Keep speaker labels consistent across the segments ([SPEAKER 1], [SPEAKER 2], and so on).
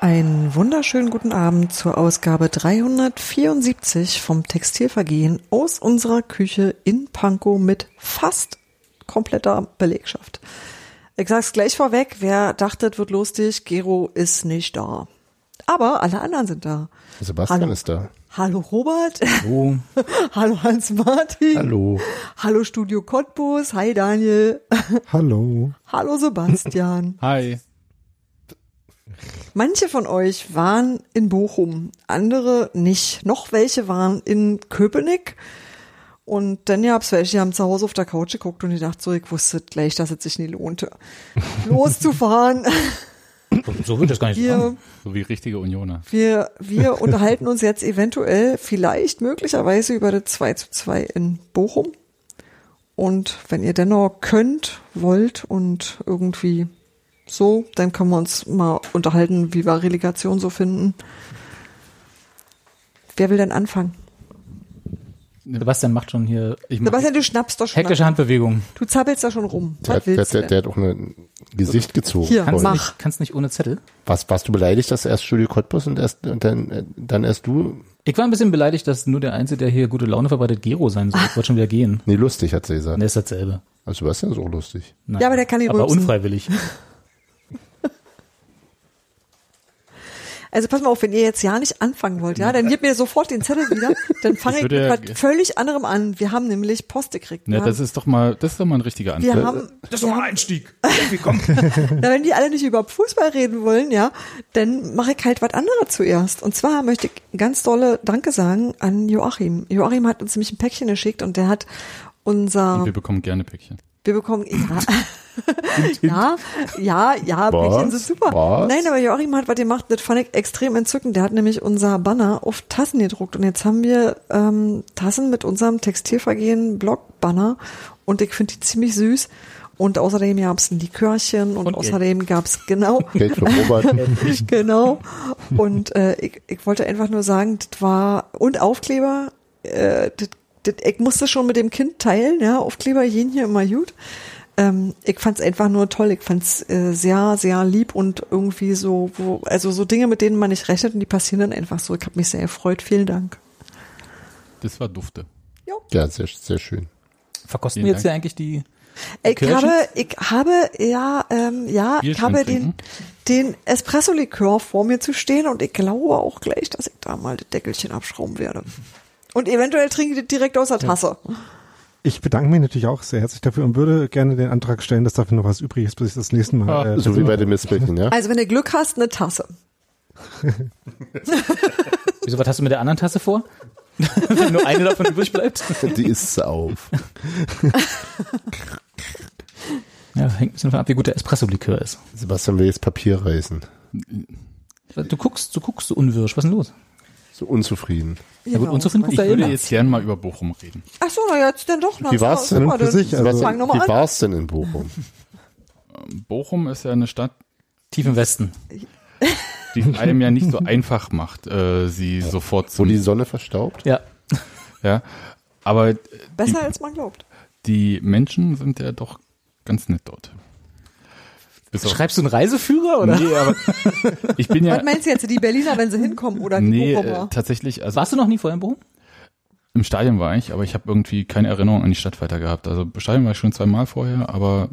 [SPEAKER 1] Einen wunderschönen guten Abend zur Ausgabe 374 vom Textilvergehen aus unserer Küche in Pankow mit fast kompletter Belegschaft. Ich sag's gleich vorweg, wer dachtet, wird lustig, Gero ist nicht da. Aber alle anderen sind da.
[SPEAKER 2] Sebastian
[SPEAKER 1] Hallo.
[SPEAKER 2] ist da.
[SPEAKER 1] Hallo Robert,
[SPEAKER 3] Hallo.
[SPEAKER 1] hallo Hans Martin,
[SPEAKER 2] Hallo.
[SPEAKER 1] hallo Studio Cottbus, hi Daniel,
[SPEAKER 2] Hallo.
[SPEAKER 1] hallo Sebastian.
[SPEAKER 3] Hi.
[SPEAKER 1] Manche von euch waren in Bochum, andere nicht. Noch welche waren in Köpenick. Und dann gab's welche, die haben zu Hause auf der Couch geguckt und die dachten so, ich wusste gleich, dass es sich nie lohnte, loszufahren.
[SPEAKER 3] So wird das gar nicht
[SPEAKER 1] Wir,
[SPEAKER 4] So wie richtige Unioner.
[SPEAKER 1] wir, wir unterhalten uns jetzt eventuell, vielleicht möglicherweise über das 2 zu 2 in Bochum. Und wenn ihr dennoch könnt, wollt und irgendwie so, dann können wir uns mal unterhalten, wie wir Relegation so finden. Wer will denn anfangen?
[SPEAKER 3] Sebastian macht schon hier ich mach
[SPEAKER 1] Sebastian, du schnappst doch schon.
[SPEAKER 3] hektische Handbewegungen.
[SPEAKER 1] Du zappelst da schon rum.
[SPEAKER 2] Der,
[SPEAKER 1] Was
[SPEAKER 2] hat- der,
[SPEAKER 1] willst
[SPEAKER 2] der,
[SPEAKER 1] du
[SPEAKER 2] der
[SPEAKER 1] denn?
[SPEAKER 2] hat auch ein Gesicht gezogen.
[SPEAKER 1] Hier,
[SPEAKER 2] vorhin.
[SPEAKER 3] Kannst
[SPEAKER 1] mach.
[SPEAKER 3] nicht, kannst nicht ohne Zettel.
[SPEAKER 2] Was, warst du beleidigt, dass erst Studio Cottbus und, erst, und dann, äh, dann erst du?
[SPEAKER 3] Ich war ein bisschen beleidigt, dass nur der Einzige, der hier gute Laune verbreitet, Gero sein soll. Ich wollte schon wieder gehen.
[SPEAKER 2] Nee, lustig, hat sie gesagt.
[SPEAKER 3] Und er ist dasselbe.
[SPEAKER 2] Also Sebastian ist auch lustig.
[SPEAKER 3] Nein.
[SPEAKER 1] Ja, aber der kann nicht
[SPEAKER 3] Aber
[SPEAKER 1] rülpsen.
[SPEAKER 3] unfreiwillig.
[SPEAKER 1] Also pass mal auf, wenn ihr jetzt ja nicht anfangen wollt, ja, dann gebt mir sofort den Zettel wieder. Dann fange ich,
[SPEAKER 4] Ich
[SPEAKER 1] mit
[SPEAKER 4] würde ja-
[SPEAKER 1] was völlig anderem an. Wir haben nämlich Post gekriegt.
[SPEAKER 4] Ne,
[SPEAKER 1] Wir haben-
[SPEAKER 4] das ist doch mal, das ist doch mal ein richtiger
[SPEAKER 1] Wir
[SPEAKER 4] Anfang.
[SPEAKER 1] haben,
[SPEAKER 3] Das
[SPEAKER 1] wir
[SPEAKER 3] doch
[SPEAKER 1] haben
[SPEAKER 3] ein Einstieg.
[SPEAKER 1] na, wenn die alle nicht über Fußball reden wollen, ja, dann mache ich halt was anderes zuerst. Und zwar möchte ich ganz dolle Danke sagen an Joachim. Joachim hat uns nämlich ein Päckchen geschickt und der hat unser,
[SPEAKER 4] Und wir bekommen gerne Päckchen.
[SPEAKER 1] wir bekommen, ja, ja, ja, ja,
[SPEAKER 2] Was?
[SPEAKER 1] Päckchen sind super.
[SPEAKER 2] Was?
[SPEAKER 1] Nein, aber Joachim hat was gemacht, das fand ich extrem entzückend. Der hat nämlich unser Banner auf Tassen gedruckt und jetzt haben wir ähm, Tassen mit unserem Textilvergehen Blog Banner und ich finde die ziemlich süß. Und außerdem gab's ein Likörchen und,
[SPEAKER 3] Und Geld.
[SPEAKER 1] außerdem gab's genau,
[SPEAKER 2] Geld für Robert.
[SPEAKER 1] genau. Und äh, ich, ich wollte einfach nur sagen, das war und Aufkleber. Äh, das, das, ich musste schon mit dem Kind teilen, ja, Aufkleber jeden hier immer gut. Ähm, ich fand's einfach nur toll. Ich fand's äh, sehr, sehr lieb und irgendwie so, wo, also so Dinge, mit denen man nicht rechnet und die passieren dann einfach so. Ich habe mich sehr gefreut. Vielen Dank.
[SPEAKER 4] Das war Dufte.
[SPEAKER 2] ja, sehr, sehr schön.
[SPEAKER 3] Verkosten
[SPEAKER 4] Vielen
[SPEAKER 3] wir jetzt
[SPEAKER 4] Dank.
[SPEAKER 3] ja eigentlich die
[SPEAKER 1] Ich
[SPEAKER 3] Likörchen?
[SPEAKER 1] habe, Äh, ich habe, ja, ähm, ja, ich
[SPEAKER 4] Bierchen
[SPEAKER 1] habe den,
[SPEAKER 4] trinken?
[SPEAKER 1] den Espresso-Likör vor mir zu stehen und ich glaube auch gleich, dass ich da mal das Deckelchen abschrauben werde. Und eventuell trinke ich das direkt aus der Tasse.
[SPEAKER 5] Ich bedanke mich natürlich auch sehr herzlich dafür und würde gerne den Antrag stellen, dass dafür noch was übrig ist, bis ich das nächste Mal. äh,
[SPEAKER 2] Ah, So wie bei den Missbildchen, ja?
[SPEAKER 1] Also wenn du Glück hast, eine Tasse.
[SPEAKER 3] Wieso, was hast du mit der anderen Tasse vor? Wenn nur eine davon übrig bleibt.
[SPEAKER 1] Also,
[SPEAKER 2] Die ist auf.
[SPEAKER 3] Ja, hängt ein bisschen davon ab, wie gut der Espresso-Likör ist.
[SPEAKER 2] Sebastian will jetzt Papier reißen.
[SPEAKER 3] Du guckst, du guckst so unwirsch. Was ist denn los?
[SPEAKER 2] So unzufrieden.
[SPEAKER 3] Ja, gut, unzufrieden guckt
[SPEAKER 4] Ich
[SPEAKER 3] er
[SPEAKER 4] würde
[SPEAKER 3] immer.
[SPEAKER 4] jetzt gern mal über Bochum reden.
[SPEAKER 1] Ach so, na jetzt denn doch. Na,
[SPEAKER 2] Wie war's
[SPEAKER 1] super,
[SPEAKER 2] denn
[SPEAKER 1] super,
[SPEAKER 5] für
[SPEAKER 1] dann
[SPEAKER 5] sich? Also-
[SPEAKER 1] fang noch
[SPEAKER 2] Sebastian,
[SPEAKER 1] mal
[SPEAKER 2] wie
[SPEAKER 1] an.
[SPEAKER 2] war's denn in Bochum?
[SPEAKER 4] Bochum ist ja eine Stadt,
[SPEAKER 3] Tief im Westen.
[SPEAKER 4] die es einem ja nicht so einfach macht, äh, sie sofort
[SPEAKER 2] Wo
[SPEAKER 4] zu.
[SPEAKER 2] die Sonne verstaubt?
[SPEAKER 3] Ja.
[SPEAKER 4] Ja. Aber äh,
[SPEAKER 1] Besser als man glaubt.
[SPEAKER 4] die Menschen sind ja doch ganz nett dort. Bis auf-
[SPEAKER 3] Schreibst du einen Reiseführer oder?
[SPEAKER 4] Nee, aber ich bin ja.
[SPEAKER 1] Was meinst du jetzt, die Berliner, wenn sie hinkommen oder die
[SPEAKER 4] Nee, äh,
[SPEAKER 1] Bochumer?
[SPEAKER 4] tatsächlich, also
[SPEAKER 3] Warst du noch nie vorher in Bochum?
[SPEAKER 4] Im Stadion war ich, aber ich habe irgendwie keine Erinnerung an die Stadt weiter gehabt. Also im Stadion war ich schon zweimal vorher, aber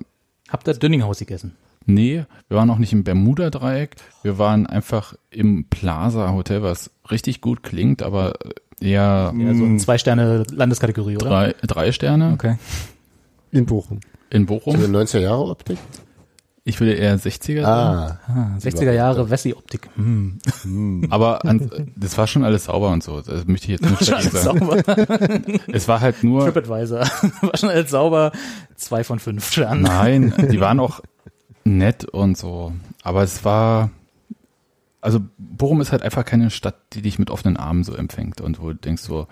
[SPEAKER 3] Habt ihr Dönninghaus gegessen?
[SPEAKER 4] nee, wir waren auch nicht im Bermuda-Dreieck. Wir waren einfach im Plaza Hotel, was richtig gut klingt, aber eher
[SPEAKER 3] Ja, so eine Zwei-Sterne-Landeskategorie, oder?
[SPEAKER 4] drei, drei Sterne
[SPEAKER 3] Okay.
[SPEAKER 5] in Bochum.
[SPEAKER 4] in
[SPEAKER 2] So
[SPEAKER 4] Bochum.
[SPEAKER 2] eine 90er Jahre Optik?
[SPEAKER 4] Ich würde eher 60er sagen.
[SPEAKER 2] Ah.
[SPEAKER 3] Ah, 60er Jahre Wessi-Optik. Hm.
[SPEAKER 4] Aber an, das war schon alles sauber und so. Das möchte ich jetzt nicht
[SPEAKER 3] Schon alles
[SPEAKER 4] dagegen sagen.
[SPEAKER 3] sauber.
[SPEAKER 4] Es war halt nur.
[SPEAKER 3] TripAdvisor. War schon alles sauber. Zwei von fünf Sternen.
[SPEAKER 4] Nein, die waren auch nett und so. Aber es war. Also Bochum ist halt einfach keine Stadt, die dich mit offenen Armen so empfängt und wo du denkst so,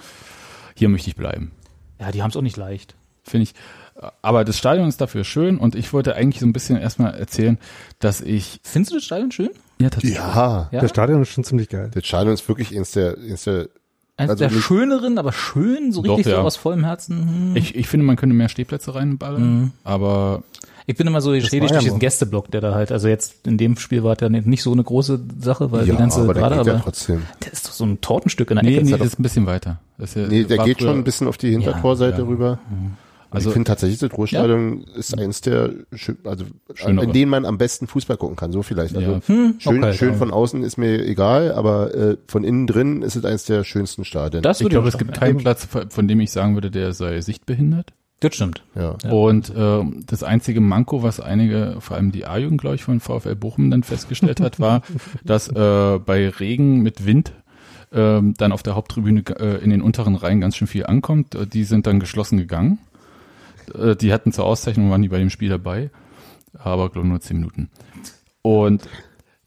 [SPEAKER 4] hier möchte ich bleiben.
[SPEAKER 3] Ja, die haben es auch nicht leicht.
[SPEAKER 4] finde ich. äh, Aber das Stadion ist dafür schön und ich wollte eigentlich so ein bisschen erstmal erzählen, dass ich
[SPEAKER 3] Findest du das Stadion schön?
[SPEAKER 4] ja tatsächlich
[SPEAKER 2] Ja.
[SPEAKER 3] Ja.
[SPEAKER 5] Das Stadion ist schon ziemlich geil.
[SPEAKER 2] Das Stadion ist wirklich eins der, eins der
[SPEAKER 3] Eines
[SPEAKER 2] Also
[SPEAKER 3] der
[SPEAKER 2] nicht-
[SPEAKER 3] schöneren, aber schön, so
[SPEAKER 4] Doch,
[SPEAKER 3] richtig
[SPEAKER 4] ja.
[SPEAKER 3] so aus vollem Herzen. Hm.
[SPEAKER 4] ich, ich finde, man könnte mehr Stehplätze reinballern,
[SPEAKER 2] Mhm.
[SPEAKER 4] aber
[SPEAKER 3] Ich bin immer so geschädigt
[SPEAKER 5] war ja
[SPEAKER 3] durch diesen
[SPEAKER 5] so.
[SPEAKER 3] Gästeblock, der da halt, also jetzt in dem Spiel war es ja nicht so eine große Sache, weil
[SPEAKER 4] Also
[SPEAKER 2] ja,
[SPEAKER 3] die ganze
[SPEAKER 2] aber der
[SPEAKER 3] gerade,
[SPEAKER 2] geht ja
[SPEAKER 3] aber
[SPEAKER 2] trotzdem.
[SPEAKER 3] das ist doch so ein Tortenstück in der
[SPEAKER 4] nee,
[SPEAKER 3] Ecke.
[SPEAKER 4] nee,
[SPEAKER 2] ja
[SPEAKER 4] das ist ein bisschen weiter. Das ist ja-
[SPEAKER 2] Nee, der
[SPEAKER 4] war
[SPEAKER 2] geht
[SPEAKER 4] früher-
[SPEAKER 2] schon ein bisschen auf die Hintertorseite
[SPEAKER 4] Ja, ja.
[SPEAKER 2] rüber. Also
[SPEAKER 4] Also-
[SPEAKER 2] ich finde tatsächlich, das Ruhrstadion ist eins der, schö- also
[SPEAKER 4] Schönere.
[SPEAKER 2] in denen man am besten Fußball gucken kann, so vielleicht. Also
[SPEAKER 4] Ja.
[SPEAKER 2] schön,
[SPEAKER 3] okay,
[SPEAKER 2] schön
[SPEAKER 3] ja.
[SPEAKER 2] von außen ist mir egal, aber äh, von innen drin ist es eins der schönsten Stadien.
[SPEAKER 3] Das
[SPEAKER 4] Ich
[SPEAKER 3] würde
[SPEAKER 4] glaube,
[SPEAKER 3] ich
[SPEAKER 4] es
[SPEAKER 3] auch
[SPEAKER 4] gibt
[SPEAKER 3] sagen.
[SPEAKER 4] keinen Platz, von dem ich sagen würde, der sei sichtbehindert.
[SPEAKER 3] Das stimmt.
[SPEAKER 2] ja.
[SPEAKER 4] Und äh, das einzige Manko, was einige, vor allem die A-Jugend, glaube ich, von VfL Bochum dann festgestellt hat, war, dass äh, bei Regen mit Wind ähm, dann auf der Haupttribüne äh, in den unteren Reihen ganz schön viel ankommt. Äh, Die sind dann geschlossen gegangen. Äh, die hatten zur Auszeichnung, waren die bei dem Spiel dabei, aber glaube nur zehn Minuten. Und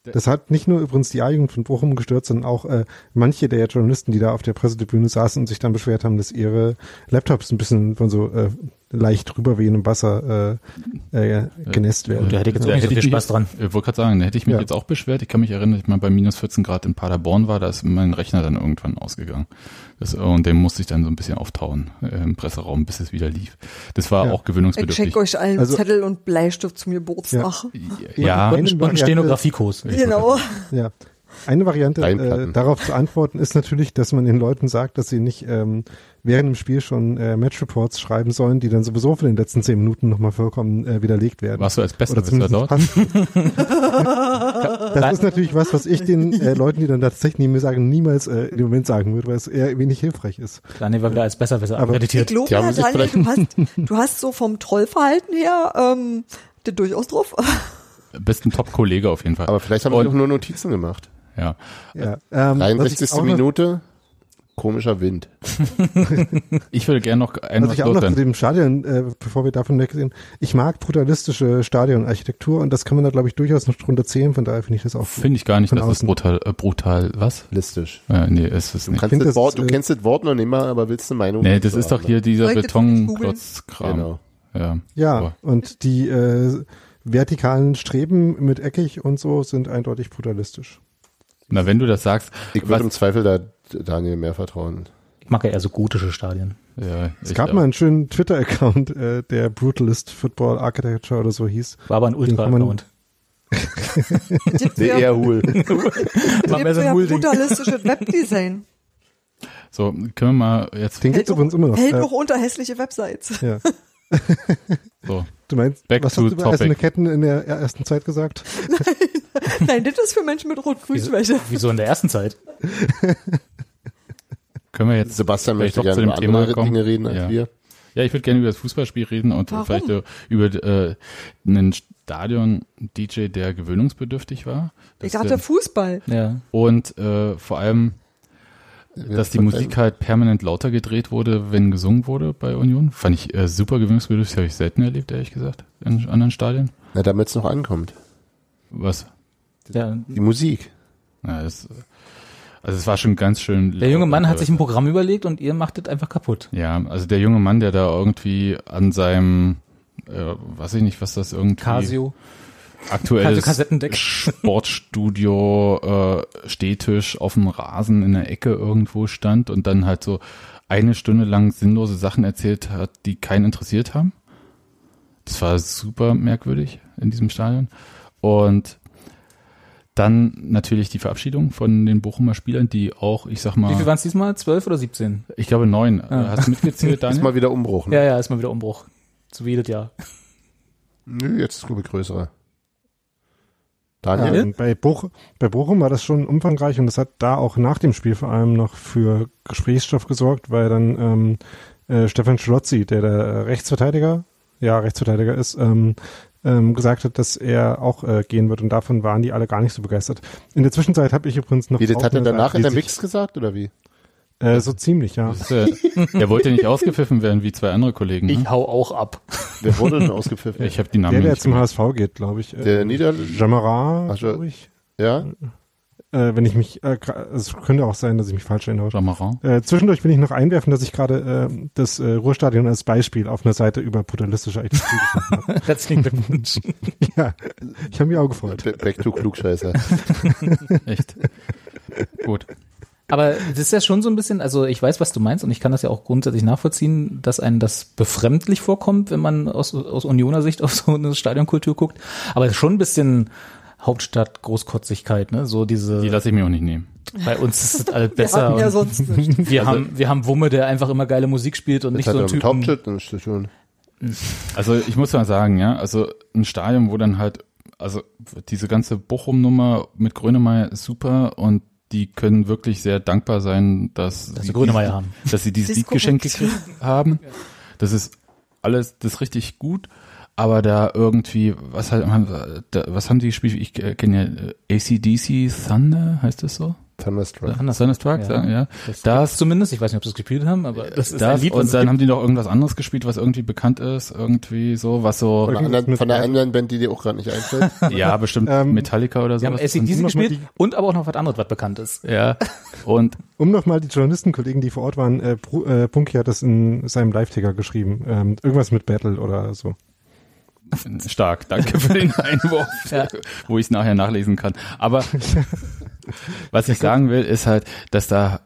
[SPEAKER 5] Das hat nicht nur übrigens die A-Jugend von Bochum gestört, sondern auch äh, manche der Journalisten, die da auf der Pressetribüne saßen und sich dann beschwert haben, dass ihre Laptops ein bisschen von so äh, leicht rüberwehen im Wasser äh, äh, genässt werden.
[SPEAKER 3] Da hätte ich jetzt auch nicht so
[SPEAKER 4] hätte
[SPEAKER 3] viel
[SPEAKER 4] ich
[SPEAKER 3] Spaß dran.
[SPEAKER 4] mich- Ich wollte gerade sagen, da hätte ich mich
[SPEAKER 5] Ja.
[SPEAKER 4] jetzt auch beschwert. Ich kann mich erinnern, dass ich mal bei minus 14 Grad in Paderborn war, da ist mein Rechner dann irgendwann ausgegangen. Das, äh, und den musste ich dann so ein bisschen auftauen äh, im Presseraum, bis es wieder lief. Das war
[SPEAKER 5] Ja.
[SPEAKER 4] auch
[SPEAKER 1] Ich
[SPEAKER 4] gewöhnungsbedürftig.
[SPEAKER 1] schenke euch allen
[SPEAKER 5] Also-
[SPEAKER 1] Zettel und Bleistift zum Geburtstag.
[SPEAKER 4] ja,
[SPEAKER 5] Eine
[SPEAKER 3] Und, und einen
[SPEAKER 5] Variante-
[SPEAKER 3] Stenografiekurs.
[SPEAKER 1] Genau.
[SPEAKER 5] Ja. Eine Variante
[SPEAKER 2] Steinplatten.
[SPEAKER 5] äh, darauf zu antworten ist natürlich, dass man den Leuten sagt, dass sie nicht ähm, während dem Spiel schon äh, Match Reports schreiben sollen, die dann sowieso für den letzten zehn Minuten nochmal vollkommen äh, widerlegt werden.
[SPEAKER 4] warst du als
[SPEAKER 5] Oder
[SPEAKER 4] Besserwisser
[SPEAKER 5] zumindest
[SPEAKER 4] dort?
[SPEAKER 5] fast. das ist natürlich was, was ich den äh, Leuten, die dann tatsächlich mir sagen, niemals äh, im Moment sagen würde, weil es eher wenig hilfreich ist.
[SPEAKER 3] Dann war wieder als Besserwisser
[SPEAKER 5] Aber-
[SPEAKER 1] Ich
[SPEAKER 3] akkreditiert.
[SPEAKER 1] glaube
[SPEAKER 2] Die haben
[SPEAKER 1] ja,
[SPEAKER 2] sich
[SPEAKER 1] Daniel, du hast, halt du hast so vom Trollverhalten her ähm, das durchaus drauf.
[SPEAKER 4] Bist ein Top-Kollege auf jeden Fall.
[SPEAKER 2] Aber vielleicht haben
[SPEAKER 4] Und-
[SPEAKER 2] wir auch nur Notizen gemacht.
[SPEAKER 4] ja.
[SPEAKER 5] Ja. Ähm, was
[SPEAKER 2] 63.
[SPEAKER 5] ich auch noch-
[SPEAKER 2] Minute, komischer Wind.
[SPEAKER 4] Ich würde gerne noch ein
[SPEAKER 5] Was
[SPEAKER 4] was
[SPEAKER 5] ich auch noch zu
[SPEAKER 4] loswerden.
[SPEAKER 5] dem Stadion, äh, bevor wir davon weggehen, ich mag brutalistische Stadionarchitektur und das kann man da, glaube ich, durchaus noch drunter zählen, von daher finde ich das auch gut.
[SPEAKER 4] Finde ich gar nicht,
[SPEAKER 5] Von
[SPEAKER 4] dass das
[SPEAKER 5] außen.
[SPEAKER 4] brutal, äh, brutal, was?
[SPEAKER 2] Listisch.
[SPEAKER 4] Äh, nee, ist es
[SPEAKER 2] Du,
[SPEAKER 4] nicht.
[SPEAKER 2] kannst
[SPEAKER 5] find
[SPEAKER 2] das
[SPEAKER 5] das,
[SPEAKER 2] Wort, du
[SPEAKER 5] äh,
[SPEAKER 2] kennst das Wort noch nicht mal, aber willst eine Meinung?
[SPEAKER 4] Nee, das
[SPEAKER 2] dazu
[SPEAKER 4] ist doch
[SPEAKER 2] haben, ne?
[SPEAKER 4] hier dieser
[SPEAKER 1] Soll ich das wirklich googeln?
[SPEAKER 4] Betonklotzkram.
[SPEAKER 2] Genau.
[SPEAKER 4] Ja.
[SPEAKER 5] Ja,
[SPEAKER 4] Aber-
[SPEAKER 5] und die äh, vertikalen Streben mit eckig und so sind eindeutig brutalistisch.
[SPEAKER 4] Na, wenn du das sagst,
[SPEAKER 2] Ne? Ich
[SPEAKER 4] was-
[SPEAKER 2] würde im Zweifel da Daniel mehr vertrauen.
[SPEAKER 3] Ich mag ja eher so gotische Stadien.
[SPEAKER 4] ja,
[SPEAKER 5] Es gab mal einen schönen Twitter-Account, äh, der Brutalist Football Architecture oder so hieß.
[SPEAKER 3] War aber ein
[SPEAKER 5] Den kann man-
[SPEAKER 3] Ultra-Account.
[SPEAKER 2] Nee,
[SPEAKER 1] Ja.
[SPEAKER 2] eher Huhl.
[SPEAKER 3] War mehr so ein Hulding.
[SPEAKER 1] brutalistisches Webdesign.
[SPEAKER 4] So, können wir mal jetzt
[SPEAKER 5] Den gibt's übrigens immer noch.
[SPEAKER 1] Hält
[SPEAKER 5] Äh,
[SPEAKER 1] noch unter hässliche Websites.
[SPEAKER 5] ja.
[SPEAKER 4] so.
[SPEAKER 5] Du meinst,
[SPEAKER 4] Back
[SPEAKER 5] was
[SPEAKER 4] to
[SPEAKER 5] hast du über
[SPEAKER 4] topic.
[SPEAKER 5] einzelne Ketten in der ersten Zeit gesagt?
[SPEAKER 1] Nein, das ist für Menschen mit Rot-Grün-Schwäche.
[SPEAKER 3] Wieso in der ersten Zeit?
[SPEAKER 4] Können wir jetzt
[SPEAKER 2] Sebastian
[SPEAKER 4] Vielleicht
[SPEAKER 2] möchte
[SPEAKER 4] doch zu
[SPEAKER 2] gerne
[SPEAKER 4] dem
[SPEAKER 2] über
[SPEAKER 4] Thema
[SPEAKER 2] andere
[SPEAKER 4] kommen.
[SPEAKER 2] Dinge reden als
[SPEAKER 4] Ja.
[SPEAKER 2] wir.
[SPEAKER 4] Ja, ich würde gerne über das Fußballspiel reden und
[SPEAKER 1] Warum?
[SPEAKER 4] vielleicht äh, über äh, einen Stadion-DJ, der gewöhnungsbedürftig war.
[SPEAKER 1] Ich
[SPEAKER 4] Das,
[SPEAKER 1] dachte
[SPEAKER 4] äh,
[SPEAKER 1] Fußball.
[SPEAKER 3] Ja.
[SPEAKER 4] und äh, vor allem, dass die Musik halt permanent lauter gedreht wurde, wenn gesungen wurde bei Union. Fand ich äh, super gewöhnungsbedürftig, habe ich selten erlebt, ehrlich gesagt, in anderen Stadien.
[SPEAKER 2] Na, damit es noch ankommt.
[SPEAKER 4] Was?
[SPEAKER 3] Der,
[SPEAKER 2] Die Musik.
[SPEAKER 4] Na, das, also es war schon ganz schön.
[SPEAKER 3] der junge
[SPEAKER 4] laut
[SPEAKER 3] Mann hat
[SPEAKER 4] teilweise.
[SPEAKER 3] sich ein Programm überlegt und ihr macht das einfach kaputt.
[SPEAKER 4] Ja, also der junge Mann, der da irgendwie an seinem, äh, weiß ich nicht, was das irgendwie
[SPEAKER 3] Casio.
[SPEAKER 4] aktuelles
[SPEAKER 3] Casio Kassettendeck.
[SPEAKER 4] Sportstudio äh, Stehtisch auf dem Rasen in der Ecke irgendwo stand und dann halt so eine Stunde lang sinnlose Sachen erzählt hat, die keinen interessiert haben. Das war super merkwürdig in diesem Stadion. Und dann natürlich die Verabschiedung von den Bochumer Spielern, die auch, ich sag
[SPEAKER 3] Wie viel
[SPEAKER 4] mal,
[SPEAKER 3] waren es diesmal? Zwölf oder siebzehn?
[SPEAKER 4] ich glaube neun. Äh,
[SPEAKER 3] Ah.
[SPEAKER 4] Hast du mitgezählt,
[SPEAKER 2] Ist
[SPEAKER 4] Daniel?
[SPEAKER 2] mal wieder Umbruch. Ne?
[SPEAKER 3] Ja, ja, ist mal wieder Umbruch. So wie jedes Jahr.
[SPEAKER 2] Nö, jetzt ist glaube ich größere.
[SPEAKER 5] Ja,
[SPEAKER 2] Daniel?
[SPEAKER 5] und Ähm, bei, Boch bei Bochum war das schon umfangreich und das hat da auch nach dem Spiel vor allem noch für Gesprächsstoff gesorgt, weil dann äh, ähm, äh, Stefan Schlotzi, der der Rechtsverteidiger, ja, Rechtsverteidiger ist, ähm, ähm, gesagt hat, dass er auch äh, gehen wird und davon waren die alle gar nicht so begeistert. In der Zwischenzeit habe ich übrigens noch
[SPEAKER 2] Wie, das hat er
[SPEAKER 5] Aufnahmen
[SPEAKER 2] danach in der
[SPEAKER 5] die
[SPEAKER 2] Mix gesagt, oder wie?
[SPEAKER 5] sich- Äh, so ziemlich, ja.
[SPEAKER 4] Das, äh, er wollte nicht ausgepfiffen werden wie zwei andere Kollegen. Ne?
[SPEAKER 3] Ich hau auch ab.
[SPEAKER 2] Wer wurde denn
[SPEAKER 4] Ich,
[SPEAKER 2] ausgepfiffen?
[SPEAKER 4] ich habe die Namen
[SPEAKER 5] Der, der
[SPEAKER 4] nicht.
[SPEAKER 5] zum HSV geht, glaube ich. Äh,
[SPEAKER 2] Der Nieder...
[SPEAKER 5] Jamara,
[SPEAKER 2] Ach so.
[SPEAKER 5] glaube ich.
[SPEAKER 2] Ja?
[SPEAKER 5] Äh, wenn ich mich, äh, gra- es könnte auch sein, dass ich mich falsch erinnere.
[SPEAKER 4] Jamarin.
[SPEAKER 5] Äh, zwischendurch will ich noch einwerfen, dass ich gerade äh, das äh, Ruhrstadion als Beispiel auf einer Seite über brutalistische IT gefunden habe.
[SPEAKER 3] Herzlichen Glückwunsch.
[SPEAKER 5] ja, ich habe mich auch gefreut.
[SPEAKER 2] B- Back to Klugscheißer.
[SPEAKER 4] Echt. Gut.
[SPEAKER 3] Aber das ist ja schon so ein bisschen, also ich weiß, was du meinst und ich kann das ja auch grundsätzlich nachvollziehen, dass einem das befremdlich vorkommt, wenn man aus, aus Unioner Sicht auf so eine Stadionkultur guckt. Aber schon ein bisschen Hauptstadt-Großkotzigkeit, ne? So diese,
[SPEAKER 4] Die lasse ich mir auch nicht nehmen.
[SPEAKER 3] bei uns ist das alles
[SPEAKER 1] Wir
[SPEAKER 3] besser.
[SPEAKER 1] hatten ja
[SPEAKER 3] und
[SPEAKER 1] sonst nicht.
[SPEAKER 3] wir, haben, wir haben Wumme, der einfach immer geile Musik spielt und
[SPEAKER 2] Das
[SPEAKER 3] nicht
[SPEAKER 2] hat
[SPEAKER 3] so
[SPEAKER 2] er
[SPEAKER 3] ein
[SPEAKER 2] mit
[SPEAKER 3] Typen.
[SPEAKER 2] Hauptstadt dann zu tun.
[SPEAKER 4] Also ich muss mal sagen, ja, also ein Stadion, wo dann halt, also diese ganze Bochum-Nummer mit Grönemeyer ist super und die können wirklich sehr dankbar sein, dass,
[SPEAKER 3] Dass sie Grönemeyer
[SPEAKER 4] dies-
[SPEAKER 3] haben.
[SPEAKER 4] Dass sie dieses
[SPEAKER 1] Sie ist
[SPEAKER 4] Lied geschenkt
[SPEAKER 1] korrekt.
[SPEAKER 4] gekriegt haben. Das ist alles, das ist richtig gut. Aber da irgendwie, was halt, da- was haben die gespielt? Ich äh, kenne ja äh, ACDC Thunder, heißt das so?
[SPEAKER 2] Thunderstruck.
[SPEAKER 3] Anders.
[SPEAKER 4] Thunderstruck,
[SPEAKER 3] Ja.
[SPEAKER 4] ja. ja.
[SPEAKER 3] Das,
[SPEAKER 4] Das-
[SPEAKER 3] das zumindest, ich weiß nicht, ob sie es gespielt haben, aber das ist ein Lied, was es
[SPEAKER 4] und dann
[SPEAKER 3] gibt.
[SPEAKER 4] haben die noch irgendwas anderes gespielt, was irgendwie bekannt ist, irgendwie so, was so,
[SPEAKER 2] Von, der
[SPEAKER 5] Irgendwas
[SPEAKER 2] anderen,
[SPEAKER 5] mit
[SPEAKER 2] von der
[SPEAKER 5] Erd-
[SPEAKER 2] anderen Band, die dir auch gerade nicht einfällt.
[SPEAKER 4] ja, bestimmt
[SPEAKER 5] Ähm,
[SPEAKER 4] Metallica oder
[SPEAKER 3] Sie haben E
[SPEAKER 4] sowas.
[SPEAKER 3] ACDC
[SPEAKER 5] noch mal
[SPEAKER 3] gespielt und aber auch noch was anderes, was bekannt ist.
[SPEAKER 4] Ja, und
[SPEAKER 5] Um nochmal die Journalistenkollegen, die vor Ort waren, äh, Bru- äh, Punky hat das in seinem Live-Ticker geschrieben. Ähm, irgendwas mit Battle oder so.
[SPEAKER 4] stark, danke für den Einwurf,
[SPEAKER 3] Ja.
[SPEAKER 4] wo ich es nachher nachlesen kann. Aber was ich sagen will, ist halt, dass da,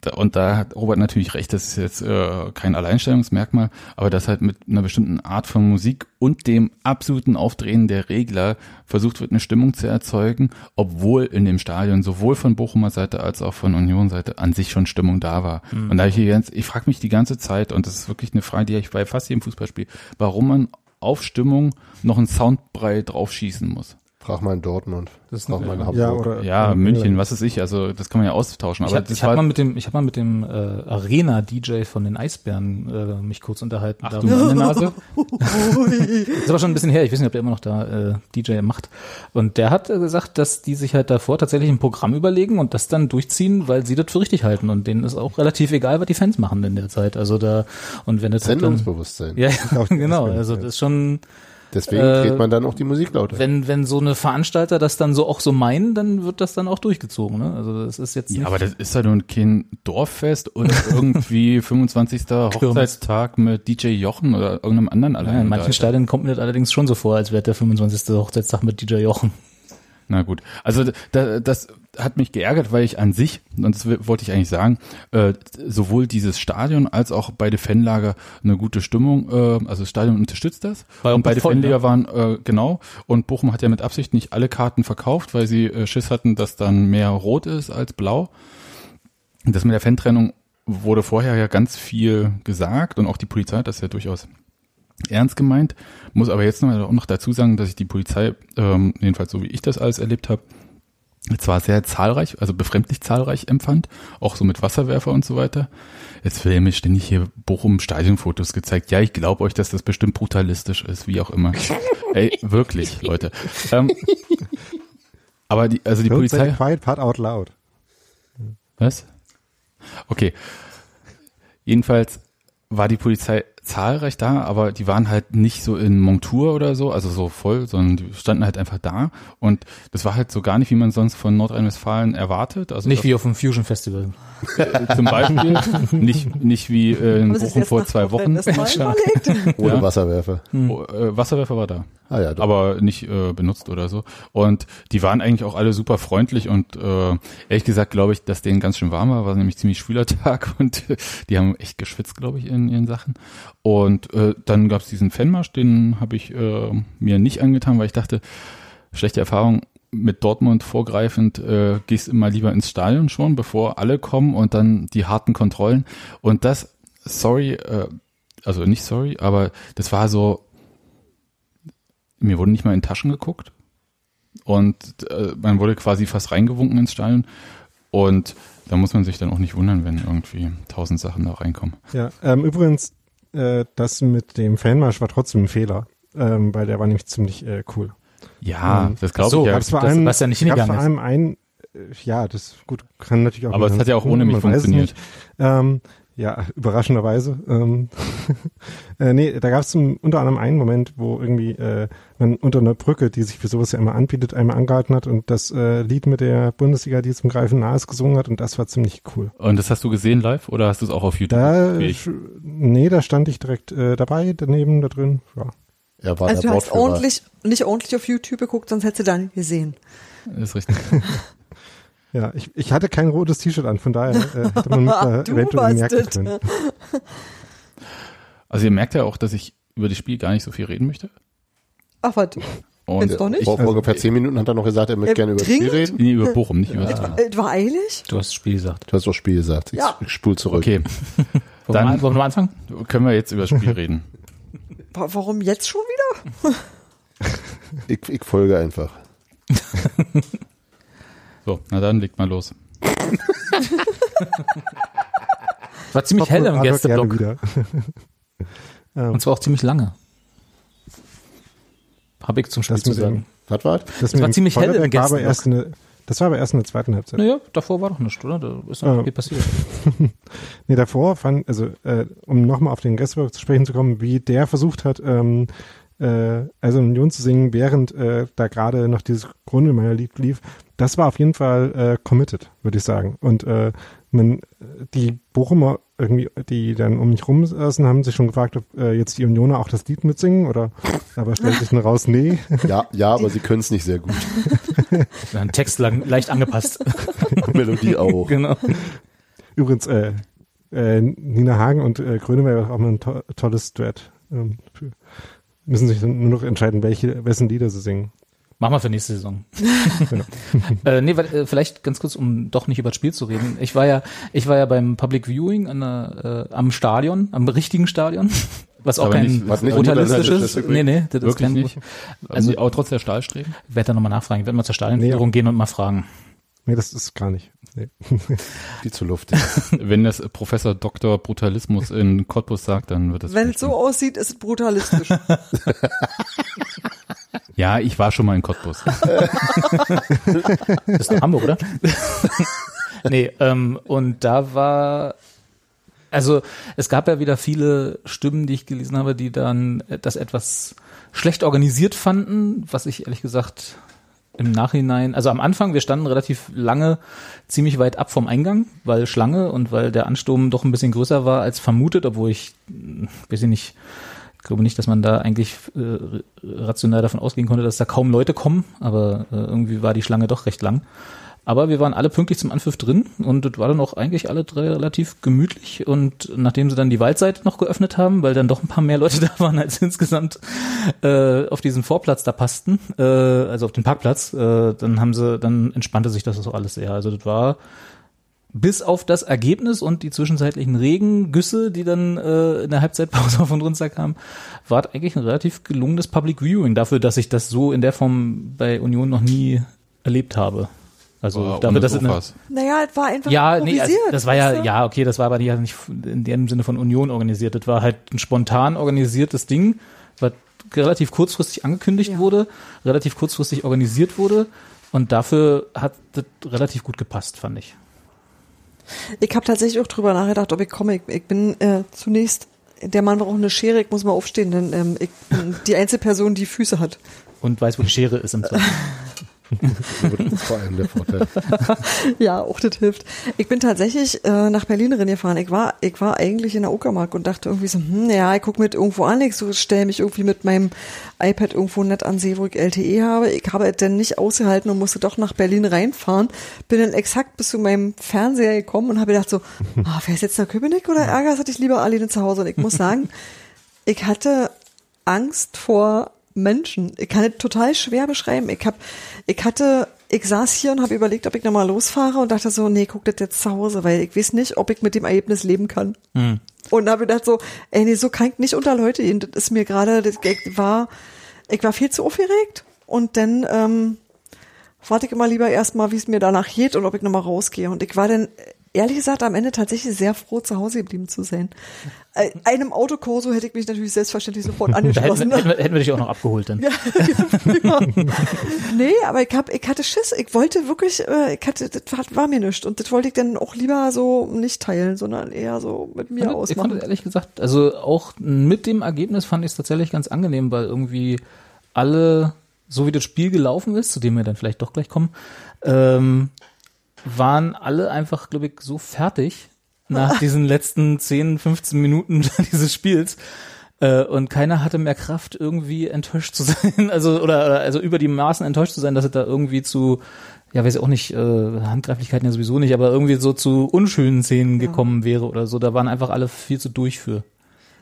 [SPEAKER 4] da und da hat Robert natürlich recht, das ist jetzt äh, kein Alleinstellungsmerkmal, aber dass halt mit einer bestimmten Art von Musik und dem absoluten Aufdrehen der Regler versucht wird, eine Stimmung zu erzeugen, obwohl in dem Stadion sowohl von Bochumer Seite als auch von Union Seite an sich schon Stimmung da war. Und da ich hier ganz, ich frage mich die ganze Zeit, und das ist wirklich eine Frage, die ich bei fast jedem Fußballspiel, warum man auf Stimmung noch einen Soundbrei draufschießen muss.
[SPEAKER 2] Frag mal in Dortmund.
[SPEAKER 3] Das ist
[SPEAKER 2] Frag mal in Hamburg.
[SPEAKER 5] oder,
[SPEAKER 4] Ja,
[SPEAKER 5] äh,
[SPEAKER 4] München, was weiß ich, also das kann man ja austauschen.
[SPEAKER 3] Ich
[SPEAKER 4] Aber
[SPEAKER 3] habe
[SPEAKER 4] das
[SPEAKER 3] ich hab
[SPEAKER 4] war-
[SPEAKER 3] mal mit dem, ich hab mal mit dem äh, Arena-DJ von den Eisbären äh, mich kurz unterhalten.
[SPEAKER 4] Ach
[SPEAKER 3] Da- um
[SPEAKER 4] du meine Nase.
[SPEAKER 1] Ui.
[SPEAKER 3] Das war schon ein bisschen her, ich weiß nicht, ob der immer noch da äh, DJ macht. Und der hat äh, gesagt, dass die sich halt davor tatsächlich ein Programm überlegen und das dann durchziehen, weil sie das für richtig halten. Und denen ist auch relativ egal, was die Fans machen in der Zeit. Also da, und wenn das halt dann,
[SPEAKER 2] Sendungsbewusstsein.
[SPEAKER 3] ja, ja,
[SPEAKER 5] glaub, die
[SPEAKER 3] genau,
[SPEAKER 5] Eisbären,
[SPEAKER 3] also
[SPEAKER 5] ja.
[SPEAKER 3] das ist schon,
[SPEAKER 2] Deswegen
[SPEAKER 3] Äh,
[SPEAKER 2] dreht man dann auch die Musik lauter.
[SPEAKER 3] wenn, wenn so eine Veranstalter das dann so auch so meinen, dann wird das dann auch durchgezogen, ne? Also das ist jetzt nicht
[SPEAKER 4] Ja, aber das ist ja nun kein Dorffest oder irgendwie 25. Hochzeitstag mit DJ Jochen oder irgendeinem anderen
[SPEAKER 3] Ja,
[SPEAKER 4] allein.
[SPEAKER 3] in manchen Stadien kommt mir das allerdings schon so vor, als wäre der 25. Hochzeitstag mit DJ Jochen.
[SPEAKER 4] Na gut. Also da, das hat mich geärgert, weil ich an sich, und das w- wollte ich eigentlich sagen, äh, sowohl dieses Stadion als auch beide Fanlager eine gute Stimmung, äh, also das Stadion unterstützt das.
[SPEAKER 3] War ja auch
[SPEAKER 4] und beide
[SPEAKER 3] voll, ne?
[SPEAKER 4] Fanlager waren äh, genau. Und Bochum hat ja mit Absicht nicht alle Karten verkauft, weil sie äh, Schiss hatten, dass dann mehr rot ist als blau. Das mit der Fantrennung wurde vorher ja ganz viel gesagt und auch die Polizei hat das ja durchaus ernst gemeint. Muss aber jetzt noch, mal- auch noch dazu sagen, dass ich die Polizei, ähm, jedenfalls so wie ich das alles erlebt habe, zwar sehr zahlreich, also befremdlich zahlreich empfand, auch so mit Wasserwerfer und so weiter. Jetzt werden mir ständig hier Bochum Stadionfotos gezeigt. Ja, ich glaube euch, dass das bestimmt brutalistisch ist, wie auch immer. Ey, wirklich, Leute. Ähm, aber die, also die
[SPEAKER 5] Don't say
[SPEAKER 4] Polizei.
[SPEAKER 5] the quiet part out loud.
[SPEAKER 4] Was? Okay. Jedenfalls war die Polizei zahlreich da, aber die waren halt nicht so in Montur oder so, also so voll, sondern die standen halt einfach da und das war halt so gar nicht, wie man sonst von Nordrhein-Westfalen erwartet. Also
[SPEAKER 3] Nicht wie auf dem Fusion Festival.
[SPEAKER 4] wie zum Beispiel, nicht, nicht wie äh, in
[SPEAKER 1] Haben Sie es
[SPEAKER 4] Bochum
[SPEAKER 1] jetzt
[SPEAKER 4] vor
[SPEAKER 1] nach
[SPEAKER 4] zwei Wochen.
[SPEAKER 1] Nordrhein-Westfalen überlegt?
[SPEAKER 2] Ohne
[SPEAKER 4] ja.
[SPEAKER 2] Wasserwerfer.
[SPEAKER 4] Oh, äh, Wasserwerfer war da
[SPEAKER 2] Ah ja, doch.
[SPEAKER 4] aber nicht äh, benutzt oder so. Und die waren eigentlich auch alle super freundlich und äh, ehrlich gesagt glaube ich, dass denen ganz schön warm war, war nämlich ziemlich schwüler Tag und äh, die haben echt geschwitzt, glaube ich, in ihren Sachen. Und äh, dann gab's diesen Fanmarsch, den habe ich äh, mir nicht angetan, weil ich dachte, schlechte Erfahrung mit Dortmund vorgreifend, äh, gehst immer lieber ins Stadion schon, bevor alle kommen und dann die harten Kontrollen. Und das, sorry, äh, also nicht sorry, aber das war so, mir wurde nicht mal in Taschen geguckt und äh, man wurde quasi fast reingewunken ins Stadion und da muss man sich dann auch nicht wundern, wenn irgendwie tausend Sachen da reinkommen.
[SPEAKER 5] Ja, ähm, übrigens, äh, das mit dem Fanmarsch war trotzdem ein Fehler. ähm, weil der war nämlich ziemlich äh, cool.
[SPEAKER 4] Ja,
[SPEAKER 5] Ähm,
[SPEAKER 4] das glaube
[SPEAKER 3] so,
[SPEAKER 4] ich ja.
[SPEAKER 5] Gab's vor
[SPEAKER 3] das-
[SPEAKER 5] allem-
[SPEAKER 3] was ja nicht
[SPEAKER 5] gab's
[SPEAKER 3] hingegangen
[SPEAKER 5] vor
[SPEAKER 3] ist.
[SPEAKER 5] allem ein, äh, ja, das gut kann natürlich auch.
[SPEAKER 4] Aber es
[SPEAKER 5] jeder
[SPEAKER 4] hat ja auch
[SPEAKER 5] tun,
[SPEAKER 4] ohne mich
[SPEAKER 5] man weiß es
[SPEAKER 4] funktioniert.
[SPEAKER 5] nicht. Ähm, ja, überraschenderweise. Ähm, äh, nee, da gab es unter anderem einen Moment, wo irgendwie äh, man unter einer Brücke, die sich für sowas ja immer anbietet, einmal angehalten hat und das äh, Lied mit der Bundesliga, die zum Greifen nahe ist, gesungen hat und das war ziemlich cool.
[SPEAKER 4] Und das hast du gesehen live oder hast du es auch auf YouTube?
[SPEAKER 5] Da,
[SPEAKER 4] wie ich?
[SPEAKER 5] nee, da stand ich direkt äh, dabei, daneben, da drin. Ja.
[SPEAKER 2] Er war
[SPEAKER 1] Also
[SPEAKER 2] der
[SPEAKER 1] du hast
[SPEAKER 2] Wortführer.
[SPEAKER 1] ordentlich, nicht ordentlich auf YouTube geguckt, sonst hättest du da nicht gesehen.
[SPEAKER 4] Ist richtig.
[SPEAKER 5] Ja, ich, ich hatte kein rotes T-Shirt an, von daher äh, hätte man mich da
[SPEAKER 1] Du
[SPEAKER 5] eventuell merken
[SPEAKER 1] warst
[SPEAKER 5] können.
[SPEAKER 1] das.
[SPEAKER 4] Also ihr merkt ja auch, dass ich über das Spiel gar nicht so viel reden möchte.
[SPEAKER 1] Ach was,
[SPEAKER 4] Und
[SPEAKER 1] Jetzt doch nicht?
[SPEAKER 2] Vor vor ungefähr zehn Minuten hat er noch gesagt, er möchte
[SPEAKER 1] Äh,
[SPEAKER 2] gerne über das Spiel
[SPEAKER 1] dringend?
[SPEAKER 2] reden.
[SPEAKER 4] Nee, über Bochum, nicht über das Spiel.
[SPEAKER 1] es war eilig?
[SPEAKER 3] Du hast das Spiel gesagt.
[SPEAKER 2] Du hast doch Spiel gesagt. Ich
[SPEAKER 1] Ja.
[SPEAKER 2] spul zurück.
[SPEAKER 4] Okay,
[SPEAKER 3] Wollen,
[SPEAKER 4] Dann-
[SPEAKER 3] wir, mal- wollen wir mal anfangen?
[SPEAKER 4] können wir jetzt über das Spiel reden.
[SPEAKER 1] Wa- Warum jetzt schon wieder?
[SPEAKER 2] Ich, ich folge einfach.
[SPEAKER 4] So, na dann legt mal los.
[SPEAKER 3] Es war ziemlich hell im
[SPEAKER 5] Adolf gerne
[SPEAKER 3] Gästeblock.
[SPEAKER 5] wieder.
[SPEAKER 3] Und zwar auch ziemlich lange. Habe ich zum Spiel
[SPEAKER 5] Das
[SPEAKER 3] zu
[SPEAKER 5] mit dem-
[SPEAKER 3] sagen.
[SPEAKER 2] Was war?
[SPEAKER 5] Das,
[SPEAKER 3] war
[SPEAKER 5] mit dem
[SPEAKER 3] ziemlich hell im
[SPEAKER 5] Feuerwerk war aber
[SPEAKER 3] Gästeblock.
[SPEAKER 5] erst eine, Das war aber erst in der zweiten Halbzeit.
[SPEAKER 3] Naja, davor war doch nichts, oder? Da ist noch
[SPEAKER 5] Ja.
[SPEAKER 3] viel passiert.
[SPEAKER 5] Nee, davor fand, also äh, um nochmal auf den Gästeblock zu sprechen zu kommen, wie der versucht hat, ähm, äh, also Union zu singen, während äh, da gerade noch dieses Grundelmeier-Lied lief, das war auf jeden Fall äh, committed, würde ich sagen. Und äh, man, die Bochumer irgendwie, die dann um mich rum saßen, haben sich schon gefragt, ob äh, jetzt die Unioner auch das Lied mitsingen oder aber stellt sich dann raus, nee.
[SPEAKER 2] Ja, ja, aber sie können es nicht sehr gut.
[SPEAKER 3] Ein Text lang, leicht angepasst.
[SPEAKER 2] Melodie auch.
[SPEAKER 3] genau.
[SPEAKER 5] Übrigens, äh, äh, Nina Hagen und äh, Grönemeyer haben auch mal ein to tolles Duett. Ähm, für- müssen sich dann nur noch entscheiden, welche, wessen Lieder sie singen.
[SPEAKER 3] Machen wir für nächste Saison. äh, nee, weil, äh, vielleicht ganz kurz, um doch nicht über das Spiel zu reden. Ich war ja, ich war ja beim Public Viewing an der, äh, am Stadion, am richtigen Stadion. Was auch
[SPEAKER 4] Aber
[SPEAKER 3] kein
[SPEAKER 4] nicht-
[SPEAKER 2] was nicht
[SPEAKER 3] brutalistisches.
[SPEAKER 2] brutalistisch ist.
[SPEAKER 3] nee, nee, das
[SPEAKER 4] Wirklich
[SPEAKER 3] ist kein
[SPEAKER 4] nicht. Also auch trotz der Stahlstreben.
[SPEAKER 3] Ich werde da nochmal nachfragen. Ich werde mal zur Stadionführung gehen und mal fragen.
[SPEAKER 5] Nee, das ist gar nicht. Nee.
[SPEAKER 2] Viel zu luftig.
[SPEAKER 4] Wenn das Professor Dr. Brutalismus in Cottbus sagt, dann wird das.
[SPEAKER 1] Wenn es so aussieht, ist es brutalistisch.
[SPEAKER 4] Ja, ich war schon mal in Cottbus.
[SPEAKER 3] Das ist doch Hamburg, oder? nee, ähm, und da war, also es gab ja wieder viele Stimmen, die ich gelesen habe, die dann äh, das etwas schlecht organisiert fanden, was ich ehrlich gesagt im Nachhinein, also am Anfang, wir standen relativ lange ziemlich weit ab vom Eingang, weil Schlange und weil der Ansturm doch ein bisschen größer war als vermutet, obwohl ich, mh, weiß ich nicht, ich glaube nicht, dass man da eigentlich äh, rational davon ausgehen konnte, dass da kaum Leute kommen, aber äh, irgendwie war die Schlange doch recht lang. Aber wir waren alle pünktlich zum Anpfiff drin und das war dann auch eigentlich alle drei relativ gemütlich. Und nachdem sie dann die Waldseite noch geöffnet haben, weil dann doch ein paar mehr Leute da waren als insgesamt äh, auf diesen Vorplatz da passten, äh, also auf den Parkplatz, äh, dann haben sie, dann entspannte sich das auch alles sehr. Also das war bis auf das Ergebnis und die zwischenzeitlichen Regengüsse, die dann äh, in der Halbzeitpause auf und runter kamen, war es eigentlich ein relativ gelungenes Public Viewing dafür, dass ich das so in der Form bei Union noch nie erlebt habe. Also
[SPEAKER 4] Wow,
[SPEAKER 3] dafür,
[SPEAKER 4] ohne
[SPEAKER 3] dass es eine,
[SPEAKER 4] Sofas.
[SPEAKER 1] naja, es war einfach
[SPEAKER 3] ja, nee, also
[SPEAKER 1] improvisiert.
[SPEAKER 3] das war ja,
[SPEAKER 1] weißt du?
[SPEAKER 3] ja, okay, das war aber ja nicht in dem Sinne von Union organisiert. Das war halt ein spontan organisiertes Ding, was relativ kurzfristig angekündigt
[SPEAKER 1] Ja.
[SPEAKER 3] wurde, relativ kurzfristig organisiert wurde. Und dafür hat das relativ gut gepasst, fand ich.
[SPEAKER 1] Ich habe tatsächlich auch drüber nachgedacht, ob ich komme. Ich, ich bin äh, zunächst, der Mann braucht eine Schere, ich muss mal aufstehen, denn ähm, ich bin die Einzelperson, die Füße hat.
[SPEAKER 3] Und weiß, wo die Schere ist im Zweifel.
[SPEAKER 2] Das ist vor allem der Vorteil.
[SPEAKER 1] Ja, auch das hilft. Ich bin tatsächlich äh, nach Berlin rein gefahren. Ich war, ich war eigentlich in der Uckermark und dachte irgendwie so, hm, ja, ich gucke mit irgendwo an, ich so, stelle mich irgendwie mit meinem iPad irgendwo nett an See, wo ich LTE habe. Ich habe es dann nicht ausgehalten und musste doch nach Berlin reinfahren. Bin dann exakt bis zu meinem Fernseher gekommen und habe gedacht so, ah, wer ist jetzt nach Köpenick oder ärgerst du dich lieber alleine zu Hause? Und ich muss sagen, ich hatte Angst vor Menschen. Ich kann es total schwer beschreiben. Ich hab, ich hatte, ich saß hier und habe überlegt, ob ich nochmal losfahre und dachte so, nee, guck das jetzt zu Hause, weil ich weiß nicht, ob ich mit dem Ergebnis leben kann. Und habe gedacht so, ey, nee, so kann ich nicht unter Leute gehen. Das ist mir gerade, das ich war, ich war viel zu aufgeregt und dann, ähm, warte ich immer lieber erstmal, wie es mir danach geht und ob ich nochmal rausgehe. Und ich war dann ehrlich gesagt am Ende tatsächlich sehr froh, zu Hause geblieben zu sein. Äh, Einem Autokorso hätte ich mich natürlich selbstverständlich sofort
[SPEAKER 3] Da hätten,
[SPEAKER 1] angeschlossen. ne?
[SPEAKER 3] wir- hätten, wir- hätten wir dich auch noch abgeholt dann.
[SPEAKER 1] Ja. nee, aber ich, hab, ich hatte Schiss. Ich wollte wirklich, äh, ich hatte, das war, war mir nichts. Und das wollte ich dann auch lieber so nicht teilen, sondern eher so mit mir
[SPEAKER 3] fand, es- ich fand es
[SPEAKER 1] ausmachen.
[SPEAKER 3] ehrlich gesagt, also auch mit dem Ergebnis fand ich es tatsächlich ganz angenehm, weil irgendwie alle, so wie das Spiel gelaufen ist, zu dem wir dann vielleicht doch gleich kommen, ähm, waren alle einfach, glaube ich, so fertig nach diesen letzten 10, 15 Minuten dieses Spiels. Äh, und keiner hatte mehr Kraft, irgendwie enttäuscht zu sein, also oder oder also über die Maßen enttäuscht zu sein, dass es da irgendwie zu, ja, weiß ich auch nicht, äh, Handgreiflichkeiten ja sowieso nicht, aber irgendwie so zu unschönen Szenen gekommen wäre oder so. Da waren einfach alle viel zu durch für.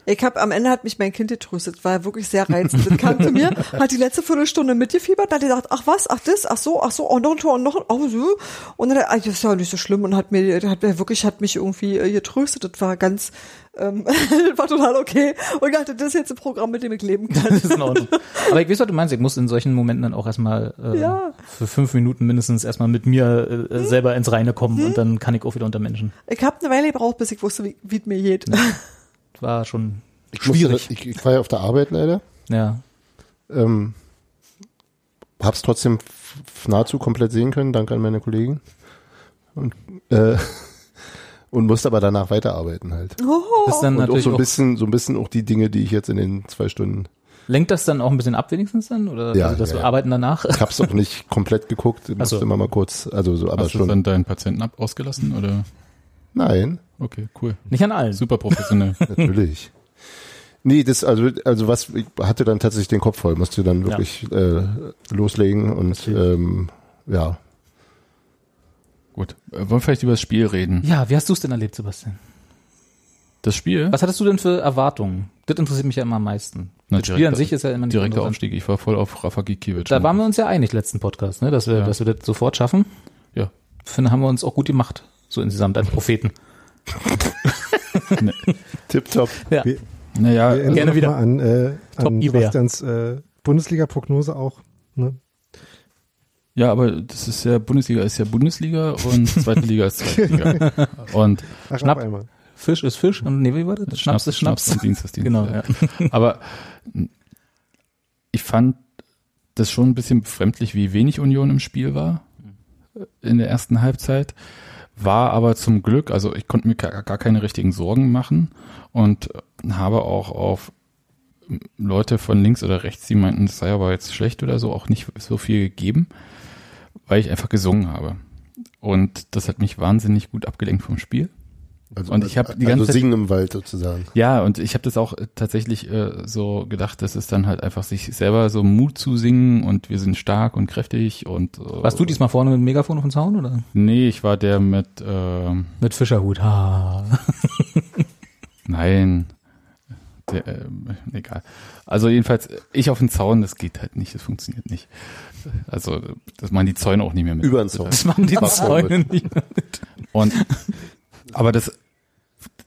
[SPEAKER 1] Ich habe am Ende hat mich mein Kind getröstet, war wirklich sehr reizend. Das kam zu mir, hat die letzte Viertelstunde mitgefiebert, dann hat gesagt, ach was, ach das, ach so, ach so, oh, noch ein Tor, und noch ein, oh, so. Und dann, ah, das ist ja nicht so schlimm und hat mir, hat mir wirklich, hat mich irgendwie äh, getröstet. Das war ganz, ähm, war total okay. Und ich dachte, das ist jetzt ein Programm, mit dem ich leben kann.
[SPEAKER 3] Das ist in Ordnung. Aber ich weiß, was du meinst. Ich muss in solchen Momenten dann auch erstmal äh,
[SPEAKER 1] Ja. Hm?
[SPEAKER 3] für fünf Minuten mindestens erstmal mit mir äh, selber ins Reine kommen und dann kann ich auch wieder unter Menschen.
[SPEAKER 1] Ich habe eine Weile gebraucht, bis ich wusste, wie wie es mir geht.
[SPEAKER 3] War schon
[SPEAKER 2] Ich
[SPEAKER 3] schwierig.
[SPEAKER 2] Musste, ich, ich war ja auf der Arbeit leider.
[SPEAKER 3] ja.
[SPEAKER 2] Ähm, hab's trotzdem f- f- nahezu komplett sehen können, danke an meine Kollegen. Und, äh, und musste aber danach weiterarbeiten halt.
[SPEAKER 1] Oh,
[SPEAKER 3] Ist dann
[SPEAKER 2] Und auch
[SPEAKER 3] natürlich
[SPEAKER 2] so ein
[SPEAKER 3] auch,
[SPEAKER 2] bisschen, so ein bisschen auch die Dinge, die ich jetzt in den zwei Stunden.
[SPEAKER 3] lenkt das dann auch ein bisschen ab wenigstens dann oder
[SPEAKER 2] Ja,
[SPEAKER 3] also das
[SPEAKER 2] ja, ja.
[SPEAKER 3] Arbeiten danach?
[SPEAKER 2] Ich hab's auch nicht komplett geguckt, musste
[SPEAKER 3] so.
[SPEAKER 2] immer mal kurz, also so, aber
[SPEAKER 4] Hast du
[SPEAKER 2] schon.
[SPEAKER 4] dann deinen Patienten ab ausgelassen oder?
[SPEAKER 2] Nein,
[SPEAKER 4] Okay, cool.
[SPEAKER 3] Nicht an allen.
[SPEAKER 4] Super professionell.
[SPEAKER 2] natürlich. Nee, das, also, also was, ich hatte dann tatsächlich den Kopf voll, musste dann wirklich äh, loslegen und ähm, ja.
[SPEAKER 4] Gut. Äh, Wollen wir vielleicht über das Spiel reden?
[SPEAKER 3] Ja, wie hast du es denn erlebt, Sebastian?
[SPEAKER 4] Das Spiel?
[SPEAKER 3] Was hattest du denn für Erwartungen? Das interessiert mich ja immer am meisten.
[SPEAKER 4] Na,
[SPEAKER 3] das Spiel an
[SPEAKER 4] direkter-
[SPEAKER 3] sich ist ja immer nicht
[SPEAKER 4] Direkter
[SPEAKER 3] interessant.
[SPEAKER 4] Aufstieg. Ich war voll auf Rafa Gikiewicz.
[SPEAKER 3] Da waren wir uns ja einig letzten Podcast, ne, dass wir,
[SPEAKER 4] Ja.
[SPEAKER 3] dass wir das sofort schaffen.
[SPEAKER 4] Ja.
[SPEAKER 3] Ich finde, haben wir uns auch gut gemacht, so insgesamt als Propheten.
[SPEAKER 2] Tipptopp.
[SPEAKER 3] Ja.
[SPEAKER 5] Wir-
[SPEAKER 4] Naja,
[SPEAKER 5] Wir
[SPEAKER 4] also,
[SPEAKER 5] erinnern
[SPEAKER 3] Äh, Gerne
[SPEAKER 5] noch
[SPEAKER 3] wieder.
[SPEAKER 5] Mal an, äh,
[SPEAKER 3] Top
[SPEAKER 5] an
[SPEAKER 3] Iber.
[SPEAKER 5] Sebastians äh, Bundesliga-Prognose auch. Ne?
[SPEAKER 4] ja, aber das ist ja Bundesliga ist ja Bundesliga und zweite Liga ist zweite Liga. Und
[SPEAKER 5] Ach,
[SPEAKER 3] Schnapp.
[SPEAKER 5] auf einmal.
[SPEAKER 3] Fisch ist Fisch und nee, wie war das? Schnaps ist Schnaps.
[SPEAKER 4] und Dienst ist Dienst.
[SPEAKER 3] Genau,
[SPEAKER 4] Ja. Aber ich fand das schon ein bisschen befremdlich, wie wenig Union im Spiel war äh, in der ersten Halbzeit. War aber zum Glück, also ich konnte mir gar gar keine richtigen Sorgen machen und habe auch auf Leute von links oder rechts, die meinten, es sei aber jetzt schlecht oder so, auch nicht so viel gegeben, weil ich einfach gesungen habe. Und das hat mich wahnsinnig gut abgelenkt vom Spiel.
[SPEAKER 2] Also,
[SPEAKER 4] Und ich hab die ganze
[SPEAKER 2] also
[SPEAKER 4] Zeit-
[SPEAKER 2] singen im Wald sozusagen.
[SPEAKER 4] Ja, und ich habe das auch äh, tatsächlich äh, so gedacht, das ist dann halt einfach sich selber so Mut zu singen und wir sind stark und kräftig und äh,
[SPEAKER 3] Warst du diesmal vorne mit dem Megafon auf dem Zaun oder?
[SPEAKER 4] Nee, ich war der mit ähm,
[SPEAKER 3] Mit Fischerhut. Ha.
[SPEAKER 4] nein. Der, ähm, egal. Also jedenfalls, ich auf den Zaun, das geht halt nicht, das funktioniert nicht. Also, das machen die Zäune auch nicht mehr mit.
[SPEAKER 2] Über den Zaun.
[SPEAKER 3] Das machen die Zäune nicht.
[SPEAKER 4] Und aber das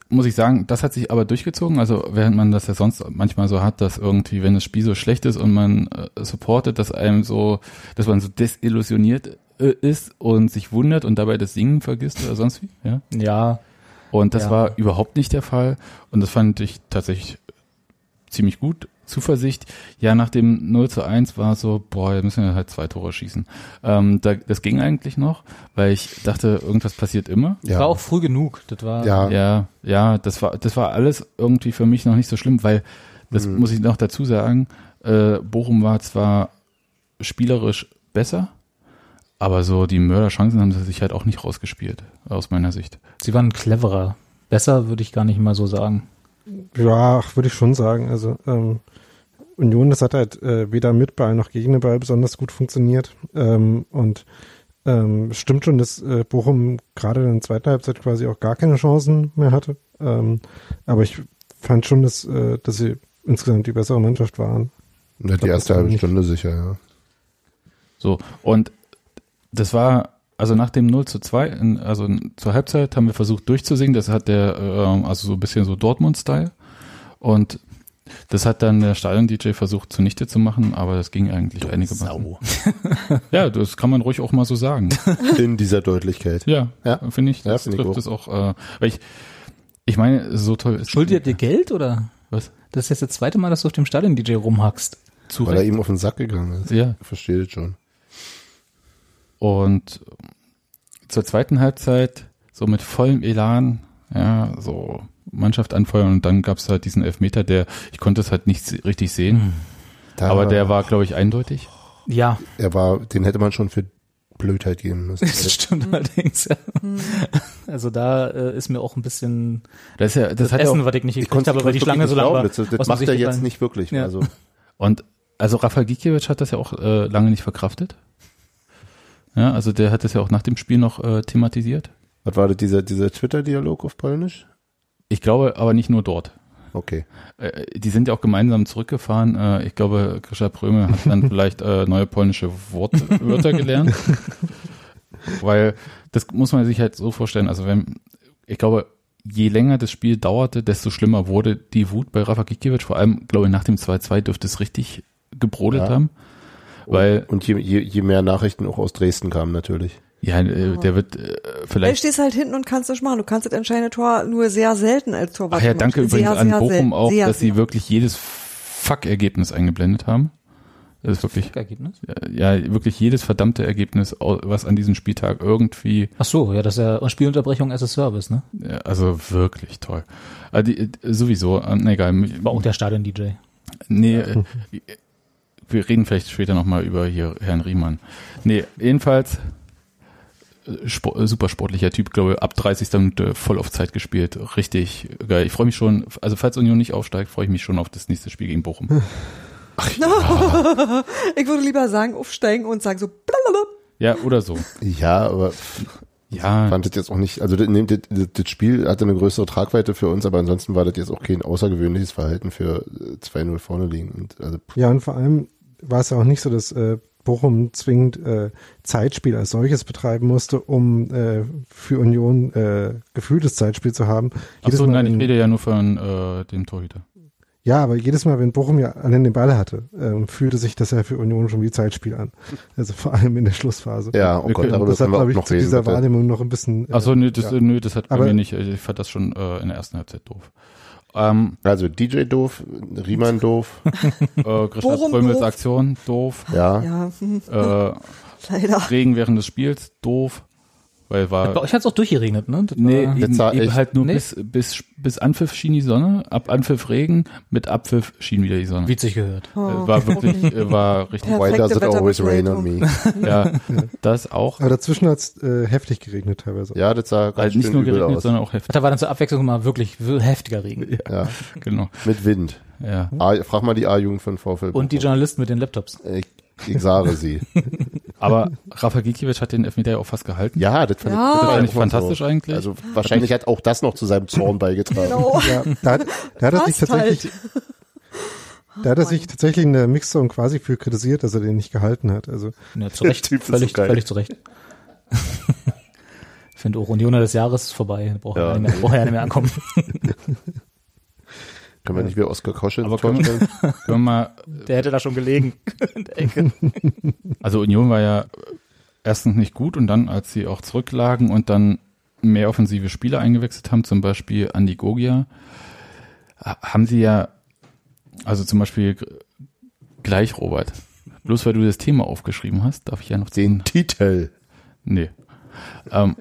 [SPEAKER 4] muss ich sagen, das hat sich aber durchgezogen. Also während man das ja sonst manchmal so hat, dass irgendwie, wenn das Spiel so schlecht ist und man äh, supportet, dass einem so, dass man so desillusioniert äh, ist und sich wundert und dabei das Singen vergisst oder sonst wie. Ja.
[SPEAKER 3] Ja,
[SPEAKER 4] Und das
[SPEAKER 3] Ja.
[SPEAKER 4] war überhaupt nicht der Fall. Und das fand ich tatsächlich ziemlich gut. Zuversicht. Ja, nach dem 0 zu 1 war so, boah, da müssen wir halt zwei Tore schießen. Ähm, da, das ging eigentlich noch, weil ich dachte, irgendwas passiert immer.
[SPEAKER 2] Ja.
[SPEAKER 3] war auch früh genug. Das war
[SPEAKER 2] ja.
[SPEAKER 4] Ja, ja, das war, das war alles irgendwie für mich noch nicht so schlimm, weil, das muss ich noch dazu sagen, äh, Bochum war zwar spielerisch besser, aber so die Mörderchancen haben sie sich halt auch nicht rausgespielt, aus meiner Sicht.
[SPEAKER 3] Sie waren cleverer. Besser würde ich gar nicht mal so sagen.
[SPEAKER 5] Ja, ach, würde ich schon sagen. Also ähm, Union, das hat halt äh, weder mit Ball noch gegen den Ball besonders gut funktioniert. Ähm, und ähm, stimmt schon, dass äh, Bochum gerade in der zweiten Halbzeit quasi auch gar keine Chancen mehr hatte. Ähm, aber ich fand schon, dass, äh, dass sie insgesamt die bessere Mannschaft waren.
[SPEAKER 2] Na, die
[SPEAKER 5] Glaub, das
[SPEAKER 2] erste
[SPEAKER 5] war
[SPEAKER 2] halbe
[SPEAKER 5] nicht-
[SPEAKER 2] Stunde sicher, ja.
[SPEAKER 4] So, und das war, also nach dem 0 zu 2, in- also in- zur Halbzeit haben wir versucht durchzusingen, das hat der, ähm, also so ein bisschen so Dortmund-Style. Und Das hat dann der Stadion-DJ versucht zunichte zu machen, aber das ging eigentlich einige Mal. Ja, das kann man ruhig auch mal so sagen.
[SPEAKER 2] In dieser Deutlichkeit.
[SPEAKER 4] Ja,
[SPEAKER 2] Ja.
[SPEAKER 4] finde ich.
[SPEAKER 2] Ja,
[SPEAKER 4] Das
[SPEAKER 2] finde ich
[SPEAKER 4] trifft es auch. Äh, weil ich, ich meine, so toll ist
[SPEAKER 3] Schuldet ihr dir Geld oder?
[SPEAKER 4] Was?
[SPEAKER 3] Das ist jetzt das zweite Mal, dass du auf dem Stadion-DJ rumhackst.
[SPEAKER 4] zu
[SPEAKER 2] Weil er
[SPEAKER 4] Recht.
[SPEAKER 2] ihm auf den Sack gegangen ist.
[SPEAKER 4] Ja.
[SPEAKER 2] Ich verstehe das schon.
[SPEAKER 4] Und zur zweiten Halbzeit so mit vollem Elan, ja, so Mannschaft anfeuern und dann gab's halt diesen Elfmeter, der, ich konnte es halt nicht se- richtig sehen,
[SPEAKER 2] Da,
[SPEAKER 4] aber der war, glaube ich, eindeutig.
[SPEAKER 3] Ja,
[SPEAKER 2] Er war, den hätte man schon für Blödheit geben müssen.
[SPEAKER 3] das stimmt allerdings. Ja. Also da äh, ist mir auch ein bisschen
[SPEAKER 4] Das, ist ja, das, hat ja
[SPEAKER 3] Essen,
[SPEAKER 4] auch,
[SPEAKER 3] was ich nicht
[SPEAKER 2] Ich
[SPEAKER 3] gekriegt
[SPEAKER 2] konnte-
[SPEAKER 3] habe, weil die
[SPEAKER 2] ich konnte wirklich
[SPEAKER 3] Schlange so lang
[SPEAKER 2] nicht
[SPEAKER 3] war.
[SPEAKER 2] glauben, Das, das
[SPEAKER 3] Aus
[SPEAKER 2] macht er
[SPEAKER 3] Sicht
[SPEAKER 2] jetzt
[SPEAKER 3] rein.
[SPEAKER 2] nicht wirklich.
[SPEAKER 3] Ja.
[SPEAKER 2] Also,
[SPEAKER 4] und also Rafa Gikiewicz hat das ja auch äh, lange nicht verkraftet. Ja, also der hat das ja auch nach dem Spiel noch äh, thematisiert.
[SPEAKER 2] was war das, dieser, dieser Twitter-Dialog auf Polnisch?
[SPEAKER 4] Ich glaube aber nicht nur dort.
[SPEAKER 2] Okay.
[SPEAKER 4] Äh, die sind ja auch gemeinsam zurückgefahren. Äh, ich glaube, Grisha Pröme hat dann vielleicht äh, neue polnische Wort Wörter gelernt. Weil das muss man sich halt so vorstellen. Also wenn, ich glaube, je länger das Spiel dauerte, desto schlimmer wurde die Wut bei Rafa Gikiewicz. Vor allem, glaube ich, nach dem 2-2 dürfte es richtig gebrodelt
[SPEAKER 2] Ja.
[SPEAKER 4] haben. Weil,
[SPEAKER 2] Und je, je, je mehr Nachrichten auch aus Dresden kamen natürlich.
[SPEAKER 4] ja, äh, der wird äh,
[SPEAKER 1] Du
[SPEAKER 4] vielleicht
[SPEAKER 1] stehst halt hinten und kannst nicht machen. Du kannst das entscheidende Tor nur sehr selten als Torwart
[SPEAKER 4] Ach ja,
[SPEAKER 1] machen.
[SPEAKER 4] danke
[SPEAKER 1] Sehr,
[SPEAKER 4] übrigens an
[SPEAKER 1] sehr
[SPEAKER 4] Bochum
[SPEAKER 1] selten.
[SPEAKER 4] auch,
[SPEAKER 1] Sehr,
[SPEAKER 4] dass sie
[SPEAKER 1] sehr.
[SPEAKER 4] wirklich jedes Fuck-Ergebnis eingeblendet haben. Das ist wirklich,
[SPEAKER 3] Ergebnis?
[SPEAKER 4] ja, wirklich jedes verdammte Ergebnis, au- was an diesem Spieltag irgendwie,
[SPEAKER 3] Ach so, ja, das ist ja Spielunterbrechung as a Service, ne?
[SPEAKER 4] ja, also wirklich toll. Ah, die, äh, sowieso, ähm, na egal. mich-
[SPEAKER 3] War auch der Stadion-DJ.
[SPEAKER 4] Nee, äh, wir reden vielleicht später nochmal über hier Herrn Riemann. Nee, jedenfalls, äh, spo- äh, super sportlicher Typ, glaube ich, ab 30. Minute voll auf Zeit gespielt. Richtig geil. Ich freue mich schon, also falls Union nicht aufsteigt, freue ich mich schon auf das nächste Spiel gegen Bochum.
[SPEAKER 1] Ich würde lieber sagen, aufsteigen und sagen so blablabla.
[SPEAKER 4] Ja, oder so.
[SPEAKER 2] Ja, aber
[SPEAKER 4] Ja,
[SPEAKER 2] fand das jetzt auch nicht, also das, nee, das, das, das Spiel hatte eine größere Tragweite für uns, aber ansonsten war das jetzt auch kein außergewöhnliches Verhalten für äh, 2-0 vorne liegen. Und also, pff,
[SPEAKER 5] Ja, und vor allem war es ja auch nicht so, dass äh, Bochum zwingend äh, Zeitspiel als solches betreiben musste, um äh, für Union äh, gefühltes Zeitspiel zu haben.
[SPEAKER 4] Ach so,
[SPEAKER 5] Mal,
[SPEAKER 4] nein, ich
[SPEAKER 5] wenn-
[SPEAKER 4] rede ja nur von äh, dem Torhüter.
[SPEAKER 5] Ja, aber jedes Mal, wenn Bochum ja allein den Ball hatte, ähm, fühlte sich das ja für Union schon wie Zeitspiel an. Also vor allem in der Schlussphase.
[SPEAKER 2] ja, oh
[SPEAKER 4] Wir
[SPEAKER 2] Gott,
[SPEAKER 4] können-
[SPEAKER 2] aber
[SPEAKER 5] das
[SPEAKER 2] das haben
[SPEAKER 5] hat,
[SPEAKER 2] wir auch
[SPEAKER 5] glaube ich,
[SPEAKER 2] noch
[SPEAKER 5] zu
[SPEAKER 2] reden.
[SPEAKER 5] dieser
[SPEAKER 2] bitte.
[SPEAKER 5] Wahrnehmung noch ein bisschen. äh,
[SPEAKER 4] Ach so, nö, das,
[SPEAKER 5] ja.
[SPEAKER 4] nö, das hat bei
[SPEAKER 5] Aber-
[SPEAKER 4] mir nicht, ich fand das schon äh, in der ersten Halbzeit doof. Ähm,
[SPEAKER 2] Also DJ doof, Riemann doof,
[SPEAKER 4] äh, Christian
[SPEAKER 1] Bochum
[SPEAKER 4] Prömels
[SPEAKER 1] doof.
[SPEAKER 4] Aktion, doof.
[SPEAKER 2] ja.
[SPEAKER 1] Ja, hm,
[SPEAKER 4] Äh,
[SPEAKER 1] leider.
[SPEAKER 4] Regen während des Spiels, doof. Weil
[SPEAKER 3] Bei
[SPEAKER 4] war...
[SPEAKER 3] euch hat's auch durchgeregnet, ne? Das
[SPEAKER 4] Nee,
[SPEAKER 3] war-
[SPEAKER 4] äh, eben,
[SPEAKER 2] war
[SPEAKER 4] eben
[SPEAKER 2] echt-
[SPEAKER 4] halt nur
[SPEAKER 3] Nee.
[SPEAKER 4] bis, bis, bis Anpfiff schien die Sonne, ab Anpfiff Regen, mit Abpfiff schien wieder die Sonne.
[SPEAKER 3] wie es sich gehört.
[SPEAKER 4] Äh, war wirklich, äh, war richtig,
[SPEAKER 1] Ja.
[SPEAKER 2] Why does it
[SPEAKER 1] Perfekte
[SPEAKER 2] always rain on
[SPEAKER 1] Wetterbegleitung.
[SPEAKER 2] me?
[SPEAKER 4] ja, das auch.
[SPEAKER 5] Aber dazwischen hat es äh, heftig geregnet teilweise.
[SPEAKER 2] Ja, das sah ganz
[SPEAKER 4] Also nicht
[SPEAKER 2] schön
[SPEAKER 4] nur
[SPEAKER 2] übel
[SPEAKER 4] geregnet,
[SPEAKER 2] aus.
[SPEAKER 4] sondern auch heftig.
[SPEAKER 3] Da war dann zur Abwechslung mal wirklich heftiger Regen.
[SPEAKER 2] Ja,
[SPEAKER 4] Genau,
[SPEAKER 2] mit Wind.
[SPEAKER 4] ja.
[SPEAKER 2] A, Ah, frag mal die A-Jugend von VfL.
[SPEAKER 3] Und die Journalisten mit den Laptops.
[SPEAKER 2] Ich, ich sage sie.
[SPEAKER 4] Aber Rafa Gikiewicz hat den Elfmeter ja auch fast gehalten.
[SPEAKER 2] Ja, das fand
[SPEAKER 1] Ja.
[SPEAKER 2] ich,
[SPEAKER 1] Das
[SPEAKER 4] fand
[SPEAKER 2] auch
[SPEAKER 4] ich
[SPEAKER 2] mal
[SPEAKER 4] fantastisch eigentlich.
[SPEAKER 2] Also wahrscheinlich hat auch das noch zu seinem Zorn beigetragen.
[SPEAKER 1] Genau.
[SPEAKER 5] Ja, da, hat- da hat er sich
[SPEAKER 1] Passt halt.
[SPEAKER 5] tatsächlich, da hat er sich tatsächlich in der Mixzone quasi für kritisiert, dass er den nicht gehalten hat. Also
[SPEAKER 3] Ja, zu Recht.
[SPEAKER 2] Typ ist so
[SPEAKER 3] völlig,
[SPEAKER 2] geil.
[SPEAKER 3] völlig zu Recht. Finde auch Unioner des Jahres ist vorbei. Braucht
[SPEAKER 2] Ja,
[SPEAKER 3] ja nicht mehr, braucht ja nicht mehr ankommen.
[SPEAKER 2] Können wir nicht wieder Oskar Kosche
[SPEAKER 4] Aber
[SPEAKER 2] ins Tor
[SPEAKER 4] können wir-
[SPEAKER 2] stellen?
[SPEAKER 4] Können wir mal,
[SPEAKER 3] Der hätte da schon gelegen. In der Ecke.
[SPEAKER 4] also Union war ja erstens nicht gut und dann, als sie auch zurücklagen und dann mehr offensive Spieler eingewechselt haben, zum Beispiel Andi Gogia, ha- haben sie ja, also zum Beispiel g- gleich Robert. Bloß weil du das Thema aufgeschrieben hast, darf ich ja noch
[SPEAKER 2] Den Titel.
[SPEAKER 4] Nee. Ähm,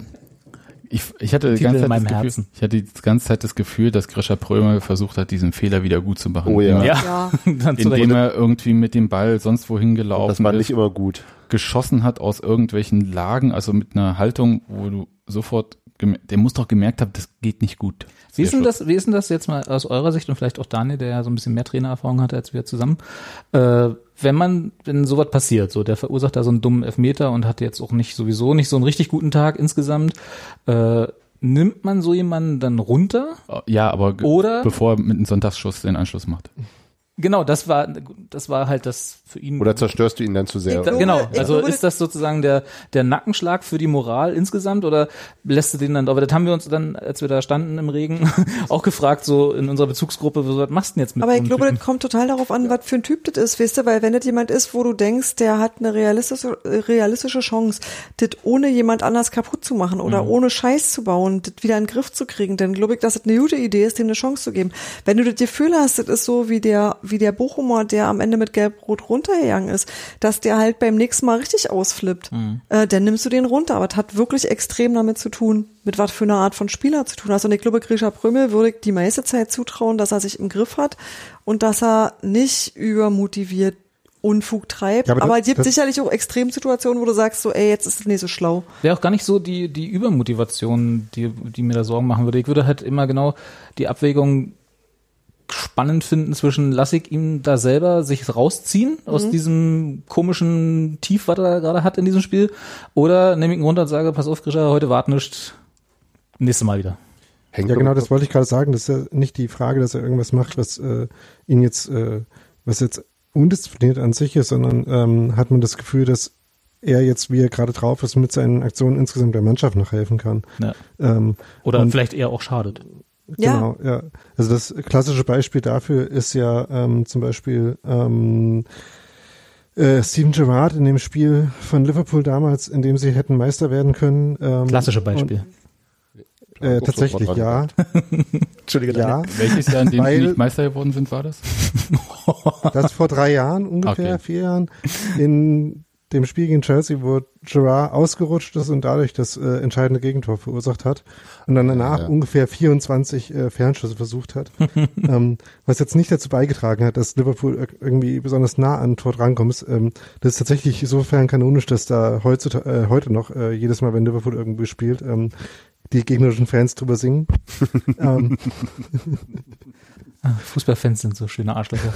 [SPEAKER 4] ich, ich hatte die
[SPEAKER 3] Titel
[SPEAKER 4] ganze
[SPEAKER 3] in
[SPEAKER 4] Zeit das
[SPEAKER 3] meinem
[SPEAKER 4] Gefühl,
[SPEAKER 3] Herzen.
[SPEAKER 4] ich hatte die ganze Zeit das Gefühl, dass Grisha Prömer versucht hat, diesen Fehler wieder gut zu machen.
[SPEAKER 2] Oh ja.
[SPEAKER 4] Indem er-
[SPEAKER 3] Ja.
[SPEAKER 1] Ja,
[SPEAKER 3] Dann zu Recht.
[SPEAKER 4] Indem er irgendwie mit dem Ball sonst wohin gelaufen
[SPEAKER 2] Das war
[SPEAKER 4] ist
[SPEAKER 2] nicht immer gut.
[SPEAKER 4] geschossen hat aus irgendwelchen Lagen, also mit einer Haltung, wo du sofort, gem- der muss doch gemerkt haben, das geht nicht gut.
[SPEAKER 3] Wie ist, denn
[SPEAKER 4] Der
[SPEAKER 3] das, wie ist denn das jetzt mal aus eurer Sicht und vielleicht auch Daniel, der ja so ein bisschen mehr Trainererfahrung hatte als wir zusammen? Äh, wenn man, wenn sowas passiert, so der verursacht da so einen dummen Elfmeter und hat jetzt auch nicht sowieso nicht so einen richtig guten Tag insgesamt, äh, nimmt man so jemanden dann runter?
[SPEAKER 4] Schuss. Oh, Ja, aber ge-
[SPEAKER 3] Oder-
[SPEAKER 4] bevor er mit einem Sonntagsschuss den Anschluss macht.
[SPEAKER 3] Genau, das war, das war halt das für ihn.
[SPEAKER 2] Oder zerstörst du ihn dann zu sehr?
[SPEAKER 3] Da,
[SPEAKER 1] Ich
[SPEAKER 3] genau,
[SPEAKER 1] glaube, ich
[SPEAKER 3] also
[SPEAKER 1] glaube-
[SPEAKER 3] ist das sozusagen der, der Nackenschlag für die Moral insgesamt oder lässt du den dann, aber das haben wir uns dann, als wir da standen im Regen, auch gefragt, so in unserer Bezugsgruppe, so, was machst du denn jetzt mit
[SPEAKER 1] Aber
[SPEAKER 3] so
[SPEAKER 1] ich
[SPEAKER 3] einem
[SPEAKER 1] glaube,
[SPEAKER 3] Typen?
[SPEAKER 1] das kommt total darauf an, was für ein Typ das ist, weißt du, weil wenn das jemand ist, wo du denkst, der hat eine realistische, äh, realistische Chance, das ohne jemand anders kaputt zu machen oder ohne Scheiß zu bauen, das wieder in den Griff zu kriegen, dann glaube ich, dass das eine gute Idee ist, dem eine Chance zu geben. Wenn du das Gefühl hast, das ist so wie der, wie der Bochumer, der am Ende mit Gelb-Rot runtergegangen ist, dass der halt beim nächsten Mal richtig ausflippt, äh, dann nimmst du den runter. Aber das hat wirklich extrem damit zu tun, mit was für einer Art von Spieler zu tun hast. Und ich glaube, Grisha Prömel würde ich die meiste Zeit zutrauen, dass er sich im Griff hat und dass er nicht übermotiviert Unfug treibt.
[SPEAKER 5] Ja, aber
[SPEAKER 1] aber
[SPEAKER 5] das-
[SPEAKER 1] es gibt
[SPEAKER 5] das-
[SPEAKER 1] sicherlich auch Extremsituationen, wo du sagst so, ey, jetzt ist es nicht so schlau.
[SPEAKER 3] Wäre auch gar nicht so die, die Übermotivation, die, die mir da Sorgen machen würde. Ich würde halt immer genau die Abwägung spannend finden zwischen, lasse ich ihm da selber sich rausziehen
[SPEAKER 1] Mhm.
[SPEAKER 3] aus diesem komischen Tief, was er da gerade hat in diesem Spiel, oder nehme ich ihn runter und sage, pass auf, Grisha, heute wart nicht, nächstes Mal wieder.
[SPEAKER 2] Hängt
[SPEAKER 5] Ja,
[SPEAKER 2] doch-
[SPEAKER 5] genau, das wollte ich gerade sagen. Das ist ja nicht die Frage, dass er irgendwas macht, was äh, ihn jetzt, äh, was jetzt undiszipliniert an sich ist, sondern ähm, hat man das Gefühl, dass er jetzt, wie er gerade drauf ist, mit seinen Aktionen insgesamt der Mannschaft nachhelfen kann.
[SPEAKER 3] Ja.
[SPEAKER 5] Ähm,
[SPEAKER 3] Oder
[SPEAKER 5] Und-
[SPEAKER 3] vielleicht eher auch schadet.
[SPEAKER 5] Genau, ja. Also das klassische Beispiel dafür ist ja ähm, zum Beispiel ähm, äh, Steven Gerrard in dem Spiel von Liverpool damals, in dem sie hätten Meister werden können. Ähm,
[SPEAKER 3] Klassische Beispiel.
[SPEAKER 5] Und, äh,
[SPEAKER 2] Guck schon mal
[SPEAKER 5] tatsächlich,
[SPEAKER 2] dran
[SPEAKER 5] ja.
[SPEAKER 3] Entschuldige,
[SPEAKER 5] ja.
[SPEAKER 4] Welches Jahr, in dem
[SPEAKER 5] Weil-
[SPEAKER 4] sie nicht Meister geworden sind, war das?
[SPEAKER 5] Das vor drei Jahren ungefähr,
[SPEAKER 4] Okay.
[SPEAKER 5] vier Jahren, in dem Spiel gegen Chelsea, wo Gerrard ausgerutscht ist und dadurch das äh, entscheidende Gegentor verursacht hat und dann danach
[SPEAKER 2] Ja.
[SPEAKER 5] ungefähr 24 äh, Fernschüsse versucht hat, ähm, was jetzt nicht dazu beigetragen hat, dass Liverpool ir- irgendwie besonders nah an Tor drankommt. Ähm, das ist tatsächlich insofern kanonisch, dass da heutzutage, äh, heute noch äh, jedes Mal, wenn Liverpool irgendwie spielt, ähm, die gegnerischen Fans drüber singen. ähm,
[SPEAKER 3] Fußballfans sind so schöne Arschlöcher.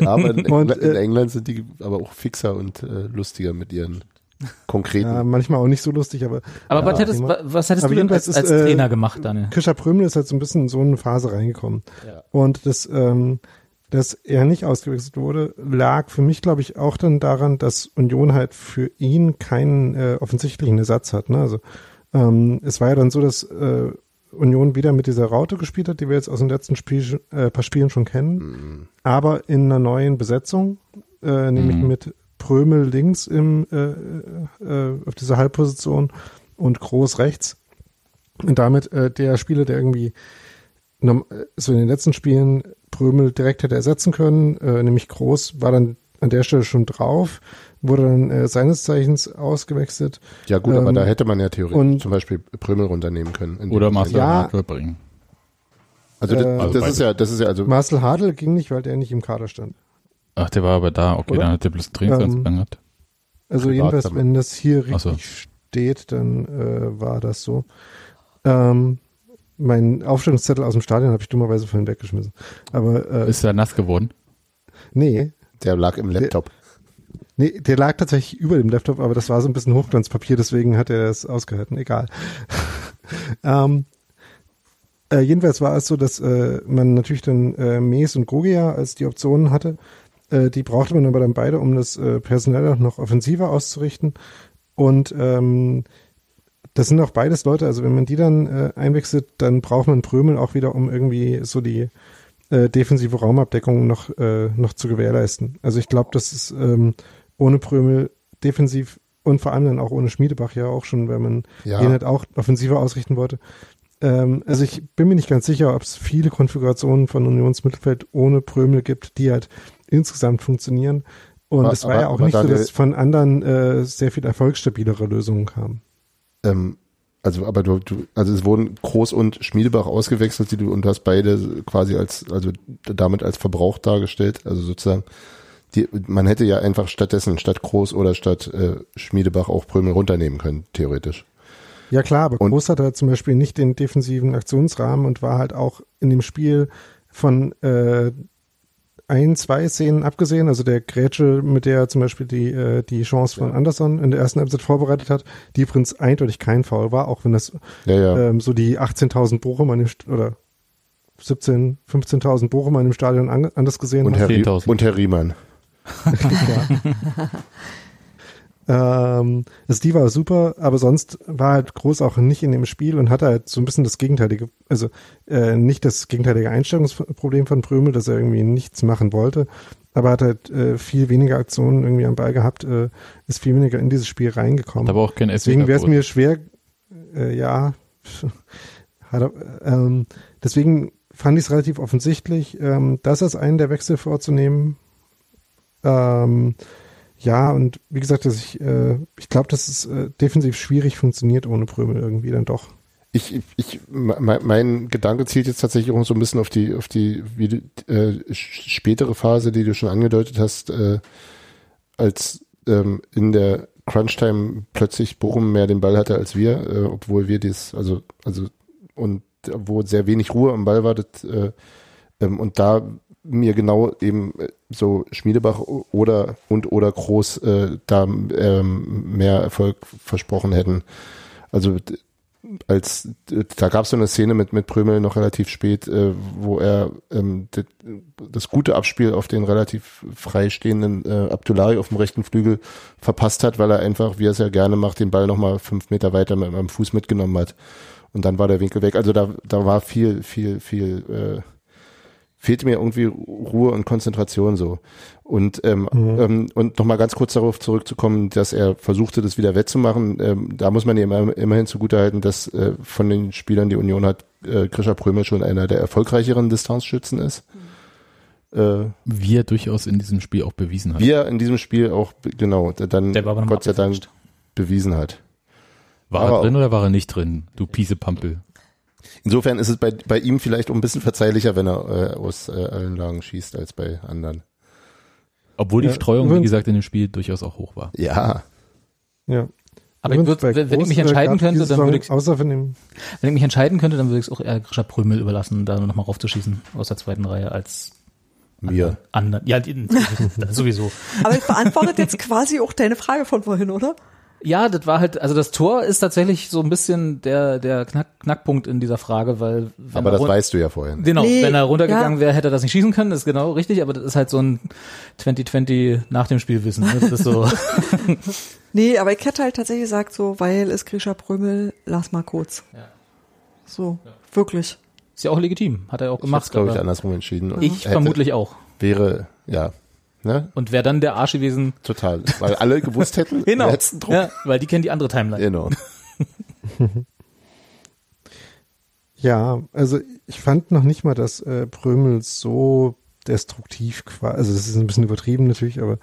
[SPEAKER 2] Ja, aber in,
[SPEAKER 5] Und,
[SPEAKER 2] Engla- in
[SPEAKER 5] äh,
[SPEAKER 2] England sind die aber auch fixer und äh, lustiger mit ihren konkreten.
[SPEAKER 5] ja, manchmal auch nicht so lustig, aber
[SPEAKER 3] Aber
[SPEAKER 5] Ja,
[SPEAKER 3] was hättest,
[SPEAKER 5] Thema.
[SPEAKER 3] was hättest
[SPEAKER 5] Aber
[SPEAKER 3] du denn als,
[SPEAKER 5] jedenfalls ist,
[SPEAKER 3] als
[SPEAKER 5] äh,
[SPEAKER 3] Trainer gemacht, Daniel?
[SPEAKER 5] Kischer Prömel ist halt so ein bisschen in so eine Phase reingekommen.
[SPEAKER 2] Ja.
[SPEAKER 5] Und das, ähm, dass er nicht ausgewechselt wurde, lag für mich, glaube ich, auch dann daran, dass Union halt für ihn keinen äh, offensichtlichen Ersatz hat. Ne? Also ähm, es war ja dann so, dass äh, Union wieder mit dieser Raute gespielt hat, die wir jetzt aus den letzten Spiel, äh, paar Spielen schon kennen, aber in einer neuen Besetzung, äh, nämlich
[SPEAKER 4] Mhm.
[SPEAKER 5] mit Prömel links im, äh, äh, auf dieser Halbposition und Groß rechts. Und damit äh, der Spieler, der irgendwie norm- äh, so in den letzten Spielen Prömel direkt hätte ersetzen können, äh, nämlich Groß, war dann an der Stelle schon drauf, wurde dann äh, seines Zeichens ausgewechselt.
[SPEAKER 2] ja gut, aber
[SPEAKER 5] ähm,
[SPEAKER 2] da hätte man ja theoretisch
[SPEAKER 5] und-
[SPEAKER 2] zum Beispiel Prömel runternehmen können. in dem
[SPEAKER 4] Oder
[SPEAKER 2] Moment.
[SPEAKER 4] Marcel
[SPEAKER 5] Ja.
[SPEAKER 4] Hartl bringen?
[SPEAKER 2] Also das,
[SPEAKER 5] äh,
[SPEAKER 2] das ist ja, das ist ja also
[SPEAKER 5] Marcel Hadl ging nicht, weil der nicht im Kader stand.
[SPEAKER 4] Ach, der war aber da. Okay,
[SPEAKER 5] Oder?
[SPEAKER 4] dann hat der bloß einen Trainingsanzug
[SPEAKER 5] Ähm,
[SPEAKER 4] gehabt.
[SPEAKER 5] Also
[SPEAKER 2] Privat
[SPEAKER 5] jedenfalls,
[SPEAKER 2] damit.
[SPEAKER 5] wenn das hier
[SPEAKER 4] Ach
[SPEAKER 5] richtig
[SPEAKER 4] so.
[SPEAKER 5] steht, dann äh, war das so. Ähm, mein Aufstellungszettel aus dem Stadion habe ich dummerweise vorhin weggeschmissen. Aber äh,
[SPEAKER 4] Ist er nass geworden?
[SPEAKER 5] nee,
[SPEAKER 2] der lag im Laptop.
[SPEAKER 5] Nee, der lag tatsächlich über dem Laptop, aber das war so ein bisschen Hochglanzpapier, deswegen hat er das ausgehalten. Egal. ähm, äh, jedenfalls war es so, dass äh, man natürlich dann äh, Mees und Gogia als die Optionen hatte. Äh, die brauchte man aber dann beide, um das äh, personell auch noch offensiver auszurichten. Und ähm, das sind auch beides Leute, also wenn man die dann äh, einwechselt, dann braucht man Prömel auch wieder, um irgendwie so die äh, defensive Raumabdeckung noch, äh, noch zu gewährleisten. Also ich glaube, das ist ähm, ohne Prömel defensiv und vor allem dann auch ohne Schmiedebach ja auch schon, wenn man
[SPEAKER 2] Ja.
[SPEAKER 5] ihn halt auch offensiver ausrichten wollte. Ähm, also ich bin mir nicht ganz sicher, ob es viele Konfigurationen von Unionsmittelfeld ohne Prömel gibt, die halt insgesamt funktionieren. Und
[SPEAKER 2] Aber-
[SPEAKER 5] es war
[SPEAKER 2] aber-
[SPEAKER 5] ja auch
[SPEAKER 2] aber
[SPEAKER 5] nicht so,
[SPEAKER 2] Daniel-
[SPEAKER 5] dass von anderen äh, sehr viel erfolgsstabilere Lösungen kamen.
[SPEAKER 2] Ähm, also aber du, du, also es wurden Groß und Schmiedebach ausgewechselt, die du und du hast beide quasi als also damit als verbraucht dargestellt, also sozusagen. Die, man hätte ja einfach stattdessen statt Groß oder statt äh, Schmiedebach auch Prömel runternehmen können theoretisch.
[SPEAKER 5] Ja klar, aber
[SPEAKER 2] Und-
[SPEAKER 5] Groß hatte halt zum Beispiel nicht den defensiven Aktionsrahmen und war halt auch in dem Spiel von äh, ein, zwei Szenen abgesehen, also der Grätsche, mit der er zum Beispiel die, äh, die Chance von Anderson in der ersten Halbzeit vorbereitet hat, die übrigens eindeutig kein Foul war, auch wenn das
[SPEAKER 2] Ja ja.
[SPEAKER 5] ähm, so die 18.000 Bochum an dem, St- oder 17, 15.000 Bochumer in dem Stadion an, anders gesehen
[SPEAKER 2] Und
[SPEAKER 5] hat.
[SPEAKER 2] Herr, Rie-
[SPEAKER 4] 10.000.
[SPEAKER 2] und Herr Riemann.
[SPEAKER 5] Ähm, das die war super, aber sonst war halt groß auch nicht in dem Spiel und hatte halt so ein bisschen das gegenteilige, also äh, nicht das gegenteilige Einstellungsproblem von Prömel, dass er irgendwie nichts machen wollte, aber hat halt äh, viel weniger Aktionen irgendwie am Ball gehabt, äh, ist viel weniger in dieses Spiel reingekommen.
[SPEAKER 4] Hat aber auch kein
[SPEAKER 5] Deswegen wäre es mir schwer, äh, ja, hat, er- ähm, deswegen fand ich es relativ offensichtlich, ähm, dass es einen der Wechsel vorzunehmen. Ähm, ja, und wie gesagt, dass ich, äh, ich glaube, dass es äh, defensiv schwierig funktioniert ohne Prömel irgendwie dann doch.
[SPEAKER 2] Ich, ich, mein, mein Gedanke zielt jetzt tatsächlich auch so ein bisschen auf die, auf die, wie, du- äh, sch- spätere Phase, die du schon angedeutet hast, äh, als ähm, in der Crunch-Time plötzlich Bochum mehr den Ball hatte als wir, äh, obwohl wir dies, also, also, und wo sehr wenig Ruhe am Ball war, das, äh, ähm, und da mir genau eben äh, so Schmiedebach o- oder und oder Groß äh, da ähm, mehr Erfolg versprochen hätten. Also d- als d- da gab es so eine Szene mit mit Prömel noch relativ spät, äh, wo er ähm, d- das gute Abspiel auf den relativ freistehenden äh, Abdullahi auf dem rechten Flügel verpasst hat, weil er einfach, wie er es ja gerne macht, den Ball nochmal fünf Meter weiter mit meinem Fuß mitgenommen hat. Und dann war der Winkel weg. Also da, da war viel, viel, viel, äh, fehlte mir irgendwie Ruhe und Konzentration so. Und, ähm, ähm, und nochmal ganz kurz darauf zurückzukommen, dass er versuchte, das wieder wettzumachen. Ähm, da muss man ihm immer, immerhin zugutehalten, dass äh, von den Spielern, die Union hat, äh, Krischer Prömel schon einer der erfolgreicheren Distanzschützen ist. Äh,
[SPEAKER 4] wie er durchaus in diesem Spiel auch bewiesen hat.
[SPEAKER 2] wie er in diesem Spiel auch, be- genau, d- dann
[SPEAKER 3] Der war aber noch
[SPEAKER 2] Gott sei Dank
[SPEAKER 3] abgefälscht.
[SPEAKER 2] bewiesen hat.
[SPEAKER 4] War
[SPEAKER 2] Aber-
[SPEAKER 4] er drin oder war er nicht drin? Du Piesepampel.
[SPEAKER 2] Insofern ist es bei, bei ihm vielleicht auch ein bisschen verzeihlicher, wenn er äh, aus äh, allen Lagen schießt, als bei anderen.
[SPEAKER 4] Obwohl die
[SPEAKER 5] Ja,
[SPEAKER 4] Streuung, wie
[SPEAKER 5] übrigens-
[SPEAKER 4] gesagt, in dem Spiel durchaus auch hoch war.
[SPEAKER 2] Ja,
[SPEAKER 5] Ja.
[SPEAKER 3] Aber ich würd,
[SPEAKER 5] Übrigens, bei
[SPEAKER 3] wenn wenn ich mich
[SPEAKER 5] Groß, äh,
[SPEAKER 3] entscheiden
[SPEAKER 5] gab's
[SPEAKER 3] könnte,
[SPEAKER 5] diese
[SPEAKER 3] dann
[SPEAKER 5] Saison
[SPEAKER 3] würde ich,
[SPEAKER 5] Außer von dem,
[SPEAKER 3] wenn ich mich entscheiden könnte, dann würde ich es auch eher Grisha Prömel überlassen, da nochmal raufzuschießen aus der zweiten Reihe als
[SPEAKER 2] mir.
[SPEAKER 3] anderen. Ja, die, sowieso.
[SPEAKER 1] Aber ich beantwortet jetzt quasi auch deine Frage von vorhin, oder?
[SPEAKER 3] Ja, das war halt, also das Tor ist tatsächlich so ein bisschen der, der Knack, Knackpunkt in dieser Frage, weil wenn
[SPEAKER 2] Aber
[SPEAKER 3] er
[SPEAKER 2] das
[SPEAKER 3] run-
[SPEAKER 2] weißt du ja vorhin.
[SPEAKER 3] Genau,
[SPEAKER 1] Nee,
[SPEAKER 3] wenn er runtergegangen
[SPEAKER 1] ja.
[SPEAKER 3] wäre, hätte er das nicht schießen können, das ist genau richtig, aber das ist halt so ein 2020 nach dem Spielwissen. ne? Das ist so,
[SPEAKER 1] Nee, aber ich hätte halt tatsächlich gesagt, so, weil es Grisha Prömel, lass mal kurz.
[SPEAKER 3] Ja.
[SPEAKER 1] So, wirklich.
[SPEAKER 3] ist ja auch legitim, hat er auch
[SPEAKER 2] Ich hab's,
[SPEAKER 3] gemacht.
[SPEAKER 2] glaube ich,
[SPEAKER 3] aber Mhm.
[SPEAKER 2] andersrum entschieden. Und
[SPEAKER 3] ich
[SPEAKER 1] Mhm.
[SPEAKER 2] hätte-
[SPEAKER 3] vermutlich auch.
[SPEAKER 2] Wäre, ja, ne?
[SPEAKER 3] Und wäre dann der Arsch gewesen,
[SPEAKER 2] Total. Weil alle gewusst hätten,
[SPEAKER 3] genau,
[SPEAKER 2] letzten Druck.
[SPEAKER 3] ja, weil die kennen die andere Timeline.
[SPEAKER 2] Genau.
[SPEAKER 5] Ja, also ich fand noch nicht mal, dass äh, Prömel so destruktiv quasi, also das ist ein bisschen übertrieben natürlich, aber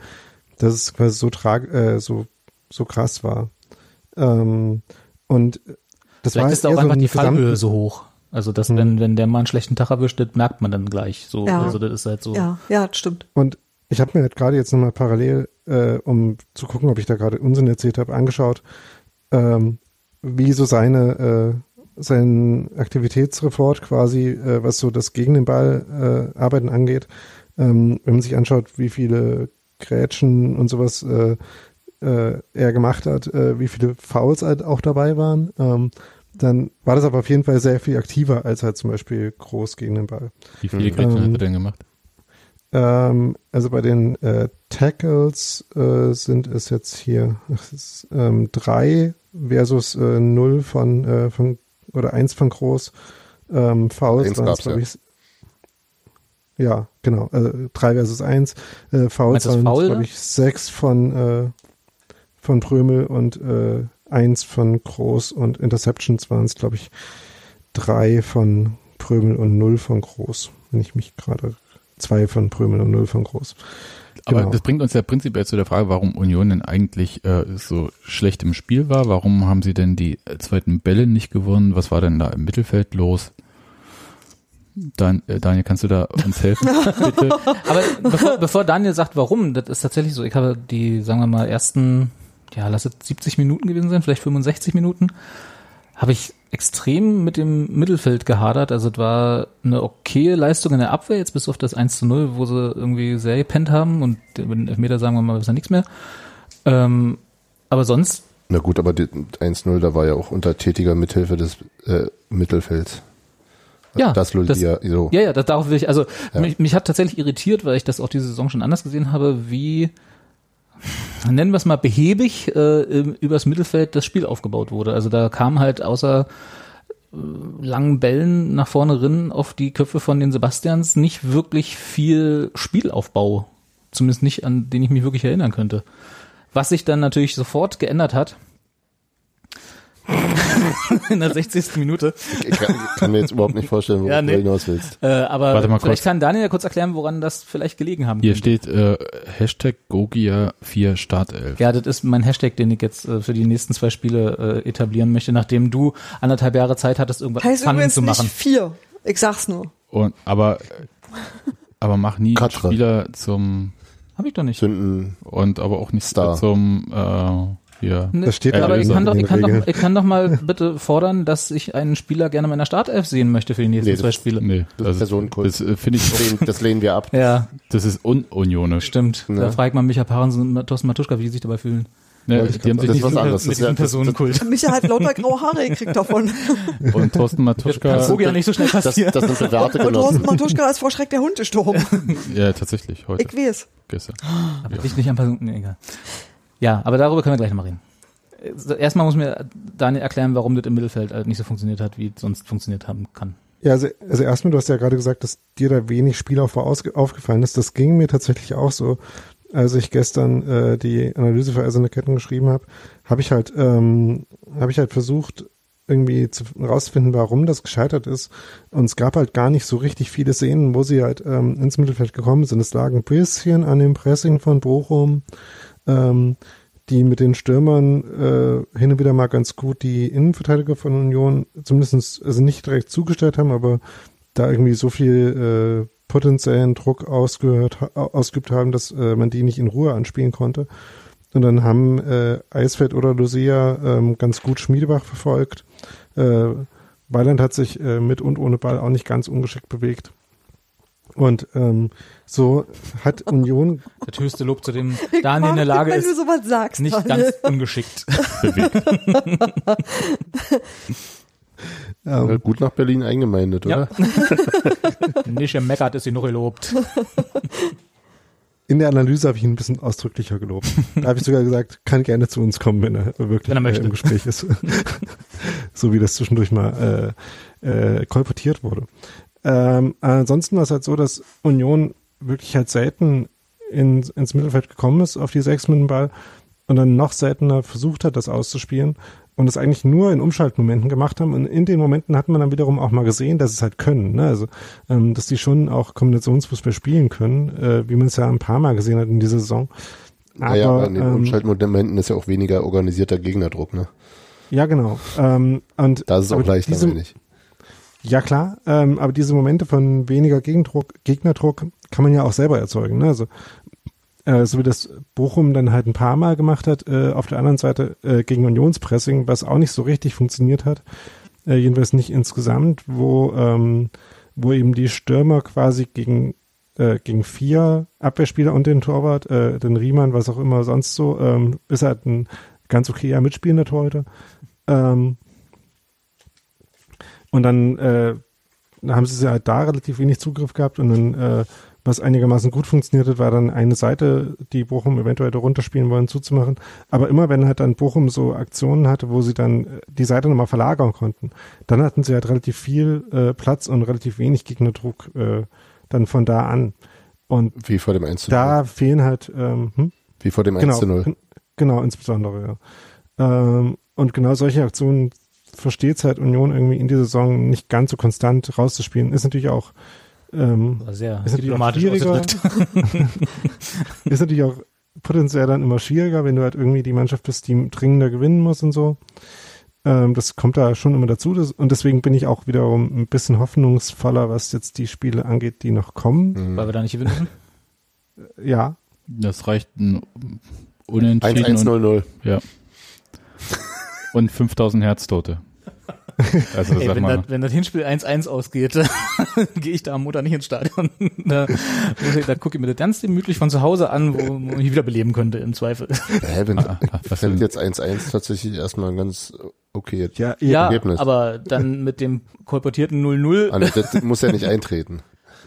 [SPEAKER 5] dass es quasi so trag, äh, so so krass war. Ähm, und das
[SPEAKER 3] Vielleicht
[SPEAKER 5] war
[SPEAKER 3] ist da
[SPEAKER 5] eher
[SPEAKER 3] auch einfach
[SPEAKER 5] ein
[SPEAKER 3] die
[SPEAKER 5] gesamt- Mhm.
[SPEAKER 3] Fallhöhe so hoch. Also, dass wenn, wenn der mal einen schlechten Tag erwischt, das merkt man dann gleich. So,
[SPEAKER 1] Ja.
[SPEAKER 3] also das ist halt so.
[SPEAKER 1] Ja, ja, das stimmt.
[SPEAKER 5] Und ich habe mir halt gerade jetzt nochmal parallel, äh, um zu gucken, ob ich da gerade Unsinn erzählt habe, angeschaut, ähm, wie so seine äh, sein Aktivitätsreport quasi, äh, was so das gegen den Ball äh, arbeiten angeht, ähm, wenn man sich anschaut, wie viele Grätschen und sowas äh, äh, er gemacht hat, äh, wie viele Fouls halt auch dabei waren, ähm, dann war das aber auf jeden Fall sehr viel aktiver als halt zum Beispiel groß gegen den Ball.
[SPEAKER 4] Wie viele Gretchen
[SPEAKER 5] Ähm,
[SPEAKER 4] hat er denn gemacht?
[SPEAKER 5] Ähm, also bei den äh, Tackles äh, sind es jetzt hier ach, es ist, ähm, drei versus äh, null von, äh, von oder eins von Groß. Ähm, Fouls
[SPEAKER 2] Eins
[SPEAKER 5] waren es,
[SPEAKER 2] gab's,
[SPEAKER 5] glaub ich. Ja, genau. Also drei versus eins. Äh,
[SPEAKER 3] Meinst
[SPEAKER 5] Fouls
[SPEAKER 3] du das
[SPEAKER 5] waren,
[SPEAKER 3] Foul?
[SPEAKER 5] glaube ich, sechs von, äh, von Prömel und äh, eins von Groß und Interceptions waren es, glaube ich, drei von Prömel und null von Groß, wenn ich mich gerade zwei von Prömel und null von Groß.
[SPEAKER 4] Aber
[SPEAKER 5] genau.
[SPEAKER 4] das bringt uns ja prinzipiell zu der Frage, warum Union denn eigentlich äh, so schlecht im Spiel war. Warum haben sie denn die äh, zweiten Bälle nicht gewonnen? Was war denn da im Mittelfeld los? Dan, äh, Daniel, kannst du da uns helfen? Bitte.
[SPEAKER 3] Aber bevor, bevor Daniel sagt, warum, das ist tatsächlich so. Ich habe die, sagen wir mal, ersten, ja, lass es 70 Minuten gewesen sein, vielleicht 65 Minuten, habe ich extrem mit dem Mittelfeld gehadert. Also es war eine okaye Leistung in der Abwehr, jetzt bis auf das 1 zu 0, wo sie irgendwie sehr gepennt haben und über den Elfmeter sagen wir mal, ist ja nichts mehr. Ähm, aber sonst
[SPEAKER 2] Na gut, aber die 1-0, da war ja auch unter tätiger Mithilfe des äh, Mittelfelds.
[SPEAKER 3] Ja,
[SPEAKER 2] das lullt
[SPEAKER 3] das-
[SPEAKER 2] dir so.
[SPEAKER 3] Ja, ja, das, darauf will ich, also
[SPEAKER 2] Ja.
[SPEAKER 3] mich, mich hat tatsächlich irritiert, weil ich das auch diese Saison schon anders gesehen habe, wie, nennen wir es mal behäbig, äh, im- übers Mittelfeld das Spiel aufgebaut wurde. Also da kam halt außer äh, langen Bällen nach vorne rinnen auf die Köpfe von den Sebastians nicht wirklich viel Spielaufbau. Zumindest nicht, an den ich mich wirklich erinnern könnte. Was sich dann natürlich sofort geändert hat. In der 60. Minute.
[SPEAKER 2] Ich kann, kann mir jetzt überhaupt nicht vorstellen, worauf
[SPEAKER 3] Ja, nee.
[SPEAKER 2] du hinaus willst.
[SPEAKER 3] Äh, aber
[SPEAKER 4] Warte mal
[SPEAKER 3] vielleicht
[SPEAKER 4] kurz.
[SPEAKER 3] kann Daniel ja kurz erklären, woran das vielleicht gelegen haben
[SPEAKER 4] Hier
[SPEAKER 3] könnte.
[SPEAKER 4] steht äh, Hashtag Gogia4 Startelf.
[SPEAKER 3] Ja, das ist mein Hashtag, den ich jetzt äh, für die nächsten zwei Spiele äh, etablieren möchte, nachdem du anderthalb Jahre Zeit hattest, irgendwas
[SPEAKER 1] Heißt
[SPEAKER 3] spannend
[SPEAKER 1] übrigens
[SPEAKER 3] Äh, zu machen.
[SPEAKER 1] nicht vier. Ich sag's nur.
[SPEAKER 4] Und, aber, aber mach nie einen
[SPEAKER 2] Katra.
[SPEAKER 4] Spieler zum
[SPEAKER 3] Hab ich doch nicht.
[SPEAKER 2] Zünden.
[SPEAKER 4] und aber auch nicht
[SPEAKER 2] Star.
[SPEAKER 4] zum äh, hier.
[SPEAKER 3] Ne,
[SPEAKER 5] Das steht
[SPEAKER 4] da
[SPEAKER 3] aber ich
[SPEAKER 4] also
[SPEAKER 3] kann, doch,
[SPEAKER 5] in
[SPEAKER 3] ich,
[SPEAKER 5] den
[SPEAKER 3] kann doch,
[SPEAKER 5] Regeln.
[SPEAKER 3] ich kann doch mal bitte fordern, dass ich einen Spieler gerne meiner Startelf sehen möchte für die nächsten
[SPEAKER 2] Nee, das-
[SPEAKER 3] zwei Spiele.
[SPEAKER 4] Nee,
[SPEAKER 2] Das
[SPEAKER 4] das,
[SPEAKER 2] ist Personenkult.
[SPEAKER 4] das äh, finde ich,
[SPEAKER 2] Das lehnen- Das lehnen wir ab.
[SPEAKER 3] Ja,
[SPEAKER 4] das ist ununionisch.
[SPEAKER 3] stimmt.
[SPEAKER 2] Ne.
[SPEAKER 3] Da fragt man mich, Herr Parensen und Ma- Thorsten Matuschka, wie sie sich dabei fühlen.
[SPEAKER 4] Ne,
[SPEAKER 2] ich
[SPEAKER 4] die haben
[SPEAKER 2] grad sagen, das
[SPEAKER 4] sich nicht
[SPEAKER 2] ist was anderes.
[SPEAKER 3] Mit
[SPEAKER 2] ja-
[SPEAKER 3] diesem Personenkult.
[SPEAKER 1] Micha hat lauter graue Haare gekriegt davon.
[SPEAKER 4] und Thorsten
[SPEAKER 3] Das
[SPEAKER 4] Matuschka,
[SPEAKER 3] Vogi ja nicht so schnell
[SPEAKER 2] Das,
[SPEAKER 3] passieren.
[SPEAKER 2] das sind bewährte
[SPEAKER 1] Und Thorsten
[SPEAKER 2] Genossen.
[SPEAKER 1] Matuschka ist vor Schreck der Hund gestorben.
[SPEAKER 4] ja tatsächlich heute
[SPEAKER 1] Ich weiß.
[SPEAKER 4] gestern.
[SPEAKER 3] Aber Liegt nicht am Person, nee, egal. Ja, aber darüber können wir gleich nochmal reden. Äh, Erstmal muss mir Daniel erklären, warum das im Mittelfeld halt nicht so funktioniert hat, wie es sonst funktioniert haben kann.
[SPEAKER 5] Ja, also, also erstmal, du hast ja gerade gesagt, dass dir da wenig Spielaufbau ausge- aufgefallen ist. Das ging mir tatsächlich auch so. Als ich gestern äh, die Analyse für Eiserne Ketten geschrieben habe, habe ich halt, ähm, habe ich halt versucht, irgendwie zu, rauszufinden, warum das gescheitert ist. Und es gab halt gar nicht so richtig viele Szenen, wo sie halt ähm, ins Mittelfeld gekommen sind. Es lag ein bisschen an dem Pressing von Bochum, ähm, die mit den Stürmern äh, hin und wieder mal ganz gut die Innenverteidiger von Union zumindest also nicht direkt zugestellt haben, aber da irgendwie so viel äh, potenziellen Druck ausgehört, ausgeübt haben, dass äh, man die nicht in Ruhe anspielen konnte. Und dann haben äh, Eisfeld oder Lucia ähm, ganz gut Schmiedebach verfolgt. Äh, Weiland hat sich äh, mit und ohne Ball auch nicht ganz ungeschickt bewegt. Und ähm, so hat Union
[SPEAKER 3] Das höchste Lob, zu dem
[SPEAKER 1] Ich
[SPEAKER 3] Daniel in der
[SPEAKER 1] mag,
[SPEAKER 3] Lage
[SPEAKER 1] wenn du
[SPEAKER 3] ist,
[SPEAKER 1] sowas sagst.
[SPEAKER 3] nicht
[SPEAKER 1] Daniel.
[SPEAKER 3] ganz ungeschickt.
[SPEAKER 5] ähm,
[SPEAKER 2] Gut nach Berlin eingemeindet, oder?
[SPEAKER 3] Ja. nicht gemeckert ist sie noch gelobt.
[SPEAKER 5] In der Analyse habe ich ihn ein bisschen ausdrücklicher gelobt. Da habe ich sogar gesagt, kann gerne zu uns kommen, wenn er wirklich
[SPEAKER 3] Wenn er
[SPEAKER 5] äh,
[SPEAKER 3] möchte.
[SPEAKER 5] im Gespräch ist. so wie das zwischendurch mal äh, äh, kolportiert wurde. Ähm, ansonsten war es halt so, dass Union wirklich halt selten in, ins Mittelfeld gekommen ist auf die Sechs mit dem Ball und dann noch seltener versucht hat, das auszuspielen und es eigentlich nur in Umschaltmomenten gemacht haben. Und in den Momenten hat man dann wiederum auch mal gesehen, dass sie es halt können. Ne? Also, ähm, dass die schon auch Kombinationsfußball spielen können, äh, wie man es ja ein paar Mal gesehen hat in dieser Saison.
[SPEAKER 2] Naja, aber in den
[SPEAKER 5] ähm,
[SPEAKER 2] Umschaltmomenten ist ja auch weniger organisierter Gegnerdruck, ne?
[SPEAKER 5] ja, genau. Ähm, und
[SPEAKER 2] Da ist es
[SPEAKER 5] aber
[SPEAKER 2] auch leichter,
[SPEAKER 5] diese-
[SPEAKER 2] meine ich.
[SPEAKER 5] Ja, klar, ähm, aber diese Momente von weniger Gegendruck, Gegnerdruck kann man ja auch selber erzeugen. Ne? Also, äh, so wie das Bochum dann halt ein paar Mal gemacht hat, äh, auf der anderen Seite äh, gegen Unionspressing, was auch nicht so richtig funktioniert hat, äh, jedenfalls nicht insgesamt, wo, ähm, wo eben die Stürmer quasi gegen, äh, gegen vier Abwehrspieler und den Torwart, äh, den Riemann, was auch immer sonst so, ähm, ist halt ein ganz okayer mitspielender Torhüter. Ähm, und dann äh, haben sie halt da relativ wenig Zugriff gehabt und dann, äh, was einigermaßen gut funktioniert hat, war dann eine Seite, die Bochum eventuell hätte runterspielen wollen, zuzumachen. Aber immer wenn halt dann Bochum so Aktionen hatte, wo sie dann äh, die Seite nochmal verlagern konnten, dann hatten sie halt relativ viel äh, Platz und relativ wenig Gegnerdruck äh, dann von da an. Und
[SPEAKER 2] Wie vor dem 1 zu 0.
[SPEAKER 5] da fehlen halt, ähm, hm?
[SPEAKER 2] Wie vor dem 1 zu 0.
[SPEAKER 5] Gen- Genau, insbesondere, ja. Ähm, und genau solche Aktionen versteht es halt Union irgendwie in dieser Saison nicht ganz so konstant rauszuspielen. Ist natürlich auch, ähm,
[SPEAKER 3] War sehr
[SPEAKER 5] ist natürlich auch
[SPEAKER 3] diplomatisch
[SPEAKER 5] schwieriger.
[SPEAKER 3] ausgedrückt.
[SPEAKER 5] ist natürlich auch potenziell dann immer schwieriger, wenn du halt irgendwie die Mannschaft bist, die dringender gewinnen muss und so. Ähm, das kommt da schon immer dazu. Das, und deswegen bin ich auch wiederum ein bisschen hoffnungsvoller, was jetzt die Spiele angeht, die noch kommen.
[SPEAKER 3] Weil wir da nicht gewinnen.
[SPEAKER 5] Ja,
[SPEAKER 4] Das reicht ein Unentschieden 1,
[SPEAKER 2] 1-1-0-0.
[SPEAKER 4] und, und 5000 Herztote. Also
[SPEAKER 3] Ey,
[SPEAKER 4] sag
[SPEAKER 3] wenn,
[SPEAKER 4] mal,
[SPEAKER 3] das, wenn das Hinspiel 1-1 ausgeht, gehe ich da am Montag nicht ins Stadion. da muss ich- da gucke ich mir das ganz gemütlich von zu Hause an, wo man mich wiederbeleben könnte im Zweifel.
[SPEAKER 2] Hä, wenn,
[SPEAKER 4] Ah, ah,
[SPEAKER 2] ich
[SPEAKER 4] was
[SPEAKER 2] fände
[SPEAKER 4] denn?
[SPEAKER 2] jetzt 1-1 tatsächlich erstmal ganz okay, jetzt.
[SPEAKER 5] Ja,
[SPEAKER 3] Ja,
[SPEAKER 2] Ergebnis.
[SPEAKER 3] aber dann mit dem kolportierten 0-0.
[SPEAKER 2] Ah, nee, das muss ja nicht eintreten.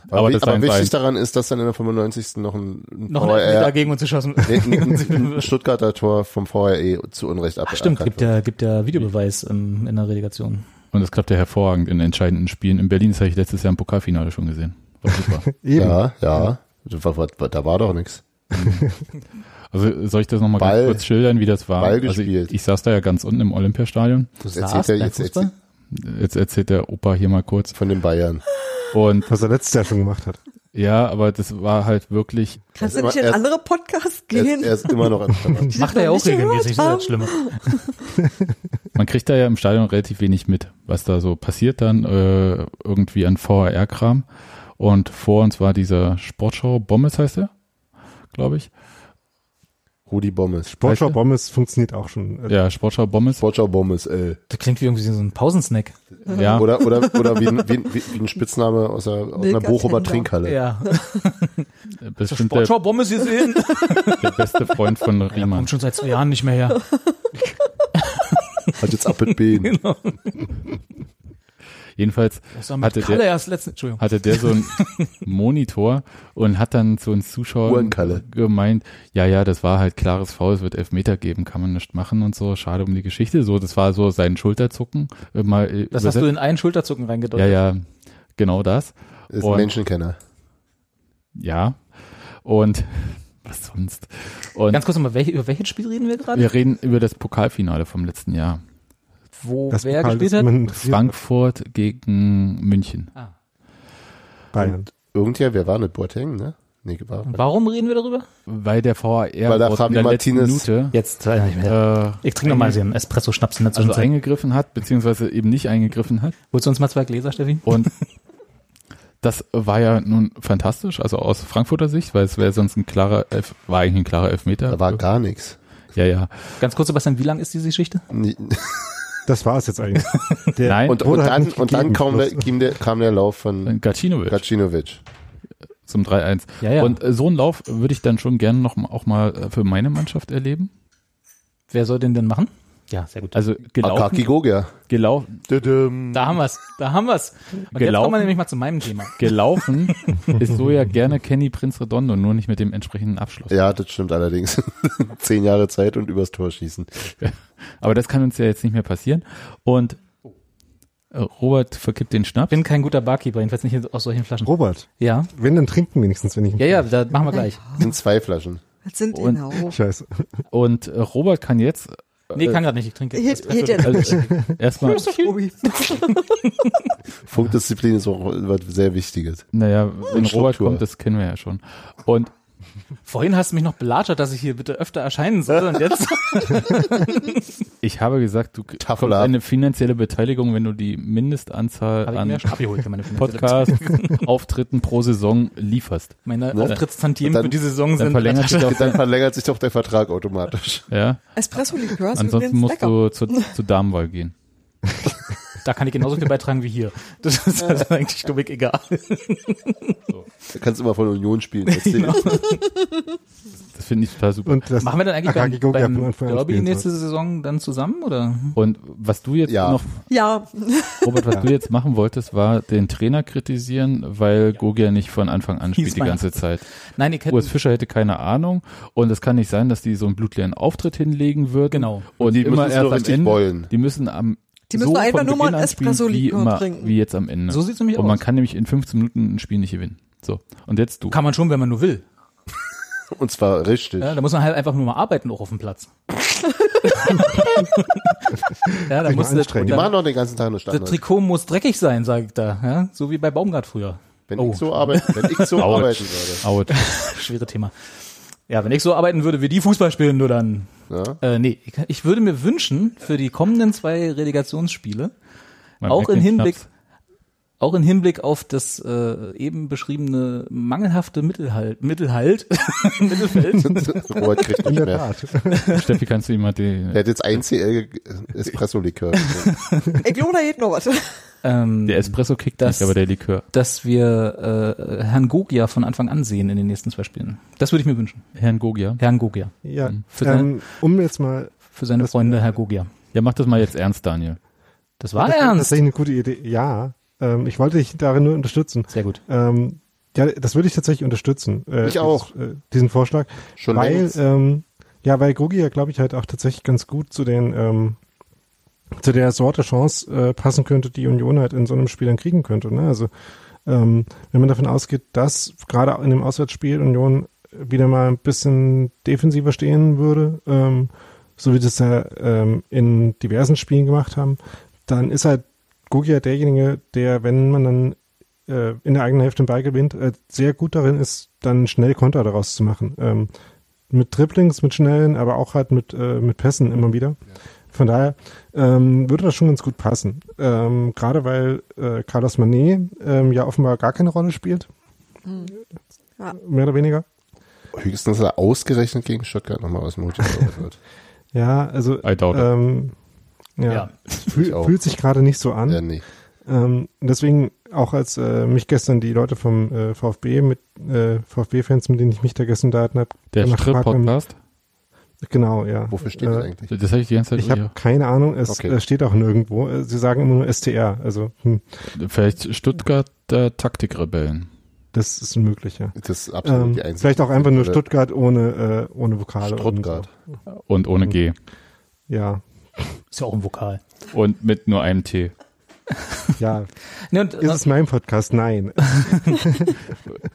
[SPEAKER 2] Aber,
[SPEAKER 4] Aber
[SPEAKER 2] wi-
[SPEAKER 4] das
[SPEAKER 2] aber
[SPEAKER 4] war ein
[SPEAKER 2] wichtig
[SPEAKER 4] Bein.
[SPEAKER 2] daran ist, dass dann in der 95. noch ein, ein
[SPEAKER 3] noch einen Elfmeter gegen uns geschossen.
[SPEAKER 2] Nee, ein ein Stuttgarter Tor vom VRE zu Unrecht ab.
[SPEAKER 3] Ach, stimmt,
[SPEAKER 2] aberkannt
[SPEAKER 3] gibt ja, gibt ja Videobeweis ähm, in der Relegation.
[SPEAKER 4] Und das klappt ja hervorragend in entscheidenden Spielen. In Berlin, das habe ich letztes Jahr im Pokalfinale schon gesehen. War super.
[SPEAKER 5] eben.
[SPEAKER 2] Ja, ja. Da war, da war doch nichts.
[SPEAKER 4] Also soll ich das nochmal
[SPEAKER 2] Ball-
[SPEAKER 4] ganz kurz schildern, wie das war?
[SPEAKER 2] Ball
[SPEAKER 4] also ich,
[SPEAKER 2] gespielt.
[SPEAKER 4] ich saß da ja ganz unten im Olympiastadion.
[SPEAKER 3] Du
[SPEAKER 2] Erzählt
[SPEAKER 3] saßt
[SPEAKER 2] er
[SPEAKER 3] beim
[SPEAKER 2] jetzt-
[SPEAKER 3] Fußball?
[SPEAKER 4] Jetzt erzählt der Opa hier mal kurz.
[SPEAKER 2] Von den Bayern.
[SPEAKER 4] Und
[SPEAKER 5] Was er letztes Jahr schon gemacht hat.
[SPEAKER 4] ja, aber das war halt wirklich,
[SPEAKER 1] Kannst
[SPEAKER 2] Er
[SPEAKER 1] du
[SPEAKER 2] ist
[SPEAKER 1] nicht in
[SPEAKER 2] immer- er-
[SPEAKER 1] andere Podcasts
[SPEAKER 2] Er
[SPEAKER 1] gehen?
[SPEAKER 2] ist, er ist immer noch im Stadion.
[SPEAKER 3] Macht er ja
[SPEAKER 1] noch
[SPEAKER 3] auch
[SPEAKER 1] nicht gehört
[SPEAKER 3] regelmäßig, das ist das Schlimme.
[SPEAKER 4] man kriegt da ja im Stadion relativ wenig mit, was da so passiert dann äh, irgendwie an VHR-Kram. Und vor uns war dieser Sportschau, Bommes heißt er, glaube ich.
[SPEAKER 2] Rudi Bommes.
[SPEAKER 5] Sportschau Bommes funktioniert auch schon.
[SPEAKER 4] Ja, Sportschau Bommes.
[SPEAKER 2] Sportschau Bommes, ey.
[SPEAKER 3] Das klingt wie irgendwie so ein Pausensnack.
[SPEAKER 4] Ja,
[SPEAKER 2] Oder, oder, oder wie, ein- wie, ein- wie wie ein Spitzname aus, der, aus einer
[SPEAKER 1] Milka
[SPEAKER 2] Bochumer
[SPEAKER 1] Tender.
[SPEAKER 2] Trinkhalle.
[SPEAKER 3] Ja.
[SPEAKER 4] bestimmt der,
[SPEAKER 3] Sportschau Bommes gesehen.
[SPEAKER 4] der beste Freund von Riemann.
[SPEAKER 3] Kommt schon seit zwei Jahren nicht mehr her.
[SPEAKER 2] Hat jetzt ab mit
[SPEAKER 3] Genau.
[SPEAKER 2] Behen.
[SPEAKER 4] Jedenfalls
[SPEAKER 3] Das war
[SPEAKER 4] Hatte
[SPEAKER 3] mit
[SPEAKER 4] der-
[SPEAKER 3] Kalle erst letzten, Entschuldigung.
[SPEAKER 4] hatte der so einen Monitor und hat dann zu uns Zuschauern
[SPEAKER 2] Uhrenkalle.
[SPEAKER 4] gemeint, ja, ja, das war halt klares Foul, es wird Elfmeter geben, kann man nicht machen und so, schade um die Geschichte. So, das war so sein Schulterzucken. äh, Mal äh,
[SPEAKER 3] Das hast du
[SPEAKER 4] übersetzt.
[SPEAKER 3] in einen Schulterzucken
[SPEAKER 4] ja,
[SPEAKER 3] reingedeutet.
[SPEAKER 4] ja, genau das.
[SPEAKER 2] Ist ein
[SPEAKER 4] Und-
[SPEAKER 2] Menschenkenner.
[SPEAKER 4] Ja. Und was sonst? Und
[SPEAKER 3] Ganz kurz nochmal, welche, über welches Spiel reden wir gerade?
[SPEAKER 4] wir reden über das Pokalfinale vom letzten Jahr.
[SPEAKER 3] Wo
[SPEAKER 5] Das
[SPEAKER 3] wer
[SPEAKER 5] Pokal,
[SPEAKER 3] gespielt
[SPEAKER 5] das
[SPEAKER 3] hat?
[SPEAKER 5] man interessiert.
[SPEAKER 4] Frankfurt gegen München.
[SPEAKER 3] Ah.
[SPEAKER 5] Bayern.
[SPEAKER 2] Irgendwer, wer war nicht? Boateng, ne? Nee, war.
[SPEAKER 3] Und warum reden wir darüber?
[SPEAKER 4] Weil der VAR
[SPEAKER 2] Weil da
[SPEAKER 4] aus
[SPEAKER 2] Javi
[SPEAKER 4] der letzten
[SPEAKER 2] Martinez- Also
[SPEAKER 4] Minute
[SPEAKER 3] Jetzt, äh, ich,
[SPEAKER 4] äh,
[SPEAKER 3] ich trinke nochmal einen Espresso-Schnaps in der
[SPEAKER 4] also
[SPEAKER 3] Zwischenzeit.
[SPEAKER 4] eingegriffen hat, beziehungsweise eben nicht eingegriffen hat.
[SPEAKER 3] Holst du uns mal zwei Gläser, Steffi?
[SPEAKER 4] Und das war ja nun fantastisch, also aus Frankfurter Sicht, weil es wäre sonst ein klarer, Elf, war eigentlich ein klarer Elfmeter.
[SPEAKER 2] Da war gar nichts.
[SPEAKER 4] ja, ja.
[SPEAKER 3] Ganz kurz, Sebastian, wie lang ist diese Geschichte?
[SPEAKER 2] Nie-
[SPEAKER 5] Das war es jetzt eigentlich. Der
[SPEAKER 4] Nein,
[SPEAKER 2] Und,
[SPEAKER 4] und
[SPEAKER 2] und
[SPEAKER 5] Wurde halt
[SPEAKER 2] dann,
[SPEAKER 5] nicht
[SPEAKER 2] und dann
[SPEAKER 5] gegeben,
[SPEAKER 2] kam der,
[SPEAKER 5] bloß.
[SPEAKER 2] kam, der, kam der Lauf von
[SPEAKER 4] Gacinovic
[SPEAKER 2] Gacinovic.
[SPEAKER 4] zum 3-1.
[SPEAKER 3] Ja, ja.
[SPEAKER 4] Und äh, so einen Lauf würde ich dann schon gerne noch, mal- auch mal äh, für meine Mannschaft erleben.
[SPEAKER 3] Wer soll den denn machen? Ja, sehr gut.
[SPEAKER 4] Also
[SPEAKER 2] Akaki
[SPEAKER 4] gelaufen,
[SPEAKER 2] Gogia.
[SPEAKER 4] gelaufen,
[SPEAKER 2] Düdüm.
[SPEAKER 3] Da haben wir's, da haben wir's. Und jetzt
[SPEAKER 4] Gelaufen.
[SPEAKER 3] kommen wir nämlich mal zu meinem Thema.
[SPEAKER 4] gelaufen ist so ja gerne Kenny Prinz Redondo, nur nicht mit dem entsprechenden Abschluss.
[SPEAKER 2] Ja, das stimmt allerdings. Zehn Jahre Zeit und übers Tor schießen.
[SPEAKER 4] Aber das kann uns ja jetzt nicht mehr passieren. Und äh, Robert verkippt den
[SPEAKER 3] Ich
[SPEAKER 4] Schnaps.
[SPEAKER 3] bin kein guter Barkeeper, jedenfalls nicht aus solchen Flaschen.
[SPEAKER 5] Robert,
[SPEAKER 3] Ja,
[SPEAKER 5] wenn, dann trinken wenigstens, wenn ich
[SPEAKER 3] ja, ja, da machen wir gleich.
[SPEAKER 2] sind zwei Flaschen.
[SPEAKER 1] Was sind
[SPEAKER 4] Und-
[SPEAKER 1] genau?
[SPEAKER 5] Scheiße.
[SPEAKER 4] Und äh, Robert kann jetzt
[SPEAKER 3] Nee, kann gerade nicht, ich trinke.
[SPEAKER 1] Hit, hit it.
[SPEAKER 4] Also, erstmal,
[SPEAKER 1] Obi.
[SPEAKER 2] Funkdisziplin ist auch was sehr Wichtiges.
[SPEAKER 4] naja, wenn Robert
[SPEAKER 2] Struktur.
[SPEAKER 4] kommt, das kennen wir ja schon. Und
[SPEAKER 3] Vorhin hast du mich noch belatschert, dass ich hier bitte öfter erscheinen soll und jetzt
[SPEAKER 4] ich habe gesagt, du
[SPEAKER 2] Tafel
[SPEAKER 4] bekommst
[SPEAKER 2] ab.
[SPEAKER 4] eine finanzielle Beteiligung, wenn du die Mindestanzahl
[SPEAKER 3] habe ich mir
[SPEAKER 4] an
[SPEAKER 3] schon abgeholt für meine finanzielle
[SPEAKER 4] Podcasts, Auftritten pro Saison lieferst.
[SPEAKER 3] Meine
[SPEAKER 2] Ne?
[SPEAKER 3] Auftrittstantiemen
[SPEAKER 2] Dann-
[SPEAKER 3] für die Saison
[SPEAKER 4] Dann
[SPEAKER 3] sind
[SPEAKER 4] verlängert sich
[SPEAKER 2] Dann
[SPEAKER 4] das,
[SPEAKER 2] verlängert sich doch der Vertrag automatisch.
[SPEAKER 3] Also,
[SPEAKER 4] ja.
[SPEAKER 1] Espresso-Likör ist
[SPEAKER 4] Ansonsten
[SPEAKER 1] übrigens
[SPEAKER 4] musst
[SPEAKER 1] lecker.
[SPEAKER 4] du zur, zur Damenwahl gehen.
[SPEAKER 3] Da kann ich genauso viel beitragen wie hier. Das ist also eigentlich dummig egal.
[SPEAKER 2] Du kannst immer von Union spielen. Erzähl.
[SPEAKER 5] Genau.
[SPEAKER 4] Das finde ich total super.
[SPEAKER 5] Und das
[SPEAKER 3] Machen wir dann eigentlich
[SPEAKER 5] Akaki
[SPEAKER 3] beim,
[SPEAKER 5] Gogia
[SPEAKER 3] beim
[SPEAKER 5] hat von Anfang an
[SPEAKER 3] Derby
[SPEAKER 5] spielen
[SPEAKER 3] nächste
[SPEAKER 5] sollen.
[SPEAKER 3] Saison dann zusammen oder?
[SPEAKER 4] Und was du jetzt
[SPEAKER 2] Ja.
[SPEAKER 4] noch,
[SPEAKER 1] Ja,
[SPEAKER 4] Robert, was du jetzt machen wolltest, war den Trainer kritisieren, weil Gogia nicht von Anfang an spielt die
[SPEAKER 3] Meyer.
[SPEAKER 4] ganze Zeit.
[SPEAKER 3] Nein, ich hätte
[SPEAKER 4] Urs Fischer hätte keine Ahnung und es kann nicht sein, dass die so einen blutleeren Auftritt hinlegen würden.
[SPEAKER 3] Genau.
[SPEAKER 4] Und
[SPEAKER 2] Die
[SPEAKER 4] immer
[SPEAKER 2] müssen es
[SPEAKER 4] erst
[SPEAKER 2] nur
[SPEAKER 4] am
[SPEAKER 2] richtig
[SPEAKER 4] Ende.
[SPEAKER 2] wollen.
[SPEAKER 4] Die müssen am
[SPEAKER 1] Die müssen
[SPEAKER 4] so
[SPEAKER 1] einfach
[SPEAKER 4] von
[SPEAKER 1] nur mal
[SPEAKER 4] Beginn
[SPEAKER 1] einen
[SPEAKER 4] an spielen, wie,
[SPEAKER 1] Espresso-Likör
[SPEAKER 4] immer,
[SPEAKER 1] trinken.
[SPEAKER 4] wie jetzt am Ende.
[SPEAKER 3] So sieht's nämlich
[SPEAKER 4] und man
[SPEAKER 3] aus.
[SPEAKER 4] kann nämlich in 15 Minuten ein Spiel nicht gewinnen. So. Und jetzt du.
[SPEAKER 3] Kann man schon, wenn man nur will.
[SPEAKER 2] Und zwar richtig.
[SPEAKER 3] Ja, da muss man halt einfach nur mal arbeiten, auch auf dem Platz. ja, da
[SPEAKER 5] Sich mal
[SPEAKER 3] muss das,
[SPEAKER 5] anstrengen.
[SPEAKER 2] Die machen
[SPEAKER 3] das,
[SPEAKER 2] doch den ganzen Tag nur
[SPEAKER 3] das
[SPEAKER 2] Standard.
[SPEAKER 3] Trikot muss dreckig sein, sage ich da. Ja? So wie bei Baumgart früher.
[SPEAKER 2] Wenn
[SPEAKER 3] Oh.
[SPEAKER 2] ich so, arbeite, wenn ich so
[SPEAKER 4] Autsch.
[SPEAKER 2] arbeiten würde.
[SPEAKER 4] Out.
[SPEAKER 3] Schwere Thema. Ja, wenn ich so arbeiten würde, wie die Fußball spielen, nur dann.
[SPEAKER 2] Ja?
[SPEAKER 3] Äh, nee, ich, ich würde mir wünschen, für die kommenden zwei Relegationsspiele,
[SPEAKER 4] Man
[SPEAKER 3] Auch
[SPEAKER 4] merkt
[SPEAKER 3] im
[SPEAKER 4] den
[SPEAKER 3] Hinblick-
[SPEAKER 4] Schnaps.
[SPEAKER 3] auch im Hinblick auf das äh, eben beschriebene mangelhafte Mittelhalt, Mittelhalt Mittelfeld,
[SPEAKER 2] Robert kriegt
[SPEAKER 5] In
[SPEAKER 2] nicht
[SPEAKER 5] der
[SPEAKER 2] mehr.
[SPEAKER 5] Tat.
[SPEAKER 4] Steffi, kannst du ihm mal die,
[SPEAKER 2] Er hat jetzt ein CL Espresso-Likör.
[SPEAKER 1] ich glaube, da geht noch was.
[SPEAKER 3] ähm,
[SPEAKER 4] der Espresso kickt
[SPEAKER 3] Das-
[SPEAKER 4] nicht, aber der Likör.
[SPEAKER 3] dass wir äh, Herrn Gogia von Anfang an sehen in den nächsten zwei Spielen. Das würde ich mir wünschen.
[SPEAKER 4] Herrn Gogia.
[SPEAKER 3] Herrn Gogia.
[SPEAKER 5] Ja,
[SPEAKER 3] Hm, Für
[SPEAKER 5] ähm, um jetzt mal
[SPEAKER 3] Für seine
[SPEAKER 5] Das-
[SPEAKER 3] Freunde, Herr Gogia.
[SPEAKER 4] Ja, mach das mal jetzt ernst, Daniel.
[SPEAKER 3] Das war
[SPEAKER 5] das, Das ist
[SPEAKER 3] Ah, ernst.
[SPEAKER 5] eine gute Idee. Ja, ähm, ich wollte dich darin nur unterstützen.
[SPEAKER 3] Sehr gut.
[SPEAKER 5] Ähm, ja, das würde ich tatsächlich unterstützen. äh,
[SPEAKER 2] Ich auch.
[SPEAKER 5] Dieses, äh, diesen Vorschlag.
[SPEAKER 2] Schon
[SPEAKER 5] weil,
[SPEAKER 2] längst.
[SPEAKER 5] ähm, ja, weil Grugi ja, glaube ich, halt auch tatsächlich ganz gut zu den, ähm, zu der Sorte Chance äh, passen könnte, die Union halt in so einem Spiel dann kriegen könnte. Ne? Also, ähm, wenn man davon ausgeht, dass gerade in dem Auswärtsspiel Union wieder mal ein bisschen defensiver stehen würde, ähm, so wie das ja ähm, in diversen Spielen gemacht haben, dann ist halt Gugi ja derjenige, der, wenn man dann äh, in der eigenen Hälfte den Ball gewinnt, äh, sehr gut darin ist, dann schnell Konter daraus zu machen. Ähm, mit Dribblings, mit schnellen, aber auch halt mit, äh, mit
[SPEAKER 2] Mhm.
[SPEAKER 5] Pässen immer wieder. Von daher ähm, würde das schon ganz gut passen. Ähm, Gerade weil äh, Carlos Manet ähm, ja offenbar gar keine Rolle spielt,
[SPEAKER 1] Ja.
[SPEAKER 5] mehr oder weniger.
[SPEAKER 2] Höchstens, dass er ausgerechnet gegen Stuttgart nochmal aus dem Mut wird.
[SPEAKER 5] Ja, also
[SPEAKER 4] I doubt it.
[SPEAKER 5] ähm, ja,
[SPEAKER 3] Ja.
[SPEAKER 5] Fühl,
[SPEAKER 2] auch.
[SPEAKER 5] fühlt sich gerade nicht so an.
[SPEAKER 2] Ja, Äh, nee.
[SPEAKER 5] Ähm, deswegen auch als äh, mich gestern die Leute vom äh, VfB mit äh, VfB-Fans, mit denen ich mich da gestern unterhalten habe,
[SPEAKER 4] Der
[SPEAKER 5] danach gefragt haben-
[SPEAKER 4] Strip-Podcast,
[SPEAKER 5] Genau, ja.
[SPEAKER 2] Wofür steht das eigentlich?
[SPEAKER 4] das habe ich die ganze Zeit
[SPEAKER 5] Ich habe
[SPEAKER 4] hier.
[SPEAKER 5] keine Ahnung, es
[SPEAKER 2] Okay.
[SPEAKER 5] äh, steht auch nirgendwo. Äh, Sie sagen immer nur STR, also hm,
[SPEAKER 4] Vielleicht Stuttgarter Taktikrebellen.
[SPEAKER 5] das ist möglich, ja.
[SPEAKER 2] Das ist absolut
[SPEAKER 5] Ähm,
[SPEAKER 2] die einzige.
[SPEAKER 5] vielleicht auch einfach nur
[SPEAKER 2] Oder
[SPEAKER 5] Stuttgart ohne, äh, ohne Vokale.
[SPEAKER 2] Stuttgart.
[SPEAKER 4] Und
[SPEAKER 5] Hm.
[SPEAKER 4] ohne G.
[SPEAKER 5] Und so. Ja,
[SPEAKER 3] Ist ja auch ein Vokal.
[SPEAKER 4] Und mit nur einem T.
[SPEAKER 5] ja.
[SPEAKER 3] Ne, und,
[SPEAKER 5] Ist es mein Podcast? Nein.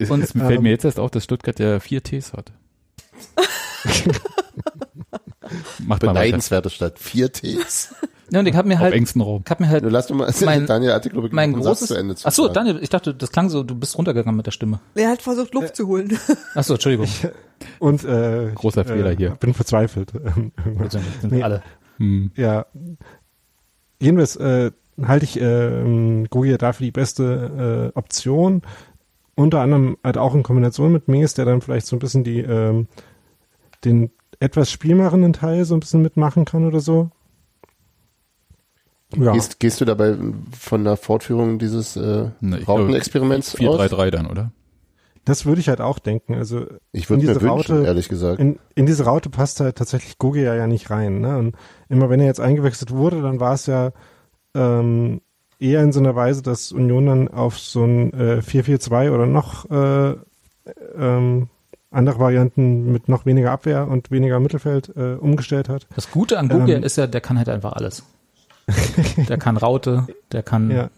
[SPEAKER 4] Und es fällt
[SPEAKER 5] Ähm.
[SPEAKER 4] mir jetzt erst auf, dass Stuttgart ja vier Ts hat. Macht mal weiter.
[SPEAKER 2] Beneidenswerte Stadt. Vier Ts.
[SPEAKER 3] ne, und ich habe mir
[SPEAKER 4] Auf
[SPEAKER 3] halt,
[SPEAKER 4] engsten Raum.
[SPEAKER 3] hab mir halt
[SPEAKER 2] Du lass doch mal,
[SPEAKER 3] Mein-
[SPEAKER 2] Daniel hatte, glaube ich,
[SPEAKER 3] mein
[SPEAKER 2] einen
[SPEAKER 3] großes.
[SPEAKER 2] Satz zu Ende zu
[SPEAKER 3] Ach so,
[SPEAKER 2] sagen.
[SPEAKER 3] Daniel, ich dachte, das klang so, du bist runtergegangen mit der Stimme.
[SPEAKER 1] Er hat versucht, Luft zu holen.
[SPEAKER 3] Ach so, Entschuldigung.
[SPEAKER 5] Und äh,
[SPEAKER 4] Großer
[SPEAKER 5] ich,
[SPEAKER 4] Fehler
[SPEAKER 5] äh,
[SPEAKER 4] hier.
[SPEAKER 5] Bin verzweifelt. Ähm, irgendwann.
[SPEAKER 3] Jetzt sind sind
[SPEAKER 5] Nee.
[SPEAKER 3] wir alle.
[SPEAKER 4] Hm.
[SPEAKER 5] ja. Jedenfalls äh, halte ich ähm, Gogia dafür die beste äh, Option. Unter anderem halt auch in Kombination mit Mees, der dann vielleicht so ein bisschen die ähm, den etwas spielmachenden Teil so ein bisschen mitmachen kann oder so. Ja,
[SPEAKER 2] Gehst, gehst du dabei von der Fortführung dieses äh,
[SPEAKER 4] Ne, ich glaube,
[SPEAKER 2] Rautenexperiments aus?
[SPEAKER 4] 4-3-3 dann, oder?
[SPEAKER 5] das würde ich halt auch denken. Also
[SPEAKER 2] Ich
[SPEAKER 5] in
[SPEAKER 2] würde mir
[SPEAKER 5] diese
[SPEAKER 2] wünschen,
[SPEAKER 5] Raute-
[SPEAKER 2] ehrlich gesagt.
[SPEAKER 5] in, in diese Raute passt halt tatsächlich Gogia ja nicht rein. Ne? Und immer wenn er jetzt eingewechselt wurde, dann war es ja ähm, eher in so einer Weise, dass Union dann auf so ein äh, 4-4-2 oder noch äh, ähm, andere Varianten mit noch weniger Abwehr und weniger Mittelfeld äh, umgestellt hat.
[SPEAKER 3] Das Gute an Google
[SPEAKER 5] Ähm.
[SPEAKER 3] ist ja, der kann halt einfach alles. der kann Raute, der kann
[SPEAKER 5] Ja.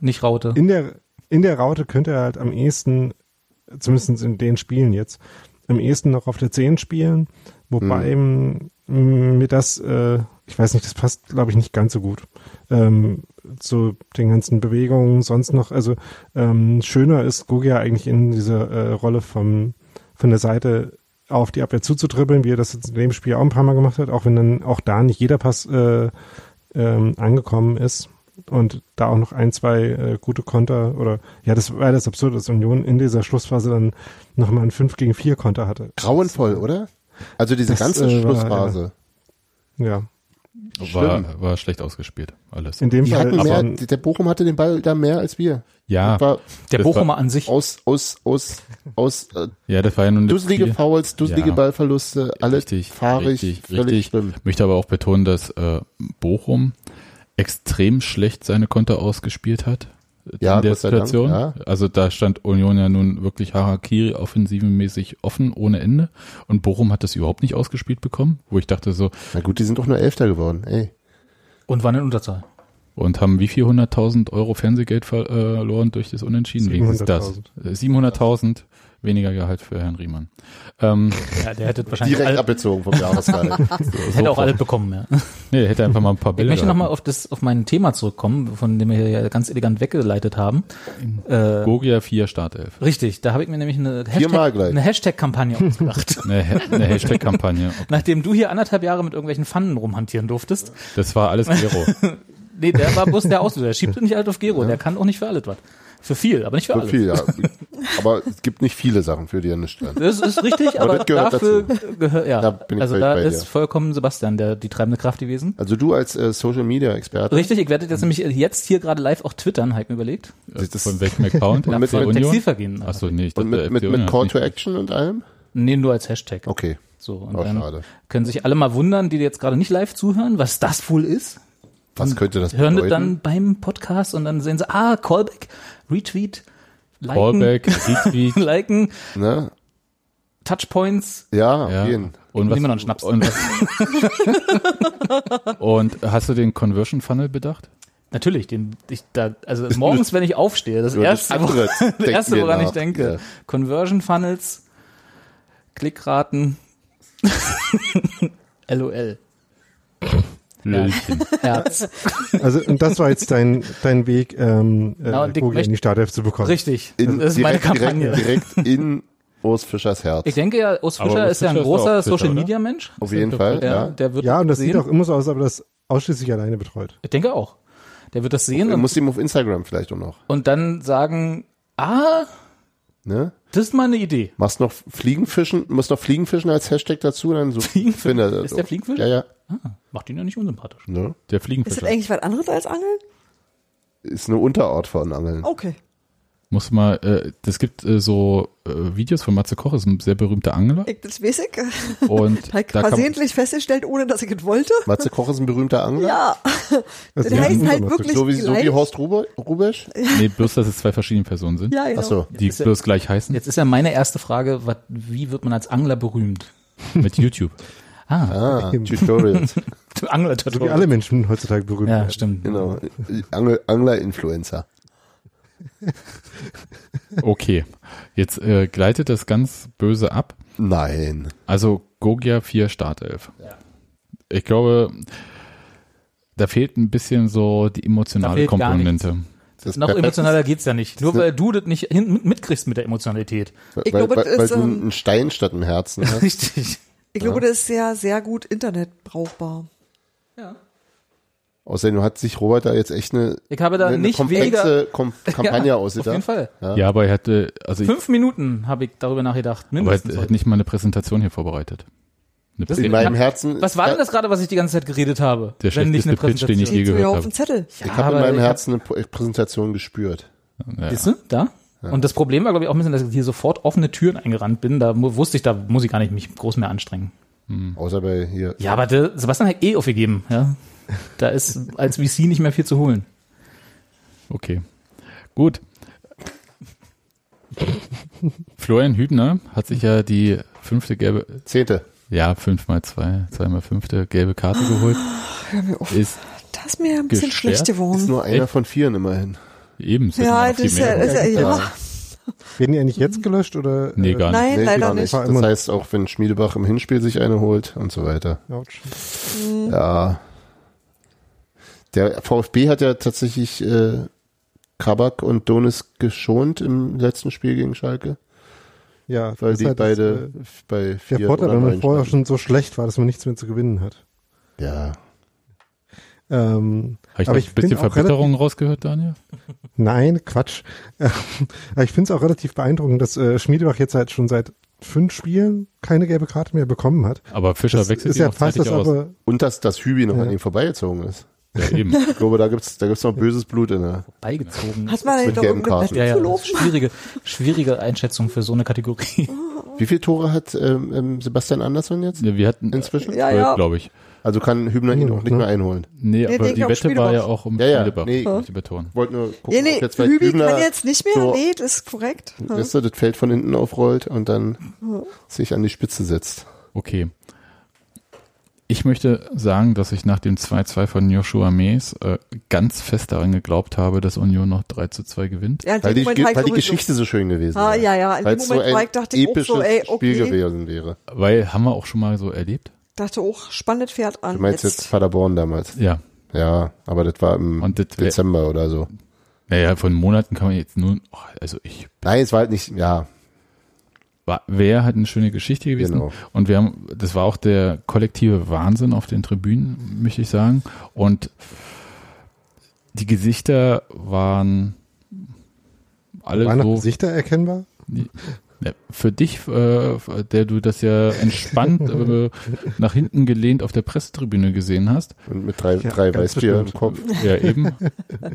[SPEAKER 3] nicht Raute.
[SPEAKER 5] In der, in der Raute könnte er halt am ehesten, zumindest in den Spielen jetzt, am ehesten noch auf der 10 spielen, wobei m, mir das, äh, ich weiß nicht, das passt, glaube ich, nicht ganz so gut. Ähm, zu den ganzen Bewegungen, sonst noch, also ähm, schöner ist Gogia eigentlich in dieser äh, Rolle vom, von der Seite auf die Abwehr zuzudribbeln, wie er das jetzt in dem Spiel auch ein paar Mal gemacht hat, auch wenn dann auch da nicht jeder Pass äh, ähm, angekommen ist und da auch noch ein, zwei äh, gute Konter oder ja, das war das Absurde, dass Union in dieser Schlussphase dann nochmal ein 5 gegen 4 Konter hatte.
[SPEAKER 2] Grauenvoll, oder? Also diese
[SPEAKER 5] Das,
[SPEAKER 2] ganze
[SPEAKER 5] äh, war-
[SPEAKER 2] Schlussphase.
[SPEAKER 5] Ja,
[SPEAKER 4] War, war schlecht ausgespielt, alles.
[SPEAKER 5] in dem
[SPEAKER 2] Die
[SPEAKER 5] Fall
[SPEAKER 2] hatten
[SPEAKER 5] ist
[SPEAKER 2] mehr,
[SPEAKER 5] dann-
[SPEAKER 2] der Bochum hatte den Ball da mehr als wir.
[SPEAKER 4] Ja,
[SPEAKER 2] Das war
[SPEAKER 3] Der
[SPEAKER 4] das war-
[SPEAKER 3] Bochumer an sich.
[SPEAKER 2] aus, aus, aus, aus äh,
[SPEAKER 4] ja, das war ja nun das
[SPEAKER 2] dusselige
[SPEAKER 4] Spiel.
[SPEAKER 2] Fouls, dusselige
[SPEAKER 4] Ja.
[SPEAKER 2] Ballverluste, alles
[SPEAKER 4] Richtig,
[SPEAKER 2] fahrig,
[SPEAKER 4] richtig,
[SPEAKER 2] völlig
[SPEAKER 4] richtig.
[SPEAKER 2] schlimm.
[SPEAKER 4] Möchte aber auch betonen, dass äh, Bochum extrem schlecht seine Konter ausgespielt hat äh,
[SPEAKER 2] Ja,
[SPEAKER 4] in der
[SPEAKER 2] Gott sei Dank,
[SPEAKER 4] Situation.
[SPEAKER 2] ja.
[SPEAKER 4] Also da stand Union ja nun wirklich Harakiri offensivenmäßig offen ohne Ende und Bochum hat das überhaupt nicht ausgespielt bekommen, wo ich dachte so
[SPEAKER 2] Na gut, die sind doch nur Elfter geworden, ey.
[SPEAKER 3] Und waren in Unterzahl.
[SPEAKER 4] und haben wie viel 100.000 Euro Fernsehgeld ver äh, verloren durch das Unentschieden? Wenigstens das.
[SPEAKER 5] 700.000.
[SPEAKER 4] Äh, 700.000 weniger Gehalt für Herrn Riemann. Ähm,
[SPEAKER 3] Ja, der hätte wahrscheinlich
[SPEAKER 2] Direkt
[SPEAKER 3] alle,
[SPEAKER 2] abgezogen vom Jahresgehalt.
[SPEAKER 3] hätte auch alle bekommen, ja.
[SPEAKER 4] nee, hätte einfach mal ein paar
[SPEAKER 3] Ich
[SPEAKER 4] Bilder.
[SPEAKER 3] möchte nochmal auf das, auf mein Thema zurückkommen, von dem wir ja ganz elegant weggeleitet haben. Äh,
[SPEAKER 4] Gogia 4 Startelf.
[SPEAKER 3] richtig, da habe ich mir nämlich eine
[SPEAKER 2] Viermal
[SPEAKER 3] Hashtag,
[SPEAKER 2] gleich.
[SPEAKER 3] eine Hashtag-Kampagne ausgedacht.
[SPEAKER 4] Eine, Ha- eine Hashtag-Kampagne.
[SPEAKER 3] Nachdem du hier anderthalb Jahre mit irgendwelchen Pfannen rumhantieren durftest.
[SPEAKER 4] Das war alles Gero.
[SPEAKER 3] Nee, der war bloß der Auslöser. Der schiebt nicht alles auf Gero. Der kann auch nicht für alles was. Für viel, aber nicht für,
[SPEAKER 2] Für
[SPEAKER 3] alles.
[SPEAKER 2] viel, ja. Aber es gibt nicht viele Sachen, für die er nicht stand.
[SPEAKER 3] Das ist richtig,
[SPEAKER 2] Aber
[SPEAKER 3] aber,
[SPEAKER 2] das gehört
[SPEAKER 3] dafür gehört, ja.
[SPEAKER 2] Da bin ich
[SPEAKER 3] also
[SPEAKER 2] völlig
[SPEAKER 3] da
[SPEAKER 2] bei dir.
[SPEAKER 3] ist vollkommen Sebastian der, die treibende Kraft gewesen.
[SPEAKER 2] Also du als äh, Social Media Experte.
[SPEAKER 3] Richtig, ich werde jetzt nämlich jetzt hier gerade live auch twittern, halt mir überlegt.
[SPEAKER 2] Das-
[SPEAKER 4] Von welchem Account?
[SPEAKER 2] Und mit-
[SPEAKER 4] FC
[SPEAKER 2] mit
[SPEAKER 4] Union?
[SPEAKER 3] Textilvergehen.
[SPEAKER 4] Achso, nee, ich
[SPEAKER 2] Und
[SPEAKER 4] dachte,
[SPEAKER 2] mit,
[SPEAKER 4] FC
[SPEAKER 2] mit,
[SPEAKER 4] Union
[SPEAKER 2] mit
[SPEAKER 4] hat
[SPEAKER 2] Call
[SPEAKER 4] nicht-
[SPEAKER 2] to Action und allem?
[SPEAKER 3] Nee, nur als Hashtag.
[SPEAKER 2] Okay.
[SPEAKER 3] So, und
[SPEAKER 2] Oh,
[SPEAKER 3] dann
[SPEAKER 2] schade.
[SPEAKER 3] können sich alle mal wundern, die jetzt gerade nicht live zuhören, was das wohl ist.
[SPEAKER 2] Was könnte das
[SPEAKER 3] Hören das
[SPEAKER 2] bedeuten?
[SPEAKER 3] dann beim Podcast und dann sehen sie, ah, Callback, Retweet, Liken,
[SPEAKER 4] Callback, Retweet,
[SPEAKER 3] Liken,
[SPEAKER 2] Ne?
[SPEAKER 3] Touchpoints.
[SPEAKER 2] Ja, auf
[SPEAKER 4] ja.
[SPEAKER 2] jeden.
[SPEAKER 4] Und
[SPEAKER 3] Nehmen wir noch einen Schnaps.
[SPEAKER 4] Und, was, und hast du den Conversion Funnel bedacht?
[SPEAKER 3] Natürlich, den, ich, da, also morgens, wenn ich aufstehe, das erste,
[SPEAKER 2] andere
[SPEAKER 3] das
[SPEAKER 2] denken
[SPEAKER 3] erste
[SPEAKER 2] wir
[SPEAKER 3] woran ich
[SPEAKER 2] nach.
[SPEAKER 3] denke,
[SPEAKER 2] Ja.
[SPEAKER 3] Conversion Funnels, Klickraten, LOL,
[SPEAKER 4] Löschen.
[SPEAKER 3] Herz.
[SPEAKER 5] Also, und das war jetzt dein, dein Weg, ähm,
[SPEAKER 3] Na,
[SPEAKER 2] Genau,
[SPEAKER 5] äh,
[SPEAKER 3] und Dick
[SPEAKER 5] Google in
[SPEAKER 3] möchte-
[SPEAKER 5] die Startelf zu bekommen.
[SPEAKER 3] Richtig,
[SPEAKER 2] In,
[SPEAKER 3] das ist meine
[SPEAKER 2] direkt,
[SPEAKER 3] Kampagne.
[SPEAKER 2] Direkt, direkt in Urs Fischers Herz.
[SPEAKER 3] Ich denke ja, Urs
[SPEAKER 4] Aber
[SPEAKER 3] Fischer
[SPEAKER 4] Urs
[SPEAKER 3] ist ja ein
[SPEAKER 4] Fischer ist
[SPEAKER 3] großer
[SPEAKER 4] auch Fischer,
[SPEAKER 3] Social
[SPEAKER 4] oder?
[SPEAKER 3] Media Mensch.
[SPEAKER 2] auf jeden Fall,
[SPEAKER 3] Ja,
[SPEAKER 2] ja.
[SPEAKER 3] der wird
[SPEAKER 5] Ja, und das
[SPEAKER 3] sehen.
[SPEAKER 5] sieht auch immer so aus, als ob er das ausschließlich alleine betreut.
[SPEAKER 3] Ich denke auch. Der wird das sehen
[SPEAKER 2] Du
[SPEAKER 3] und,
[SPEAKER 2] musst ihm auf Instagram vielleicht auch noch.
[SPEAKER 3] und dann sagen, ah,
[SPEAKER 2] Ne?
[SPEAKER 3] das ist mal eine Idee.
[SPEAKER 2] Machst noch Fliegenfischen, musst noch Fliegenfischen als Hashtag dazu, dann so
[SPEAKER 3] Fliegenfischen?
[SPEAKER 2] findet er
[SPEAKER 3] Ist
[SPEAKER 2] so.
[SPEAKER 3] der Fliegenfisch?
[SPEAKER 2] Ja, ja.
[SPEAKER 3] Macht ihn ja nicht unsympathisch.
[SPEAKER 2] Ne?
[SPEAKER 4] Der
[SPEAKER 1] Ist das
[SPEAKER 4] Fliegenfischer.
[SPEAKER 1] eigentlich was anderes als Angeln?
[SPEAKER 2] Ist eine Unterart von
[SPEAKER 3] Oh.
[SPEAKER 2] Angeln.
[SPEAKER 1] Okay.
[SPEAKER 4] Muss mal, äh, das gibt äh, so äh, Videos von Matze Koch, ist ein sehr berühmter Angler.
[SPEAKER 1] Ich, Halt das weiß ich.
[SPEAKER 4] Und
[SPEAKER 1] Hab ich
[SPEAKER 4] da kann,
[SPEAKER 1] versehentlich festgestellt, ohne dass ich es wollte.
[SPEAKER 2] Matze Koch ist ein berühmter Angler.
[SPEAKER 1] Ja.
[SPEAKER 5] Also
[SPEAKER 1] das
[SPEAKER 5] ja,
[SPEAKER 1] heißt halt
[SPEAKER 5] so-
[SPEAKER 1] wirklich
[SPEAKER 2] So wie, so
[SPEAKER 1] gleich.
[SPEAKER 2] wie Horst Rube- Rubesch?
[SPEAKER 4] nee, bloß, dass es zwei verschiedene Personen sind,
[SPEAKER 1] ja, genau.
[SPEAKER 2] Achso.
[SPEAKER 4] die
[SPEAKER 3] Ist ja-
[SPEAKER 4] bloß gleich heißen,
[SPEAKER 3] Jetzt ist ja meine erste Frage, wat, wie wird man als Angler berühmt?
[SPEAKER 4] mit YouTube.
[SPEAKER 2] Ah,
[SPEAKER 5] Eben.
[SPEAKER 2] Tutorials.
[SPEAKER 3] angler
[SPEAKER 5] So wie alle Menschen heutzutage berühmt
[SPEAKER 3] Ja,
[SPEAKER 5] werden.
[SPEAKER 3] stimmt.
[SPEAKER 2] genau. Angel, Angler-Influencer.
[SPEAKER 4] Okay, jetzt äh, gleitet das ganz böse ab.
[SPEAKER 2] Nein.
[SPEAKER 4] Also Gogia 4 Startelf. Ich glaube, da fehlt ein bisschen so die
[SPEAKER 3] Da
[SPEAKER 4] emotionale
[SPEAKER 3] fehlt gar
[SPEAKER 4] Komponente.
[SPEAKER 2] Das ist
[SPEAKER 3] Noch
[SPEAKER 2] perfekt.
[SPEAKER 3] emotionaler geht's ja nicht. Nur weil du das nicht hin, mitkriegst mit der Emotionalität.
[SPEAKER 2] Weil,
[SPEAKER 1] Ich glaube,
[SPEAKER 2] weil,
[SPEAKER 1] das
[SPEAKER 2] weil
[SPEAKER 1] ist,
[SPEAKER 2] du
[SPEAKER 1] ähm,
[SPEAKER 2] einen Stein statt im Herzen hast.
[SPEAKER 3] Richtig.
[SPEAKER 1] Ich glaube, das ist sehr, sehr gut Internet brauchbar.
[SPEAKER 2] Außerdem hat sich Robert da jetzt echt eine,
[SPEAKER 3] Ich habe da
[SPEAKER 2] eine
[SPEAKER 3] nicht weniger.
[SPEAKER 2] komplexe Kom Kampagne
[SPEAKER 3] ja, auf
[SPEAKER 2] ausgedacht.
[SPEAKER 3] jeden Fall.
[SPEAKER 2] Ja.
[SPEAKER 4] Ja, aber er hatte, also ich,
[SPEAKER 3] Fünf Minuten habe ich darüber nachgedacht.
[SPEAKER 4] aber er
[SPEAKER 3] Mindestens.
[SPEAKER 4] hat
[SPEAKER 3] heute.
[SPEAKER 4] nicht mal eine Präsentation hier vorbereitet. Eine
[SPEAKER 3] Das
[SPEAKER 4] Prä-
[SPEAKER 2] In
[SPEAKER 3] ist-
[SPEAKER 2] meinem Herzen.
[SPEAKER 3] Was war denn das gerade, was ich die ganze Zeit geredet habe?
[SPEAKER 4] Der schlechteste Pitch, den ich je
[SPEAKER 1] Steht sogar
[SPEAKER 4] gehört
[SPEAKER 1] auf
[SPEAKER 4] habe.
[SPEAKER 1] dem Zettel.
[SPEAKER 2] Ich
[SPEAKER 3] Ja,
[SPEAKER 2] habe in
[SPEAKER 3] aber
[SPEAKER 2] meinem
[SPEAKER 3] ich hab-
[SPEAKER 2] Herzen eine P- Präsentation gespürt.
[SPEAKER 3] Siehst du, da? Und das Problem war, glaube ich, auch ein bisschen, dass ich hier sofort offene Türen eingerannt bin. Da mu- wusste ich, da muss ich gar nicht mich groß mehr anstrengen.
[SPEAKER 2] Außer bei hier.
[SPEAKER 3] Ja, aber der Sebastian hat eh aufgegeben. Ja? Da ist als VC nicht mehr viel zu holen.
[SPEAKER 4] Okay. Gut. Florian Hübner hat sich ja die fünfte gelbe,
[SPEAKER 2] Zehnte.
[SPEAKER 4] ja, fünf mal zwei, zwei mal fünfte gelbe Karte geholt.
[SPEAKER 5] Ah,
[SPEAKER 4] Ist
[SPEAKER 1] Das ist mir ein bisschen
[SPEAKER 4] Gesperrt
[SPEAKER 1] schlecht
[SPEAKER 2] Ist
[SPEAKER 1] geworden.
[SPEAKER 2] nur einer
[SPEAKER 4] Echt?
[SPEAKER 2] von vieren immerhin.
[SPEAKER 4] eben.
[SPEAKER 1] Ja, das ist ja, das ist ja, ja.
[SPEAKER 5] Werden die eigentlich jetzt gelöscht oder? äh,
[SPEAKER 4] Nee, gar nicht.
[SPEAKER 1] Nein, leider
[SPEAKER 2] gar
[SPEAKER 1] nicht.
[SPEAKER 5] War immer-
[SPEAKER 2] Das heißt, auch wenn Schmiedebach im Hinspiel sich eine holt und so weiter.
[SPEAKER 5] Autsch.
[SPEAKER 1] Mhm.
[SPEAKER 2] Ja. Der VfB hat ja tatsächlich äh, Kabak und Donis geschont im letzten Spiel gegen Schalke,
[SPEAKER 5] Ja,
[SPEAKER 2] weil
[SPEAKER 5] das
[SPEAKER 2] die
[SPEAKER 5] ist halt das,
[SPEAKER 2] beide
[SPEAKER 5] äh,
[SPEAKER 2] f- bei vier
[SPEAKER 5] Der Vorteil,
[SPEAKER 2] oder
[SPEAKER 5] wenn man
[SPEAKER 2] neun
[SPEAKER 5] vorher
[SPEAKER 2] standen.
[SPEAKER 5] schon so schlecht war, dass man nichts mehr zu gewinnen hat.
[SPEAKER 2] Ja.
[SPEAKER 5] Ähm,
[SPEAKER 4] Habe ich
[SPEAKER 5] aber
[SPEAKER 4] da
[SPEAKER 5] ich
[SPEAKER 4] ein bisschen
[SPEAKER 5] bin auch
[SPEAKER 4] Verbitterung rausgehört, Daniel?
[SPEAKER 5] Nein, Quatsch. Ähm, Aber ich finde es auch relativ beeindruckend, dass äh, Schmiedebach jetzt halt schon seit fünf Spielen keine gelbe Karte mehr bekommen hat.
[SPEAKER 4] Aber Fischer
[SPEAKER 5] Das
[SPEAKER 4] wechselt
[SPEAKER 5] ist
[SPEAKER 4] ihn
[SPEAKER 5] ja
[SPEAKER 4] auch
[SPEAKER 5] fast, dass
[SPEAKER 4] zeitig aus.
[SPEAKER 5] aber
[SPEAKER 2] Und dass das Hübi noch an ihm vorbeigezogen ist.
[SPEAKER 4] Ja, eben.
[SPEAKER 2] Ich glaube, da gibt's da gibt's noch böses Blut in der.
[SPEAKER 3] Beigezogen.
[SPEAKER 1] Hat man
[SPEAKER 2] Mit
[SPEAKER 1] denn doch
[SPEAKER 2] gelben
[SPEAKER 1] irgendeine
[SPEAKER 2] Karten.
[SPEAKER 1] Wette
[SPEAKER 3] ja, ja, das
[SPEAKER 1] verloren?
[SPEAKER 3] ist schwierige, schwierige Einschätzung für so eine Kategorie.
[SPEAKER 2] Wie viele Tore hat ähm, ähm, Sebastian Andersson jetzt?
[SPEAKER 4] Ja, wir hatten
[SPEAKER 2] Inzwischen?
[SPEAKER 1] Ja, ja.
[SPEAKER 4] glaube ich.
[SPEAKER 2] Also kann Hübner ihn
[SPEAKER 5] Ja,
[SPEAKER 2] auch nicht
[SPEAKER 5] ne?
[SPEAKER 2] mehr einholen.
[SPEAKER 4] Nee,
[SPEAKER 1] Nee,
[SPEAKER 4] aber
[SPEAKER 1] denk
[SPEAKER 4] die
[SPEAKER 1] auf
[SPEAKER 4] Wette
[SPEAKER 1] Schmiedebach.
[SPEAKER 4] war ja auch um
[SPEAKER 2] Ja, ja,
[SPEAKER 4] Schmiedebach,
[SPEAKER 2] nee.
[SPEAKER 1] Ah.
[SPEAKER 4] möchte ich betonen.
[SPEAKER 2] Wollte nur gucken,
[SPEAKER 1] Ja, nee,
[SPEAKER 2] ob jetzt vielleicht
[SPEAKER 1] Hübi
[SPEAKER 2] Hübner
[SPEAKER 1] kann jetzt nicht mehr.
[SPEAKER 2] so-
[SPEAKER 1] nee, das ist korrekt. Ja.
[SPEAKER 2] dass er das Feld von hinten aufrollt und dann sich an die Spitze setzt.
[SPEAKER 4] Okay. Ich möchte sagen, dass ich nach dem 2-2 von Joshua Mays äh, ganz fest daran geglaubt habe, dass Union noch 3-2 gewinnt.
[SPEAKER 1] Ja, halt in dem
[SPEAKER 2] Weil die,
[SPEAKER 1] Moment hab
[SPEAKER 2] weil die
[SPEAKER 1] sowieso-
[SPEAKER 2] Geschichte so schön gewesen
[SPEAKER 1] Ah, ja, ja. In
[SPEAKER 2] Weil
[SPEAKER 1] dem
[SPEAKER 2] es
[SPEAKER 1] Moment
[SPEAKER 2] so ein
[SPEAKER 1] war ich dachte ich auch
[SPEAKER 2] episches
[SPEAKER 1] so, ey, okay.
[SPEAKER 2] Spiel gewesen wäre.
[SPEAKER 4] Weil haben wir auch schon mal so erlebt.
[SPEAKER 1] Dachte auch, spannend fährt an.
[SPEAKER 2] Du meinst jetzt, Paderborn damals.
[SPEAKER 4] Ja.
[SPEAKER 2] Ja, aber das war im
[SPEAKER 4] Und das wär-
[SPEAKER 2] Dezember oder so.
[SPEAKER 4] Naja, von Monaten kann man jetzt nur, oh, also ich,
[SPEAKER 2] Nein, es war halt nicht, ja,
[SPEAKER 4] war- wäre halt eine schöne Geschichte gewesen.
[SPEAKER 2] Genau.
[SPEAKER 4] Und wir haben, das war auch der kollektive Wahnsinn auf den Tribünen, möchte ich sagen. Und die Gesichter waren alle
[SPEAKER 5] waren noch
[SPEAKER 4] so
[SPEAKER 5] Gesichter erkennbar.
[SPEAKER 4] Ja, Für dich, äh, der du das ja entspannt äh, nach hinten gelehnt auf der Pressetribüne gesehen hast.
[SPEAKER 2] und mit drei,
[SPEAKER 5] Ja,
[SPEAKER 2] drei
[SPEAKER 5] ganz
[SPEAKER 2] Weißbier im
[SPEAKER 5] bestimmt.
[SPEAKER 2] Kopf.
[SPEAKER 4] Ja, eben.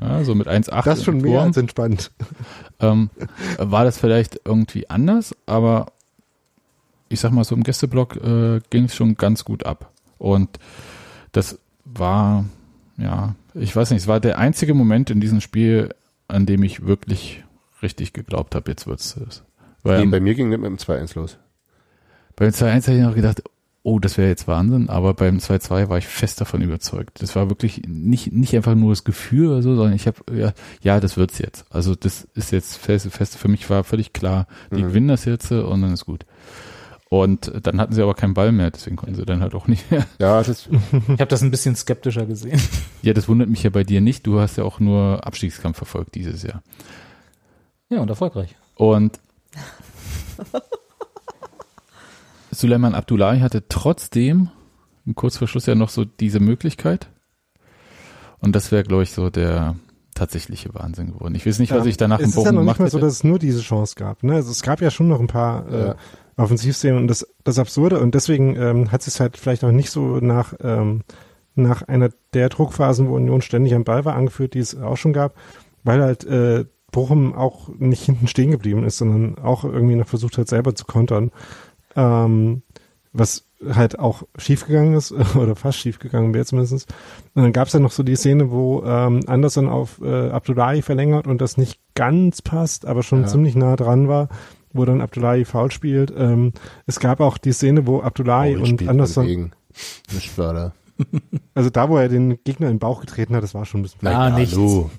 [SPEAKER 4] Ja, so mit 1,8.
[SPEAKER 5] Das schon
[SPEAKER 4] im
[SPEAKER 5] mehr
[SPEAKER 4] Turm.
[SPEAKER 5] als entspannt.
[SPEAKER 4] Ähm, war das vielleicht irgendwie anders, aber ich sag mal so im Gästeblock äh, ging es schon ganz gut ab. Und das war, ja, ich weiß nicht, es war der einzige Moment in diesem Spiel, an dem ich wirklich richtig geglaubt habe, jetzt wird's es. Weil
[SPEAKER 2] Nee,
[SPEAKER 4] ähm,
[SPEAKER 2] bei mir ging das mit dem 2-1 los.
[SPEAKER 4] beim 2-1 habe ich noch gedacht, oh, das wäre jetzt Wahnsinn, aber beim 2-2 war ich fest davon überzeugt. Das war wirklich nicht, nicht einfach nur das Gefühl oder so, sondern ich habe, ja, ja, das wird's jetzt. Also das ist jetzt fest, fest für mich war völlig klar, die
[SPEAKER 2] Mhm.
[SPEAKER 4] gewinnen das jetzt äh, und dann ist gut. Und dann hatten sie aber keinen Ball mehr, deswegen konnten sie dann halt auch nicht mehr
[SPEAKER 2] Ja, das ist,
[SPEAKER 3] Ich habe das ein bisschen skeptischer gesehen.
[SPEAKER 4] Ja, das wundert mich ja bei dir nicht. Du hast ja auch nur Abstiegskampf verfolgt dieses Jahr.
[SPEAKER 3] Ja, und erfolgreich.
[SPEAKER 4] Und Suleiman Abdullahi hatte trotzdem kurz vor Schluss ja noch so diese Möglichkeit. Und das wäre, glaube ich, so der tatsächliche Wahnsinn geworden. Ich weiß nicht, was
[SPEAKER 5] Ja.
[SPEAKER 4] ich danach im
[SPEAKER 5] es ist ja
[SPEAKER 4] Bochum
[SPEAKER 5] noch nicht
[SPEAKER 4] gemacht
[SPEAKER 5] mal so,
[SPEAKER 4] hätte.
[SPEAKER 5] dass es nur diese Chance gab. Ne? Also es gab ja schon noch ein paar äh,
[SPEAKER 2] Ja.
[SPEAKER 5] Offensivszenen und das, das Absurde und deswegen ähm, hat es halt vielleicht noch nicht so nach, ähm, nach einer der Druckphasen, wo Union ständig am Ball war, angeführt, die es auch schon gab, weil halt äh, Bochum auch nicht hinten stehen geblieben ist, sondern auch irgendwie noch versucht hat, selber zu kontern. Ähm, was halt auch schiefgegangen ist, oder fast schiefgegangen wäre zumindest. Und dann gab es ja noch so die Szene, wo ähm, Anderson auf äh, Abdullahi verlängert und das nicht ganz passt, aber schon
[SPEAKER 2] Ja.
[SPEAKER 5] ziemlich nah dran war, wo dann Abdullahi faul spielt. Ähm, es gab auch die Szene, wo Abdullahi
[SPEAKER 2] Maurice
[SPEAKER 5] und
[SPEAKER 2] spielt
[SPEAKER 5] Anderson,
[SPEAKER 2] Gegen. Nicht wahr, da.
[SPEAKER 5] also da, wo er den Gegner in den Bauch getreten hat, das war schon ein bisschen.
[SPEAKER 3] Ah, nichts.
[SPEAKER 2] hallo.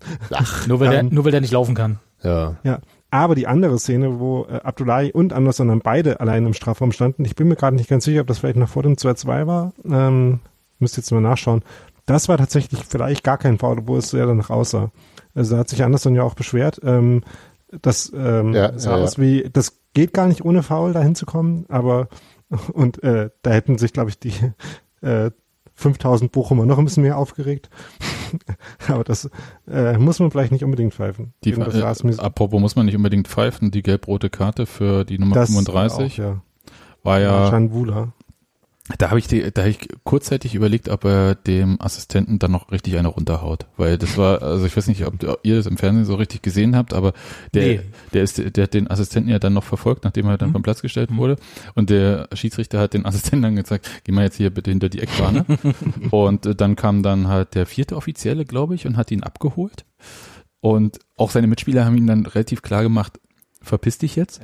[SPEAKER 3] Nur weil, der,
[SPEAKER 5] Ähm.
[SPEAKER 3] nur weil der nicht laufen kann.
[SPEAKER 2] Ja.
[SPEAKER 5] Ja, aber die andere Szene, wo äh, Abdullahi und Anderson dann beide allein im Strafraum standen, ich bin mir gerade nicht ganz sicher, ob das vielleicht noch vor dem 2-2 war, ähm, müsst jetzt mal nachschauen. Das war tatsächlich vielleicht gar kein Foul, obwohl es sehr danach aussah. Also da hat sich Anderson ja auch beschwert, ähm, das ähm,
[SPEAKER 2] Ja,
[SPEAKER 5] sah
[SPEAKER 2] ja, ja.
[SPEAKER 5] aus wie, das geht gar nicht ohne Foul dahin zu kommen, aber und äh, da hätten sich, glaube ich, die äh, 5000 Bochumer noch ein bisschen mehr aufgeregt. aber das äh, muss man vielleicht nicht unbedingt pfeifen.
[SPEAKER 4] Die,
[SPEAKER 5] Jedenfalls sah es mir
[SPEAKER 4] äh, apropos muss man nicht unbedingt pfeifen, die gelb-rote Karte für die Nummer
[SPEAKER 5] das
[SPEAKER 4] 35
[SPEAKER 5] Auch, ja.
[SPEAKER 4] war ja,
[SPEAKER 5] Schanwula.
[SPEAKER 4] Da habe ich, die- da hab ich kurzzeitig überlegt, ob er dem Assistenten dann noch richtig eine runterhaut. Weil das war, also ich weiß nicht, ob ihr das im Fernsehen so richtig gesehen habt, aber der,
[SPEAKER 3] Nee.
[SPEAKER 4] der, ist, der hat den Assistenten ja dann noch verfolgt, nachdem er dann vom Platz gestellt wurde. Und der Schiedsrichter hat den Assistenten dann gesagt, geh mal jetzt hier bitte hinter die Eckbahn. und äh, dann kam dann halt der vierte Offizielle, glaube ich, und hat ihn abgeholt. Und auch seine Mitspieler haben ihm dann relativ klar gemacht, verpiss dich jetzt.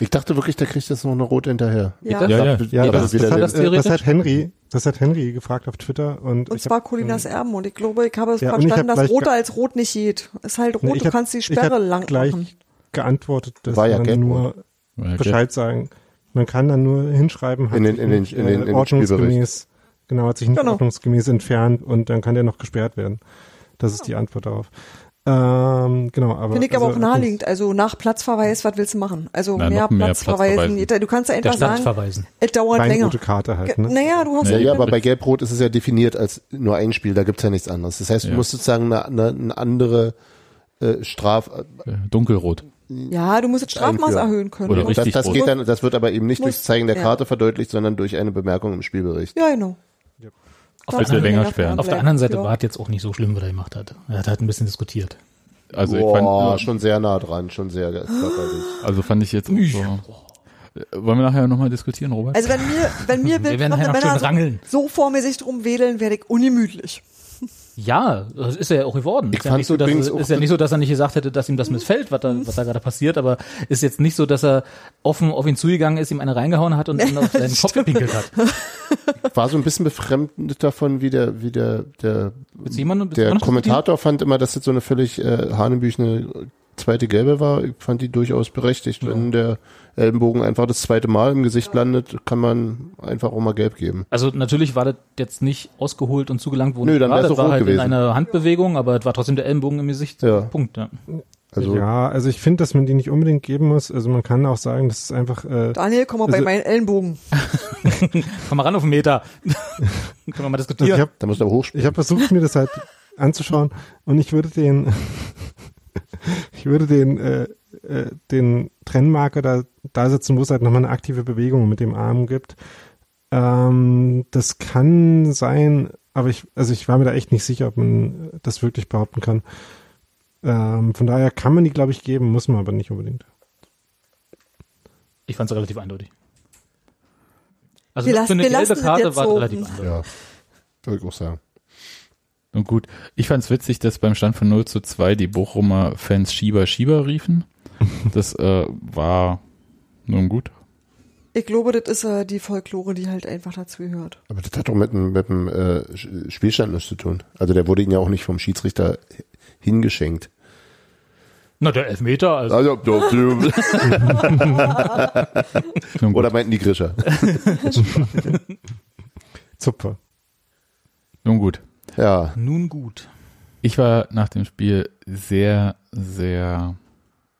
[SPEAKER 2] Ich dachte wirklich, der kriegt jetzt noch eine rote hinterher.
[SPEAKER 1] Ja.
[SPEAKER 4] Ja, ja.
[SPEAKER 5] Ja,
[SPEAKER 2] Jeder
[SPEAKER 5] das,
[SPEAKER 2] wieder den-
[SPEAKER 5] das, hat,
[SPEAKER 3] das
[SPEAKER 5] äh, das
[SPEAKER 3] theoretisch?
[SPEAKER 5] hat Henry, das hat Henry gefragt auf Twitter
[SPEAKER 1] Und
[SPEAKER 5] und, ich hab- hm.
[SPEAKER 1] zwar Colinas Erben. Und ich glaube, ich habe es
[SPEAKER 5] Ja, und ich
[SPEAKER 1] verstanden,
[SPEAKER 5] hab
[SPEAKER 1] dass
[SPEAKER 5] gleich
[SPEAKER 1] Rot
[SPEAKER 5] ge-
[SPEAKER 1] als Rot nicht geht. Ist halt
[SPEAKER 5] Nee,
[SPEAKER 1] rot,
[SPEAKER 5] ich
[SPEAKER 1] du
[SPEAKER 5] hab-
[SPEAKER 1] kannst die
[SPEAKER 5] ich
[SPEAKER 1] Sperre
[SPEAKER 5] hab
[SPEAKER 1] lang
[SPEAKER 5] gleich
[SPEAKER 1] machen.
[SPEAKER 5] geantwortet, dass
[SPEAKER 2] War ja
[SPEAKER 5] man
[SPEAKER 2] gelb,
[SPEAKER 5] nur Bescheid sagen. Man kann dann nur hinschreiben, hat
[SPEAKER 2] In den-
[SPEAKER 5] sich
[SPEAKER 2] in den-
[SPEAKER 5] nicht,
[SPEAKER 2] in den- in den
[SPEAKER 5] ordnungsgemäß, genau, hat sich nicht
[SPEAKER 1] Genau.
[SPEAKER 5] ordnungsgemäß entfernt und dann kann der noch gesperrt werden. Das ist die Antwort darauf. Ähm, genau, aber.
[SPEAKER 1] Finde ich aber
[SPEAKER 5] also,
[SPEAKER 1] auch naheliegend. Also nach Platzverweis, was willst du machen? Also
[SPEAKER 4] Na,
[SPEAKER 1] mehr,
[SPEAKER 4] noch mehr
[SPEAKER 1] Platzverweisen.
[SPEAKER 4] Platzverweisen.
[SPEAKER 1] Du kannst ja
[SPEAKER 3] Der
[SPEAKER 1] einfach
[SPEAKER 3] Stand
[SPEAKER 1] sagen,
[SPEAKER 3] verweisen.
[SPEAKER 1] es dauert
[SPEAKER 5] Rein
[SPEAKER 1] länger.
[SPEAKER 5] rote Karte halt,
[SPEAKER 1] Ge-
[SPEAKER 5] ne?
[SPEAKER 1] Naja, du hast
[SPEAKER 4] Nee.
[SPEAKER 2] Ja,
[SPEAKER 1] ja,
[SPEAKER 2] ja, aber bei Gelb-Rot ist es ja definiert als nur ein Spiel, da gibt's ja nichts anderes. Das heißt, du
[SPEAKER 4] Ja.
[SPEAKER 2] musst sozusagen eine, eine, eine andere äh, Straf...
[SPEAKER 4] Äh, Dunkelrot.
[SPEAKER 1] du musst das Strafmaß
[SPEAKER 2] Einführen.
[SPEAKER 1] erhöhen können. ne?
[SPEAKER 4] Oder
[SPEAKER 1] Und-
[SPEAKER 4] richtig
[SPEAKER 2] das, das
[SPEAKER 4] rot.
[SPEAKER 2] geht dann, das wird aber eben nicht
[SPEAKER 1] Muss-
[SPEAKER 2] durchs Zeigen der
[SPEAKER 1] ja.
[SPEAKER 2] Karte verdeutlicht, sondern durch eine Bemerkung im Spielbericht.
[SPEAKER 1] Ja, genau.
[SPEAKER 3] Auf
[SPEAKER 1] Darf
[SPEAKER 3] der,
[SPEAKER 1] man
[SPEAKER 4] länger
[SPEAKER 1] länger
[SPEAKER 4] sperren.
[SPEAKER 1] fahren
[SPEAKER 3] auf der
[SPEAKER 1] bleiben.
[SPEAKER 3] anderen Seite
[SPEAKER 1] Ja.
[SPEAKER 3] war es jetzt auch nicht so schlimm, was er gemacht hat. Er hat halt ein bisschen diskutiert.
[SPEAKER 4] Also ich
[SPEAKER 2] Boah,
[SPEAKER 4] fand,
[SPEAKER 2] schon sehr nah dran, schon sehr körperlich.
[SPEAKER 4] Also fand ich jetzt auch so. Äh, Wollen wir nachher nochmal diskutieren, Robert?
[SPEAKER 1] Also wenn mir, wenn mir
[SPEAKER 3] Wir werden
[SPEAKER 1] wildfremde
[SPEAKER 3] nachher noch schön rangeln.
[SPEAKER 1] so, so vor mir sich drum wedeln, werde ich ungemütlich.
[SPEAKER 3] Ja, das ist er ja auch geworden.
[SPEAKER 2] Ich
[SPEAKER 3] ist ja,
[SPEAKER 2] fand's
[SPEAKER 3] nicht so, dass,
[SPEAKER 2] übrigens
[SPEAKER 3] ist
[SPEAKER 2] auch-
[SPEAKER 3] ja nicht so, dass er nicht gesagt hätte, dass ihm das missfällt, was da, was da gerade passiert, aber ist jetzt nicht so, dass er offen auf ihn zugegangen ist, ihm eine reingehauen hat und dann auf seinen Kopf gepinkelt hat.
[SPEAKER 2] War so ein bisschen befremdend davon, wie der, wie der, der,
[SPEAKER 3] Willst du jemanden- willst du
[SPEAKER 2] der
[SPEAKER 3] auch noch
[SPEAKER 2] Kommentator fand immer, dass das so eine völlig äh, hanebüchene zweite Gelbe war. Ich fand die durchaus berechtigt. Wenn der Ellenbogen einfach das zweite Mal im Gesicht landet, kann man einfach auch mal gelb geben.
[SPEAKER 3] Also natürlich war das jetzt nicht ausgeholt und zugelangt, wo
[SPEAKER 2] Nö,
[SPEAKER 3] nicht
[SPEAKER 2] dann
[SPEAKER 3] war.
[SPEAKER 2] wär's
[SPEAKER 3] Das
[SPEAKER 2] auch
[SPEAKER 3] war
[SPEAKER 2] rot
[SPEAKER 3] halt
[SPEAKER 2] gewesen.
[SPEAKER 3] in einer Handbewegung, aber es war trotzdem der Ellenbogen im Gesicht.
[SPEAKER 2] Ja.
[SPEAKER 3] Punkt. Ja.
[SPEAKER 2] Also
[SPEAKER 5] Ja, also ich finde, dass man die nicht unbedingt geben muss. Also man kann auch sagen, das ist einfach, äh,
[SPEAKER 1] Daniel, komm mal bei
[SPEAKER 5] Also-
[SPEAKER 1] meinen Ellenbogen.
[SPEAKER 3] Komm mal ran auf den Meter. Können wir mal
[SPEAKER 5] also ich
[SPEAKER 3] diskutieren.
[SPEAKER 5] hab
[SPEAKER 2] da muss er hochspielen.
[SPEAKER 5] Ich habe versucht, mir das halt anzuschauen und ich würde den, ich würde den, äh, äh, den Trennmarker da, da setzen, wo es halt nochmal eine aktive Bewegung mit dem Arm gibt. Ähm, das kann sein, aber ich, also ich war mir da echt nicht sicher, ob man das wirklich behaupten kann. Ähm, von daher kann man die, glaube ich, geben, muss man aber nicht unbedingt.
[SPEAKER 3] Ich fand es relativ eindeutig. Also
[SPEAKER 1] Wir
[SPEAKER 3] das
[SPEAKER 1] lassen-
[SPEAKER 3] für eine
[SPEAKER 1] wir
[SPEAKER 3] gelbe
[SPEAKER 1] lassen es
[SPEAKER 3] Karte
[SPEAKER 1] jetzt
[SPEAKER 3] war
[SPEAKER 1] so
[SPEAKER 3] relativ
[SPEAKER 1] offen.
[SPEAKER 3] einfach.
[SPEAKER 2] Ja, würde ich auch sagen.
[SPEAKER 4] Nun gut, ich fand's witzig, dass beim Stand von 0 zu 2 die Bochumer Fans Schieber Schieber riefen. Das äh, war nun gut.
[SPEAKER 1] Ich glaube, das ist äh, die Folklore, die halt einfach dazu gehört.
[SPEAKER 2] Aber das hat doch mit, dem- mit dem äh, Sch- Spielstand nichts zu tun. Also der wurde ihnen ja auch nicht vom Schiedsrichter hingeschenkt.
[SPEAKER 3] Na, der Elfmeter, also
[SPEAKER 2] Also, du- du-
[SPEAKER 4] Nun gut.
[SPEAKER 2] oder meinten die Grischer?
[SPEAKER 5] Zupfer.
[SPEAKER 4] Nun gut.
[SPEAKER 2] Ja,
[SPEAKER 3] nun gut.
[SPEAKER 4] Ich war nach dem Spiel sehr, sehr.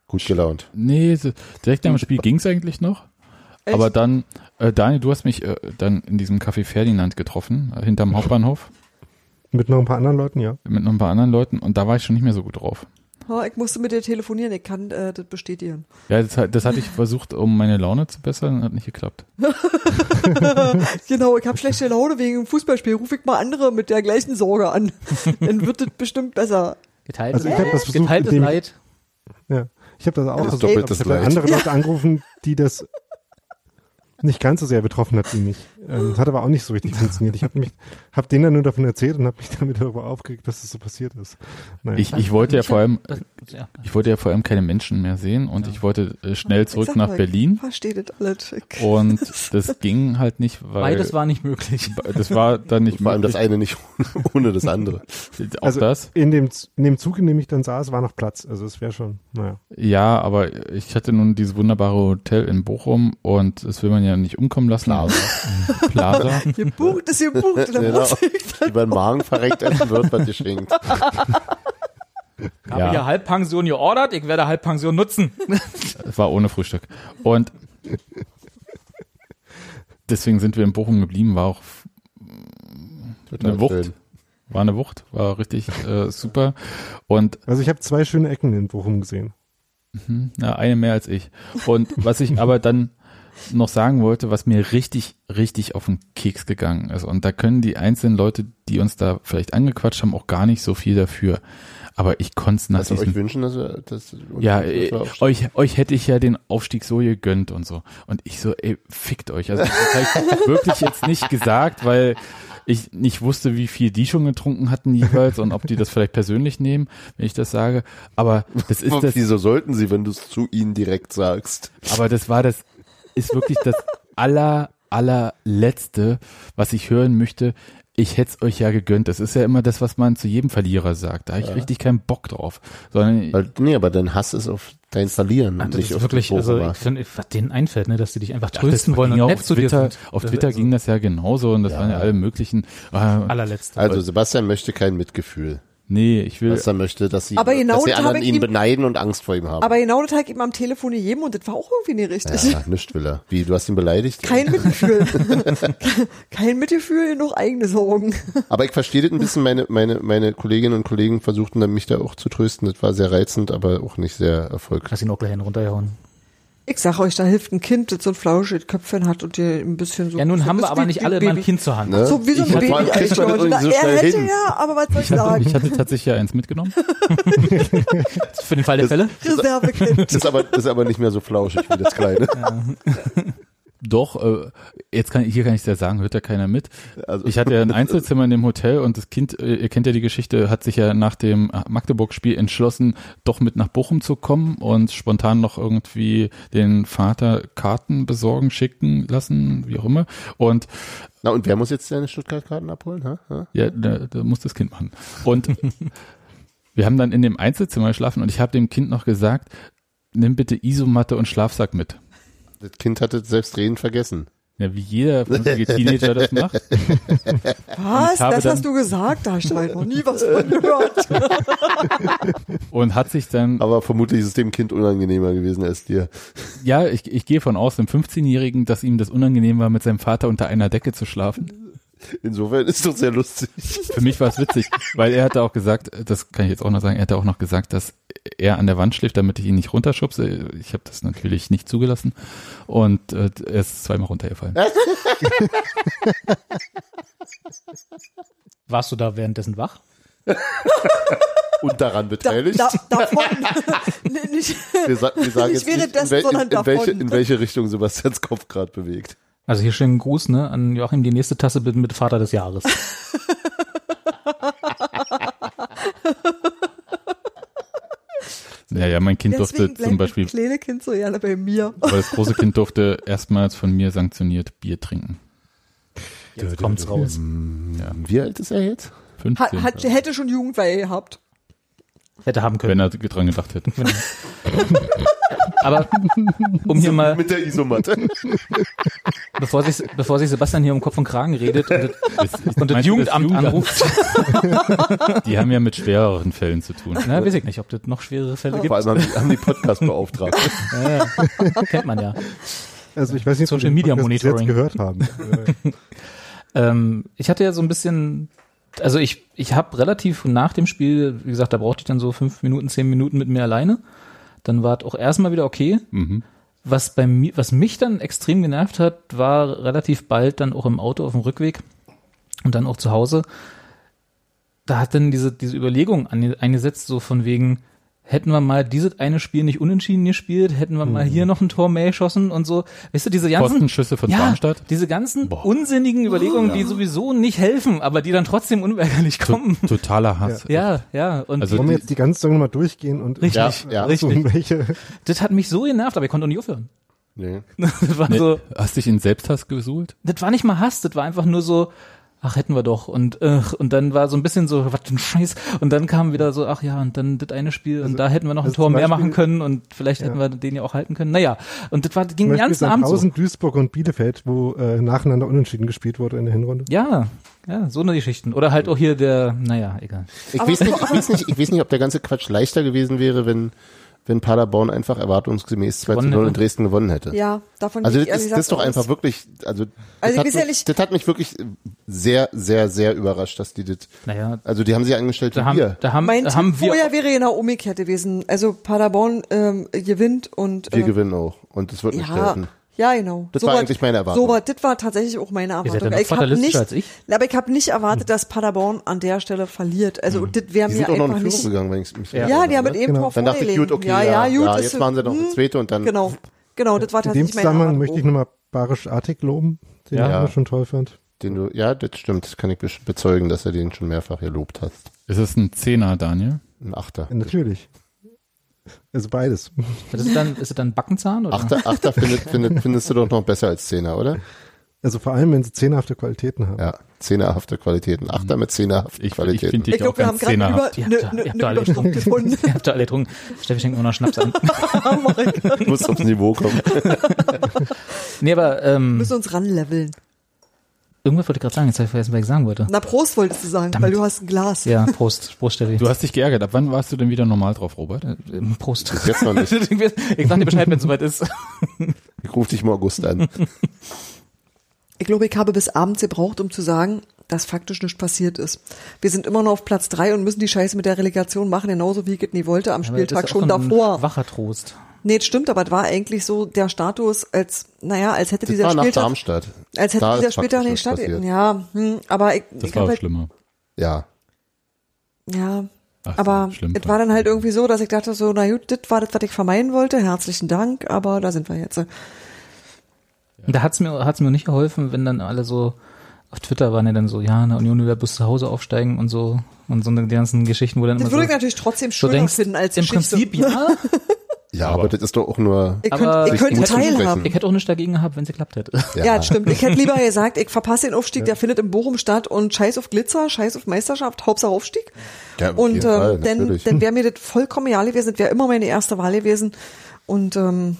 [SPEAKER 2] gut gelaunt.
[SPEAKER 4] Nee, so- direkt nach dem Spiel ging's eigentlich noch.
[SPEAKER 1] Echt?
[SPEAKER 4] Aber dann, äh, Daniel, du hast mich äh, dann in diesem Café Ferdinand getroffen, äh, hinterm Hauptbahnhof,
[SPEAKER 5] Mit noch ein paar anderen Leuten, ja.
[SPEAKER 4] mit noch ein paar anderen Leuten und da war ich schon nicht mehr so gut drauf.
[SPEAKER 1] Ja, ich musste mit dir telefonieren, ich kann äh, das bestätigen.
[SPEAKER 4] Ja, das, hat- das hatte ich versucht, um meine Laune zu bessern, hat nicht geklappt.
[SPEAKER 1] Genau, ich habe schlechte Laune wegen dem Fußballspiel. Ruf ich mal andere mit der gleichen Sorge an. Dann wird das bestimmt besser.
[SPEAKER 3] Geteiltes,
[SPEAKER 5] Also ich hab das versucht,
[SPEAKER 3] geteiltes
[SPEAKER 5] indem ich-
[SPEAKER 3] Leid.
[SPEAKER 5] Ja. Ich habe das auch
[SPEAKER 1] Das ist
[SPEAKER 5] versucht,
[SPEAKER 2] doppeltes
[SPEAKER 5] aber ich hab dann
[SPEAKER 2] Leid.
[SPEAKER 5] andere Leute angerufen, die das nicht ganz so sehr betroffen hat wie mich. Ähm, das hat aber auch nicht so richtig funktioniert. Ich habe mich, habe denen dann nur davon erzählt und habe mich damit darüber aufgeregt, dass das so passiert ist. Naja.
[SPEAKER 4] Ich, ich wollte ja vor allem,
[SPEAKER 3] Das- ja.
[SPEAKER 4] ich wollte ja vor allem keine Menschen mehr sehen und ich wollte äh, schnell
[SPEAKER 1] Ich
[SPEAKER 4] zurück
[SPEAKER 1] sag
[SPEAKER 4] nach
[SPEAKER 1] mal, Ich
[SPEAKER 4] Berlin
[SPEAKER 1] verstehe das alles. Ich,
[SPEAKER 3] Oh.
[SPEAKER 4] und das ging halt nicht, weil
[SPEAKER 3] Beides war nicht möglich.
[SPEAKER 4] das war dann nicht
[SPEAKER 2] Vor allem das
[SPEAKER 4] möglich.
[SPEAKER 2] eine nicht ohne das andere.
[SPEAKER 4] auch
[SPEAKER 5] Also-
[SPEAKER 4] das.
[SPEAKER 5] in dem, Z- in dem Zug, in dem ich dann saß, war noch Platz. Also es wäre schon, naja.
[SPEAKER 4] Ja, aber ich hatte nun dieses wunderbare Hotel in Bochum und das will man ja nicht umkommen lassen. Plaza. Plaza.
[SPEAKER 1] gebucht ist gebucht. Da
[SPEAKER 2] Genau.
[SPEAKER 1] muss ich dann
[SPEAKER 2] Über den Magen verreckt essen wird, was geschenkt.
[SPEAKER 3] Habe ja
[SPEAKER 4] Ja,
[SPEAKER 3] Halbpension geordert, ich werde Halbpension nutzen.
[SPEAKER 4] es war ohne Frühstück. Und deswegen sind wir in Bochum geblieben, war auch eine Wucht.
[SPEAKER 2] Schön.
[SPEAKER 4] War eine Wucht, war richtig äh, super. Und
[SPEAKER 5] Also ich habe zwei schöne Ecken in Bochum gesehen.
[SPEAKER 4] Na, eine mehr als ich. Und was ich aber dann noch sagen wollte, was mir richtig, richtig auf den Keks gegangen ist. Und da können die einzelnen Leute, die uns da vielleicht angequatscht haben, auch gar nicht so viel dafür. Aber ich konnte es nach
[SPEAKER 2] Also euch
[SPEAKER 4] diesem,
[SPEAKER 2] wünschen, dass wir das
[SPEAKER 4] ja,
[SPEAKER 2] dass
[SPEAKER 4] äh,
[SPEAKER 2] wir aufsteigen?
[SPEAKER 4] euch, euch hätte ich ja den Aufstieg so gegönnt und so. Und ich so, ey, fickt euch. Also das habe ich wirklich jetzt nicht gesagt, weil ich nicht wusste, wie viel die schon getrunken hatten jeweils und ob die das vielleicht persönlich nehmen, wenn ich das sage. Aber das ist das
[SPEAKER 2] Wieso sollten sie, wenn du es zu ihnen direkt sagst?
[SPEAKER 4] Aber das war das, ist wirklich das aller, allerletzte, was ich hören möchte. Ich hätte es euch ja gegönnt. Das ist ja immer das, was man zu jedem Verlierer sagt. Da habe ich richtig keinen Bock drauf. Sondern
[SPEAKER 2] Weil, nee, aber dein Hass ist auf dein Installieren und
[SPEAKER 3] das
[SPEAKER 2] nicht
[SPEAKER 3] ist
[SPEAKER 2] auf
[SPEAKER 3] wirklich,
[SPEAKER 2] den Bogen,
[SPEAKER 3] also
[SPEAKER 2] aber-
[SPEAKER 3] ich finde, was denen einfällt, ne, dass sie dich einfach
[SPEAKER 4] Ach,
[SPEAKER 3] trösten
[SPEAKER 4] das
[SPEAKER 3] wollen
[SPEAKER 4] ging
[SPEAKER 3] und
[SPEAKER 4] ja
[SPEAKER 3] nett
[SPEAKER 4] auf
[SPEAKER 3] zu dir
[SPEAKER 4] Twitter,
[SPEAKER 3] sind.
[SPEAKER 4] auf
[SPEAKER 3] Das
[SPEAKER 4] Twitter
[SPEAKER 3] ist
[SPEAKER 4] ging das ja genauso und das
[SPEAKER 2] Ja.
[SPEAKER 4] waren ja alle möglichen. Ah,
[SPEAKER 3] allerletzte.
[SPEAKER 2] also Sebastian möchte kein Mitgefühl.
[SPEAKER 4] nee, ich will.
[SPEAKER 2] Sebastian möchte, dass, sie,
[SPEAKER 1] Aber genau
[SPEAKER 2] dass die
[SPEAKER 1] das
[SPEAKER 2] anderen
[SPEAKER 1] habe ich
[SPEAKER 2] ihn
[SPEAKER 1] ihm-
[SPEAKER 2] beneiden und Angst vor ihm haben.
[SPEAKER 1] Aber genau das hat eben am Telefon gegeben und das war auch irgendwie nicht richtig.
[SPEAKER 2] ja, nichts will er. Wie, du hast ihn beleidigt?
[SPEAKER 1] Kein Mitgefühl. Kein Mitgefühl, noch eigene Sorgen.
[SPEAKER 2] Aber ich verstehe das ein bisschen. Meine, meine, meine Kolleginnen und Kollegen versuchten dann mich da auch zu trösten. Das war sehr reizend, aber auch nicht sehr erfolgreich.
[SPEAKER 3] Lass ihn auch gleich einen runterhauen.
[SPEAKER 1] Ich sag euch, da hilft ein Kind, das so ein flauschiges Köpfchen hat und dir ein bisschen so.
[SPEAKER 3] Ja, nun
[SPEAKER 1] so
[SPEAKER 3] haben
[SPEAKER 1] ist
[SPEAKER 3] wir aber
[SPEAKER 1] wie-
[SPEAKER 3] nicht
[SPEAKER 1] wie
[SPEAKER 3] alle
[SPEAKER 1] Baby.
[SPEAKER 3] mal ein Kind zur Hand.
[SPEAKER 2] Ne?
[SPEAKER 1] So wie so ein
[SPEAKER 2] Ich- vor allem
[SPEAKER 1] Baby.
[SPEAKER 2] kriegt man
[SPEAKER 1] eigentlich.
[SPEAKER 2] das irgendwie so
[SPEAKER 1] er
[SPEAKER 2] schnell
[SPEAKER 1] hätte
[SPEAKER 2] hin.
[SPEAKER 1] ja, aber was soll ich
[SPEAKER 4] Ich hatte, ich
[SPEAKER 1] sagen?
[SPEAKER 4] hatte tatsächlich ja eins mitgenommen.
[SPEAKER 3] Für den Fall der Fälle.
[SPEAKER 1] Reservekind.
[SPEAKER 2] Das ist aber, das ist aber nicht mehr so flauschig wie das kleine.
[SPEAKER 4] Doch, äh, jetzt kann hier kann ich ja sagen, hört ja keiner mit.
[SPEAKER 2] Also-
[SPEAKER 4] ich hatte ja ein Einzelzimmer in dem Hotel und das Kind, äh, ihr kennt ja die Geschichte, hat sich ja nach dem Magdeburg-Spiel entschlossen, doch mit nach Bochum zu kommen und spontan noch irgendwie den Vater Karten besorgen, schicken lassen, wie auch immer. Und
[SPEAKER 2] Na, und wer muss jetzt seine Stuttgart-Karten abholen? Ha? Ha?
[SPEAKER 4] ja, da, da muss das Kind machen. Und wir haben dann in dem Einzelzimmer geschlafen und ich habe dem Kind noch gesagt, nimm bitte Isomatte und Schlafsack mit.
[SPEAKER 2] Das Kind hatte selbst reden vergessen.
[SPEAKER 4] Ja, wie jeder vernünftige Teenager das macht.
[SPEAKER 1] Was?
[SPEAKER 4] habe
[SPEAKER 1] Das
[SPEAKER 4] dann-
[SPEAKER 1] hast du gesagt? Da hab ich halt noch nie was
[SPEAKER 2] Äh,
[SPEAKER 1] von gehört.
[SPEAKER 4] Und hat sich dann
[SPEAKER 2] Aber vermutlich ist es dem Kind unangenehmer gewesen als dir.
[SPEAKER 4] Ja, ich, ich gehe von aus, dem 15-Jährigen, dass ihm das unangenehm war, mit seinem Vater unter einer Decke zu schlafen.
[SPEAKER 2] Insofern ist doch sehr lustig.
[SPEAKER 4] Für mich war es witzig, weil er hatte auch gesagt, das kann ich jetzt auch noch sagen, er hatte auch noch gesagt, dass er an der Wand schläft, damit ich ihn nicht runterschubse. Ich habe das natürlich nicht zugelassen und äh, er ist zweimal runtergefallen.
[SPEAKER 3] Warst du da währenddessen wach?
[SPEAKER 2] Und daran
[SPEAKER 1] Da,
[SPEAKER 2] beteiligt.
[SPEAKER 1] da, davon. nee, nicht.
[SPEAKER 2] wir, sa wir sagen
[SPEAKER 1] Nicht
[SPEAKER 2] jetzt nicht, in,
[SPEAKER 1] währenddessen,
[SPEAKER 2] wel
[SPEAKER 1] sondern
[SPEAKER 2] in, in, welche,
[SPEAKER 1] davon.
[SPEAKER 2] in welche Richtung Sebastians Kopf gerade bewegt.
[SPEAKER 3] Also hier schönen Gruß ne, an Joachim. Die nächste Tasse bitte mit Vater des Jahres.
[SPEAKER 4] Naja, mein Kind
[SPEAKER 1] Deswegen
[SPEAKER 4] durfte
[SPEAKER 1] bleibt
[SPEAKER 4] zum Beispiel,
[SPEAKER 1] das kleine Kind so gerne bei mir.
[SPEAKER 4] weil das große Kind durfte erstmals von mir sanktioniert Bier trinken.
[SPEAKER 3] Jetzt kommt's raus.
[SPEAKER 2] Wie alt ist er jetzt?
[SPEAKER 4] 15.
[SPEAKER 1] Hat, hat, hätte schon Jugendweihe gehabt.
[SPEAKER 3] Hätte haben können.
[SPEAKER 4] wenn er dran gedacht hätte.
[SPEAKER 3] Aber um hier mal,
[SPEAKER 2] Mit der Isomatte.
[SPEAKER 3] bevor sich, bevor sich Sebastian hier um Kopf und Kragen redet und, das- und das
[SPEAKER 4] das
[SPEAKER 3] Jugendamt
[SPEAKER 4] Jugendamt?
[SPEAKER 3] anruft,
[SPEAKER 4] Die haben ja mit schwereren Fällen zu tun.
[SPEAKER 3] na, weiß ich nicht, ob das noch schwerere Fälle gibt.
[SPEAKER 2] Vor allem haben die, haben die Podcast beauftragt.
[SPEAKER 3] Kennt man ja.
[SPEAKER 5] Also ich weiß nicht,
[SPEAKER 3] Social
[SPEAKER 5] den
[SPEAKER 3] Media
[SPEAKER 5] Podcast bis
[SPEAKER 3] Monitoring.
[SPEAKER 5] jetzt gehört haben. Äh,
[SPEAKER 3] Ähm, ich hatte ja so ein bisschen, also ich, ich habe relativ nach dem Spiel, wie gesagt, da brauchte ich dann so fünf Minuten, zehn Minuten mit mir alleine. Dann war es auch erstmal wieder okay. Was bei mir, was mich dann extrem genervt hat, war relativ bald dann auch im Auto auf dem Rückweg und dann auch zu Hause. Da hat dann diese, diese Überlegung ange- eingesetzt, so von wegen, hätten wir mal dieses eine Spiel nicht unentschieden gespielt, hätten wir mal hier noch ein Tor mehr geschossen und so. Weißt du, diese ganzen
[SPEAKER 4] Postenschüsse von Darmstadt.
[SPEAKER 3] diese ganzen unsinnigen Überlegungen, die sowieso nicht helfen, aber die dann trotzdem unweigerlich kommen.
[SPEAKER 4] Totaler Hass.
[SPEAKER 3] Ja, ja. Und
[SPEAKER 4] Also
[SPEAKER 5] Wollen wir
[SPEAKER 4] die-
[SPEAKER 5] jetzt die ganze Sache nochmal durchgehen und
[SPEAKER 3] richtig,
[SPEAKER 2] Ja, ja.
[SPEAKER 5] so
[SPEAKER 3] richtig.
[SPEAKER 5] welche
[SPEAKER 3] Das hat mich so genervt, aber ich konnte auch nicht aufhören.
[SPEAKER 2] Nee.
[SPEAKER 3] Das war
[SPEAKER 4] Nee,
[SPEAKER 5] Also-
[SPEAKER 3] so,
[SPEAKER 4] hast dich in Selbsthass gesuhlt?
[SPEAKER 3] das war nicht mal Hass, das war einfach nur so, ach, hätten wir doch. Und ach, und dann war so ein bisschen so, was für ein Scheiß. Und dann kam wieder so, ach ja, und dann das eine Spiel und da hätten wir noch ein
[SPEAKER 5] also
[SPEAKER 3] Tor
[SPEAKER 5] zum
[SPEAKER 3] mehr
[SPEAKER 5] Beispiel-
[SPEAKER 3] machen können und vielleicht hätten wir den ja auch halten können. Naja, und das war das ging den ganzen Abend so.
[SPEAKER 5] Tausend Duisburg und Bielefeld, wo äh, nacheinander unentschieden gespielt wurde in der Hinrunde.
[SPEAKER 3] Ja, ja, so eine Geschichten. Oder halt auch hier der, naja, egal.
[SPEAKER 2] Ich, weiß nicht, ich, weiß nicht, ich weiß nicht, ob der ganze Quatsch leichter gewesen wäre, wenn, wenn Paderborn einfach erwartungsgemäß 2 zu
[SPEAKER 3] Gewonnen
[SPEAKER 2] 0
[SPEAKER 3] hätte.
[SPEAKER 2] in Dresden gewonnen hätte.
[SPEAKER 1] Ja, davon
[SPEAKER 2] Also
[SPEAKER 1] gehe
[SPEAKER 2] das
[SPEAKER 1] ich ehrlich
[SPEAKER 2] ist,
[SPEAKER 1] gesagt
[SPEAKER 2] das ist doch
[SPEAKER 1] aus.
[SPEAKER 2] einfach wirklich,
[SPEAKER 1] Also
[SPEAKER 2] also,
[SPEAKER 1] ich
[SPEAKER 2] das,
[SPEAKER 1] weiß
[SPEAKER 2] hat mich,
[SPEAKER 1] ehrlich-
[SPEAKER 2] das hat mich wirklich sehr, sehr, sehr überrascht, dass die das,
[SPEAKER 3] Naja,
[SPEAKER 2] also die haben sich angestellt
[SPEAKER 3] da
[SPEAKER 2] wie
[SPEAKER 3] haben,
[SPEAKER 2] wir.
[SPEAKER 3] da haben,
[SPEAKER 1] Mein
[SPEAKER 3] da haben
[SPEAKER 1] Tipp
[SPEAKER 3] wir
[SPEAKER 1] vorher wäre genau umgekehrt gewesen. Also Paderborn ähm, gewinnt und
[SPEAKER 2] wir
[SPEAKER 1] äh,
[SPEAKER 2] gewinnen auch und das wird nicht
[SPEAKER 1] ja,
[SPEAKER 2] helfen.
[SPEAKER 1] ja, genau.
[SPEAKER 2] Das war eigentlich meine Erwartung.
[SPEAKER 1] So war, das war tatsächlich auch meine
[SPEAKER 3] seid ja
[SPEAKER 1] Erwartung.
[SPEAKER 3] noch
[SPEAKER 1] ich hab
[SPEAKER 3] fatalistischer
[SPEAKER 1] nicht,
[SPEAKER 3] als ich.
[SPEAKER 1] Aber ich habe nicht erwartet, dass Paderborn an der Stelle verliert. Also das wäre
[SPEAKER 2] Die
[SPEAKER 1] mir
[SPEAKER 2] sind auch noch in
[SPEAKER 1] einfach
[SPEAKER 2] Führung
[SPEAKER 1] nicht.
[SPEAKER 2] gegangen, wenn ich mich ne?
[SPEAKER 3] Ja.
[SPEAKER 1] Ja, die haben mit eben genau.
[SPEAKER 5] Genau.
[SPEAKER 2] Dann dachte ich, gut, okay,
[SPEAKER 1] ja,
[SPEAKER 2] ja,
[SPEAKER 1] ja, gut,
[SPEAKER 2] ja,
[SPEAKER 1] ist-
[SPEAKER 2] jetzt machen sie noch eine
[SPEAKER 1] hm,
[SPEAKER 2] zweite und dann-
[SPEAKER 1] Genau, genau, das war
[SPEAKER 5] In dem
[SPEAKER 1] tatsächlich meine
[SPEAKER 5] Zusammenhang
[SPEAKER 1] Erwartung.
[SPEAKER 5] möchte ich nochmal Barisch Artig loben, den
[SPEAKER 3] Ja.
[SPEAKER 5] ich immer schon toll fand.
[SPEAKER 2] Den du, ja, das stimmt, das kann ich be- bezeugen, dass er den schon mehrfach gelobt hat.
[SPEAKER 4] Ist es ein Zehner, Daniel?
[SPEAKER 2] Ein Achter.
[SPEAKER 5] Ja, natürlich. Also beides.
[SPEAKER 3] Das ist dann, ist es dann Backenzahn oder?
[SPEAKER 2] Achter, Achter findet, findet, findest du doch noch besser als Zehner, oder?
[SPEAKER 5] Also vor allem, wenn sie zehnerhafte Qualitäten haben.
[SPEAKER 2] Ja, zehnerhafte Qualitäten. Achter mit zehnerhaften
[SPEAKER 4] Ich, ich
[SPEAKER 2] Qualitäten.
[SPEAKER 4] finde
[SPEAKER 1] Ich
[SPEAKER 4] dich auch
[SPEAKER 1] glaube, wir haben
[SPEAKER 4] ganz
[SPEAKER 1] gerade
[SPEAKER 4] Zehner.
[SPEAKER 1] über
[SPEAKER 3] Ihr habt da-
[SPEAKER 1] eine,
[SPEAKER 3] ihr
[SPEAKER 1] eine,
[SPEAKER 3] habt da
[SPEAKER 1] eine
[SPEAKER 3] alle
[SPEAKER 1] Überschrift gefunden.
[SPEAKER 3] Ihr habt da alle getrunken. Steffi schenkt mir noch Schnaps an.
[SPEAKER 2] ich muss aufs Niveau kommen.
[SPEAKER 3] Nee, aber
[SPEAKER 1] Wir
[SPEAKER 3] ähm,
[SPEAKER 1] müssen uns ranleveln.
[SPEAKER 3] irgendwas wollte ich gerade sagen, jetzt habe ich vergessen, was ich sagen wollte.
[SPEAKER 1] Na, Prost wolltest du sagen,
[SPEAKER 3] Verdammt.
[SPEAKER 1] weil du hast ein Glas.
[SPEAKER 3] Ja, Prost, Prost, Steffi.
[SPEAKER 4] Du hast dich geärgert. Ab wann warst du denn wieder normal drauf, Robert?
[SPEAKER 5] Äh,
[SPEAKER 3] Ähm, Prost.
[SPEAKER 2] Jetzt noch nicht.
[SPEAKER 3] ich sag dir Bescheid, wenn es soweit ist.
[SPEAKER 2] Ich rufe dich im August an.
[SPEAKER 1] Ich glaube, ich habe bis abends gebraucht, um zu sagen, dass faktisch nichts passiert ist. Wir sind immer noch auf Platz drei und müssen die Scheiße mit der Relegation machen, genauso wie ich es nie wollte, am
[SPEAKER 3] Das
[SPEAKER 1] Spieltag
[SPEAKER 3] ist auch
[SPEAKER 1] schon
[SPEAKER 3] ein
[SPEAKER 1] davor.
[SPEAKER 3] Wacher Trost.
[SPEAKER 1] Nee, das stimmt, aber es war eigentlich so der Status, als, naja, als hätte
[SPEAKER 2] Das
[SPEAKER 1] dieser
[SPEAKER 2] war Ah, nach
[SPEAKER 1] Spieltag,
[SPEAKER 2] Darmstadt.
[SPEAKER 1] als hätte
[SPEAKER 2] Da
[SPEAKER 1] dieser
[SPEAKER 2] ist
[SPEAKER 1] Spieltag
[SPEAKER 2] faktisch
[SPEAKER 1] nicht
[SPEAKER 2] was
[SPEAKER 1] stattgefunden.
[SPEAKER 2] passiert.
[SPEAKER 1] Ja, hm, aber ich,
[SPEAKER 4] Das
[SPEAKER 1] ich
[SPEAKER 4] war
[SPEAKER 1] hab halt,
[SPEAKER 4] schlimmer.
[SPEAKER 2] Ja.
[SPEAKER 1] ja,
[SPEAKER 4] Ach so,
[SPEAKER 1] aber
[SPEAKER 4] schlimm
[SPEAKER 1] es
[SPEAKER 4] war
[SPEAKER 1] war dann
[SPEAKER 4] es
[SPEAKER 1] halt
[SPEAKER 4] nicht.
[SPEAKER 1] irgendwie so, dass ich dachte so, na gut, das war das, was ich vermeiden wollte, herzlichen Dank, aber da sind wir jetzt.
[SPEAKER 3] Und Da hat's mir, hat's mir nicht geholfen, wenn dann alle so auf Twitter waren ja dann so, ja, na Union will bis zu Hause aufsteigen und so und so eine- die ganzen Geschichten, wo dann
[SPEAKER 1] Das
[SPEAKER 3] immer
[SPEAKER 1] würde ich
[SPEAKER 3] so,
[SPEAKER 1] natürlich trotzdem
[SPEAKER 3] so
[SPEAKER 1] schöner
[SPEAKER 3] denkst,
[SPEAKER 1] finden als
[SPEAKER 3] im
[SPEAKER 1] Geschichte.
[SPEAKER 3] Prinzip ja,
[SPEAKER 2] Ja, aber, das ist doch auch nur.
[SPEAKER 1] Ihr
[SPEAKER 3] Aber
[SPEAKER 1] könnt, ihr
[SPEAKER 3] sich
[SPEAKER 1] könnt
[SPEAKER 2] Mut
[SPEAKER 1] teilhaben.
[SPEAKER 3] ich hätte auch nichts dagegen gehabt, wenn es geklappt hätte.
[SPEAKER 1] Ja, das stimmt. Ich hätte lieber gesagt, ich verpasse den Aufstieg, der findet in Bochum statt und scheiß auf Glitzer, scheiß auf Meisterschaft, Hauptsache Aufstieg.
[SPEAKER 2] Ja, auf
[SPEAKER 1] und
[SPEAKER 2] jeden Fall,
[SPEAKER 1] ähm, denn,
[SPEAKER 2] natürlich.
[SPEAKER 1] denn wäre mir das vollkommen egal gewesen, das wäre immer meine erste Wahl gewesen. Und ähm,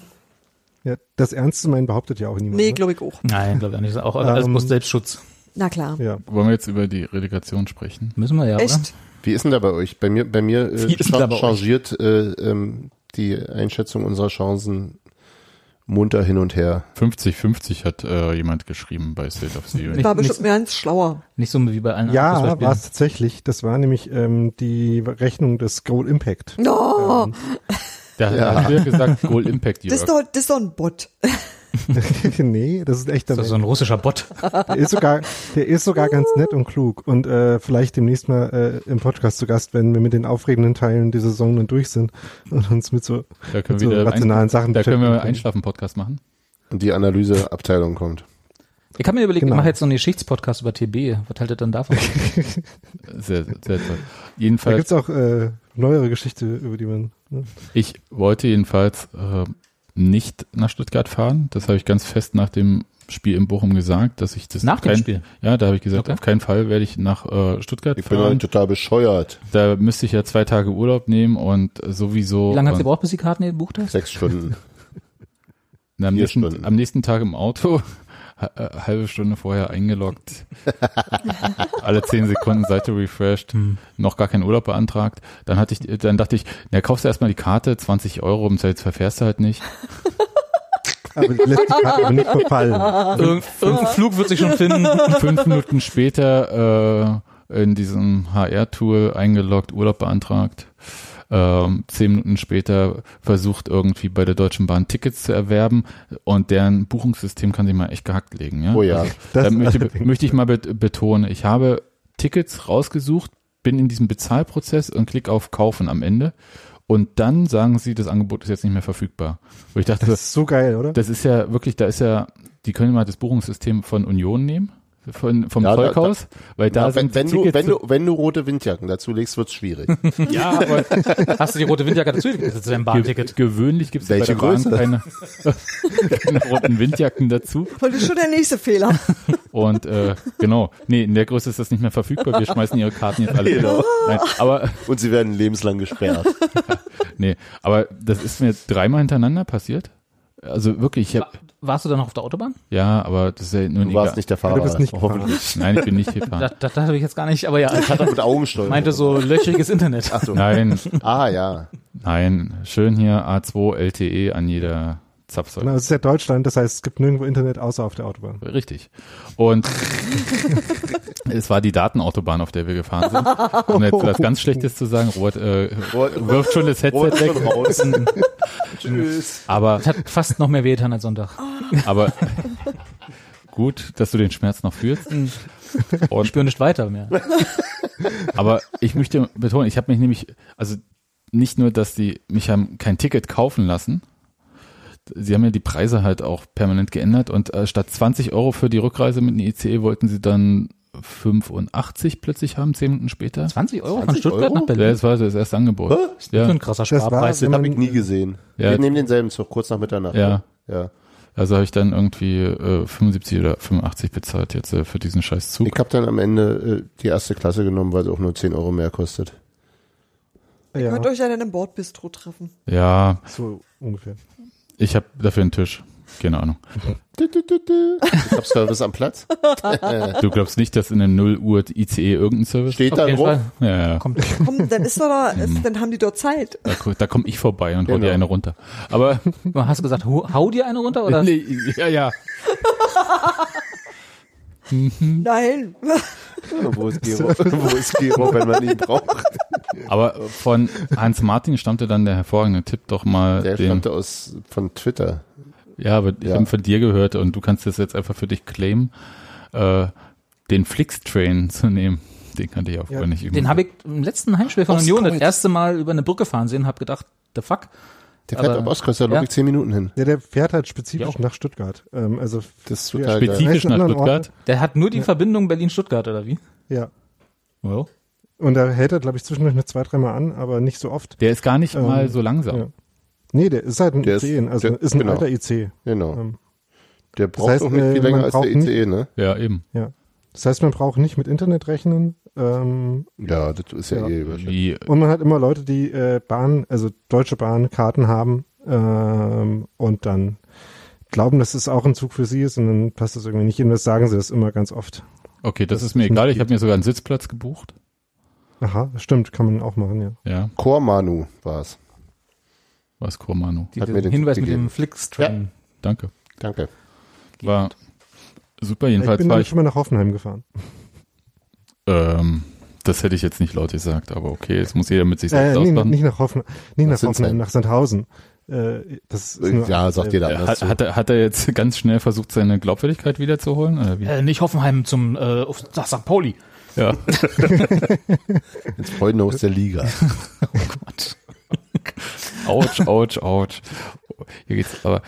[SPEAKER 5] Ja, das Ernste meinen behauptet ja auch niemand.
[SPEAKER 1] nee,
[SPEAKER 5] ne?
[SPEAKER 1] glaube ich auch.
[SPEAKER 3] Nein, glaube ich auch nicht. Auch alles
[SPEAKER 5] Ähm,
[SPEAKER 3] bloß Selbstschutz.
[SPEAKER 1] Na klar.
[SPEAKER 5] Ja.
[SPEAKER 4] Wollen wir jetzt über die Relegation sprechen?
[SPEAKER 3] Müssen wir ja, oder?
[SPEAKER 1] Echt?
[SPEAKER 2] Wie ist denn da bei euch? Bei mir, bei mir
[SPEAKER 3] Wie
[SPEAKER 2] äh,
[SPEAKER 3] ist denn da bei euch?
[SPEAKER 2] changiert äh, ähm, die Einschätzung unserer Chancen munter hin und her.
[SPEAKER 4] 50-50 hat äh, jemand geschrieben bei State of the Union.
[SPEAKER 1] War
[SPEAKER 3] nicht-
[SPEAKER 1] bestimmt ganz schlauer.
[SPEAKER 3] Nicht so wie bei allen anderen
[SPEAKER 5] Ja, war es
[SPEAKER 3] Fußballspielen.
[SPEAKER 5] tatsächlich. Das war nämlich ähm, die Rechnung des Goal Impact.
[SPEAKER 1] No,
[SPEAKER 4] Da da hat er gesagt, Goal Impact,
[SPEAKER 1] das, ist
[SPEAKER 4] Jörg.
[SPEAKER 1] doch, das ist doch ein Bot.
[SPEAKER 5] nee, das ist echt
[SPEAKER 3] Das ist so ein russischer Bot.
[SPEAKER 5] Der ist sogar, der ist sogar ganz nett und klug und äh, vielleicht demnächst mal äh, im Podcast zu Gast, wenn wir mit den aufregenden Teilen der Saison dann durch sind und uns mit so,
[SPEAKER 4] Da können wir
[SPEAKER 5] mit so
[SPEAKER 4] wieder ein,
[SPEAKER 5] rationalen Sachen
[SPEAKER 4] da können wir
[SPEAKER 5] beschäftigen
[SPEAKER 4] Einschlafen-Podcast machen.
[SPEAKER 2] Und die Analyseabteilung kommt.
[SPEAKER 3] Ich habe mir überlegt,
[SPEAKER 5] Genau.
[SPEAKER 3] ich mache jetzt so einen Geschichtspodcast über TB. Was haltet ihr denn davon?
[SPEAKER 4] Sehr, sehr toll.
[SPEAKER 5] Da
[SPEAKER 4] Jedenfalls,
[SPEAKER 5] gibt's auch äh, neuere Geschichte, über die man. Ne?
[SPEAKER 4] ich wollte jedenfalls äh, nicht nach Stuttgart fahren. Das habe ich ganz fest nach dem Spiel in Bochum gesagt, dass ich das
[SPEAKER 3] Nach
[SPEAKER 4] auf
[SPEAKER 3] dem
[SPEAKER 4] keinen-
[SPEAKER 3] Spiel?
[SPEAKER 4] Ja, da habe ich gesagt,
[SPEAKER 3] Okay.
[SPEAKER 4] auf keinen Fall werde ich nach äh, Stuttgart
[SPEAKER 2] Ich bin
[SPEAKER 4] fahren.
[SPEAKER 2] halt total bescheuert.
[SPEAKER 4] Da müsste ich ja zwei Tage Urlaub nehmen und äh, sowieso.
[SPEAKER 3] Wie lange hat's
[SPEAKER 4] und,
[SPEAKER 3] gebraucht, bis die Karten gebucht hast?
[SPEAKER 2] Sechs Stunden.
[SPEAKER 4] na, am,
[SPEAKER 2] Vier
[SPEAKER 4] nächsten,
[SPEAKER 2] Stunden.
[SPEAKER 4] am nächsten Tag im Auto, ha- äh, halbe Stunde vorher eingeloggt, alle zehn Sekunden Seite refreshed,
[SPEAKER 3] Hm.
[SPEAKER 4] noch gar keinen Urlaub beantragt. Dann hatte ich, dann dachte ich, na kaufst du erstmal die Karte, 20 Euro, im Zeit verfährst du halt nicht.
[SPEAKER 5] Aber die lässt die Karte aber nicht verfallen.
[SPEAKER 3] Irgend, irgendein Flug wird sich schon finden.
[SPEAKER 4] Fünf Minuten später äh, in diesem HR-Tool eingeloggt, Urlaub beantragt. Ähm, zehn Minuten später versucht irgendwie bei der Deutschen Bahn Tickets zu erwerben und deren Buchungssystem kann sich mal echt gehackt legen. Ja? Also,
[SPEAKER 2] Oh ja.
[SPEAKER 5] Das
[SPEAKER 4] Da möchte,
[SPEAKER 5] allerdings-
[SPEAKER 4] möchte ich mal bet- betonen, ich habe Tickets rausgesucht, bin in diesem Bezahlprozess und klicke auf Kaufen am Ende und dann sagen sie, das Angebot ist jetzt nicht mehr verfügbar. Wo ich dachte,
[SPEAKER 5] das ist so geil, oder?
[SPEAKER 4] das ist ja wirklich, da ist ja, die können mal das Buchungssystem von Union nehmen, von, vom
[SPEAKER 2] Ja, da-
[SPEAKER 4] Volkhaus, weil da
[SPEAKER 2] Na, wenn,
[SPEAKER 4] sind
[SPEAKER 2] wenn, du,
[SPEAKER 4] Tickets
[SPEAKER 2] wenn, du, wenn du rote Windjacken dazu legst, wird's schwierig.
[SPEAKER 3] ja, aber hast du die rote Windjacke dazu gekriegt zu deinem
[SPEAKER 5] Ah,
[SPEAKER 4] ge
[SPEAKER 3] Bahnticket?
[SPEAKER 4] gewöhnlich gibt es bei
[SPEAKER 2] Welche
[SPEAKER 4] der Bahn
[SPEAKER 2] Größe?
[SPEAKER 4] keine, keine roten Windjacken dazu.
[SPEAKER 1] Und das ist schon der nächste Fehler.
[SPEAKER 4] Und äh, genau, nee, in der Größe ist das nicht mehr verfügbar. Wir schmeißen ihre Karten jetzt alle
[SPEAKER 2] Genau.
[SPEAKER 4] wieder. Nein, aber
[SPEAKER 2] Und sie werden lebenslang gesperrt.
[SPEAKER 4] nee, aber das ist mir dreimal hintereinander passiert. Also wirklich, ich hab,
[SPEAKER 3] Warst du dann noch auf der Autobahn?
[SPEAKER 4] ja, aber das ist ja nur ein
[SPEAKER 2] Du warst nicht der Fahrer.
[SPEAKER 5] du bist nicht
[SPEAKER 2] hoffentlich.
[SPEAKER 4] Nein, ich bin nicht gefahren.
[SPEAKER 3] Das, das, das habe ich jetzt gar nicht, aber ja, ich
[SPEAKER 2] Hat er mit Augensteuerung.
[SPEAKER 3] meinte so löchriges Internet.
[SPEAKER 2] Ach so.
[SPEAKER 4] Nein,
[SPEAKER 2] Ah ja.
[SPEAKER 4] nein, schön hier A2 LTE E an jeder Zapfsäule.
[SPEAKER 5] Na, es ist ja Deutschland, das heißt, es gibt nirgendwo Internet außer auf der Autobahn.
[SPEAKER 4] Richtig. Und es war die Datenautobahn, auf der wir gefahren sind. Um jetzt was ganz Schlechtes zu sagen, Robert äh,
[SPEAKER 2] Robert-
[SPEAKER 4] wirft schon das Headset
[SPEAKER 2] Robert ist
[SPEAKER 4] weg.
[SPEAKER 2] schon raus. Tschüss.
[SPEAKER 4] Aber,
[SPEAKER 3] Das hat fast noch mehr wehgetan als Sonntag.
[SPEAKER 4] aber gut, dass du den Schmerz noch fühlst.
[SPEAKER 3] Hm. Ich spüre nicht weiter mehr.
[SPEAKER 4] Aber ich möchte betonen, ich habe mich nämlich, also nicht nur, dass die mich haben kein Ticket kaufen lassen, sie haben ja die Preise halt auch permanent geändert und äh, statt 20 Euro für die Rückreise mit dem ICE wollten sie dann 85 plötzlich haben, 10 Minuten später.
[SPEAKER 3] 20 Euro von
[SPEAKER 2] 20
[SPEAKER 3] Stuttgart
[SPEAKER 2] Euro?
[SPEAKER 3] nach
[SPEAKER 4] Ja,
[SPEAKER 3] Berlin.
[SPEAKER 4] das war das erste Angebot.
[SPEAKER 3] So
[SPEAKER 4] Ja,
[SPEAKER 3] ein krasser
[SPEAKER 5] Das war,
[SPEAKER 3] Sparpreis.
[SPEAKER 2] Das
[SPEAKER 5] wenn
[SPEAKER 2] habe ich
[SPEAKER 5] man,
[SPEAKER 2] nie gesehen.
[SPEAKER 4] Ja.
[SPEAKER 2] Wir nehmen denselben Zug, kurz nach Mitternacht.
[SPEAKER 4] ja.
[SPEAKER 2] ja.
[SPEAKER 4] Also habe ich dann irgendwie äh, 75 oder 85 bezahlt jetzt äh, für diesen scheiß Zug.
[SPEAKER 2] Ich habe dann am Ende äh, die erste Klasse genommen, weil sie auch nur 10 Euro mehr kostet.
[SPEAKER 5] ja,
[SPEAKER 1] Könnt euch ja dann im Bordbistro treffen.
[SPEAKER 4] Ja,
[SPEAKER 5] so ungefähr.
[SPEAKER 4] ich habe dafür einen Tisch. Keine Ahnung.
[SPEAKER 2] Du, du, du, du. Ich hab Service am Platz.
[SPEAKER 4] Du glaubst nicht, dass in einem 0 Uhr ICE irgendein E Service?
[SPEAKER 2] Steht
[SPEAKER 3] Auf
[SPEAKER 2] da
[SPEAKER 3] jeden
[SPEAKER 2] drauf.
[SPEAKER 3] Fall.
[SPEAKER 4] Ja, ja, ja.
[SPEAKER 3] Kommt.
[SPEAKER 1] Komm, dann ist doch da, ist, dann haben die dort Zeit.
[SPEAKER 4] Da, ko- da komme ich vorbei und hau
[SPEAKER 2] Genau.
[SPEAKER 4] dir eine runter. Aber
[SPEAKER 3] Hast du gesagt, hau, hau dir eine runter oder?
[SPEAKER 4] nee, ja, ja.
[SPEAKER 1] Nein.
[SPEAKER 2] Wo ist Gero? Wo ist Gero, wenn man ihn braucht?
[SPEAKER 4] Aber von Hans Martin stammte dann der hervorragende Tipp doch mal.
[SPEAKER 2] Der
[SPEAKER 4] den,
[SPEAKER 2] stammte aus von Twitter.
[SPEAKER 4] ja, aber ich
[SPEAKER 2] Ja.
[SPEAKER 4] habe von dir gehört und du kannst das jetzt einfach für dich claimen, äh, den Flix-Train zu nehmen. Den kannte ich auch vorher nicht.
[SPEAKER 3] Den habe ich im letzten Heimspiel von Union das
[SPEAKER 2] Ostkreuz.
[SPEAKER 3] erste Mal über eine Brücke fahren sehen, habe gedacht, the fuck.
[SPEAKER 2] Der fährt
[SPEAKER 3] Aber-
[SPEAKER 2] am Ostkreuz, da ja.
[SPEAKER 3] ja.
[SPEAKER 2] 10 Minuten hin.
[SPEAKER 5] Ja, der fährt halt spezifisch
[SPEAKER 3] Ja.
[SPEAKER 5] nach Stuttgart. Ähm, also
[SPEAKER 2] Das ist
[SPEAKER 5] Ja.
[SPEAKER 2] total geil.
[SPEAKER 4] Spezifisch nach
[SPEAKER 5] Welchen anderen
[SPEAKER 4] Stuttgart.
[SPEAKER 3] Der hat nur die Verbindung Berlin-Stuttgart oder wie?
[SPEAKER 5] ja.
[SPEAKER 4] Well.
[SPEAKER 5] Und da hält er, glaube ich, zwischendurch noch zwei, dreimal an, aber nicht so oft.
[SPEAKER 4] Der ist gar nicht
[SPEAKER 5] Ähm,
[SPEAKER 4] mal so langsam.
[SPEAKER 5] ja. Nee, der ist halt ein
[SPEAKER 2] Der ist-
[SPEAKER 5] IC, also
[SPEAKER 2] der-
[SPEAKER 5] ist ein
[SPEAKER 2] genau.
[SPEAKER 5] alter IC.
[SPEAKER 2] Genau.
[SPEAKER 5] Ähm,
[SPEAKER 2] Der braucht
[SPEAKER 5] heißt,
[SPEAKER 2] auch nicht
[SPEAKER 5] äh,
[SPEAKER 2] viel
[SPEAKER 5] man
[SPEAKER 2] länger als der
[SPEAKER 5] braucht nicht-
[SPEAKER 2] ICE, ne?
[SPEAKER 4] Ja, eben.
[SPEAKER 5] ja. Das heißt, man braucht nicht mit Internet rechnen. Ähm,
[SPEAKER 2] Ja, das ist ja,
[SPEAKER 5] Ja.
[SPEAKER 2] eh wahrscheinlich.
[SPEAKER 4] Wie,
[SPEAKER 5] und man hat immer Leute, die äh, Bahn, also Deutsche Bahn Karten haben ähm, und dann glauben, dass es auch ein Zug für sie ist und dann passt das irgendwie nicht hin. Das sagen sie das immer ganz oft.
[SPEAKER 4] okay, das, ist mir
[SPEAKER 5] ist
[SPEAKER 4] egal.
[SPEAKER 5] nicht
[SPEAKER 4] Ich habe mir sogar einen Sitzplatz gebucht.
[SPEAKER 5] Aha, stimmt, kann man auch machen, ja.
[SPEAKER 4] Ja,
[SPEAKER 2] Chormanu war's.
[SPEAKER 4] was Kurmano.
[SPEAKER 3] Die,
[SPEAKER 2] Hat mir den
[SPEAKER 3] Hinweis
[SPEAKER 2] Tipp
[SPEAKER 3] mit dem
[SPEAKER 2] gegeben.
[SPEAKER 3] Flix-Train.
[SPEAKER 4] Danke.
[SPEAKER 2] Danke.
[SPEAKER 4] War super.
[SPEAKER 5] Ich
[SPEAKER 4] Jedenfalls
[SPEAKER 5] bin
[SPEAKER 4] war
[SPEAKER 5] damit
[SPEAKER 4] ich.
[SPEAKER 5] schon mal nach Hoffenheim gefahren.
[SPEAKER 4] Ähm, das hätte ich jetzt nicht laut gesagt, aber okay, jetzt muss jeder mit sich
[SPEAKER 5] Äh,
[SPEAKER 4] selbst
[SPEAKER 5] nee,
[SPEAKER 4] ausmachen.
[SPEAKER 5] nicht nach Hoffenheim, nicht nach
[SPEAKER 2] Sinsheim.
[SPEAKER 5] Hoffenheim, nach Sandhausen. Äh, das ist nur-
[SPEAKER 2] Ja, also sagt jeder
[SPEAKER 4] Äh,
[SPEAKER 2] anders.
[SPEAKER 4] Hat,
[SPEAKER 2] zu.
[SPEAKER 4] hat, er, hat er jetzt ganz schnell versucht, seine Glaubwürdigkeit wiederzuholen? Oder wie?
[SPEAKER 3] Äh, nicht Hoffenheim zum äh, auf nach St. Pauli.
[SPEAKER 4] Ja.
[SPEAKER 2] Ins Freudenhaus der Liga.
[SPEAKER 4] Autsch, autsch, autsch. Hier geht's aber.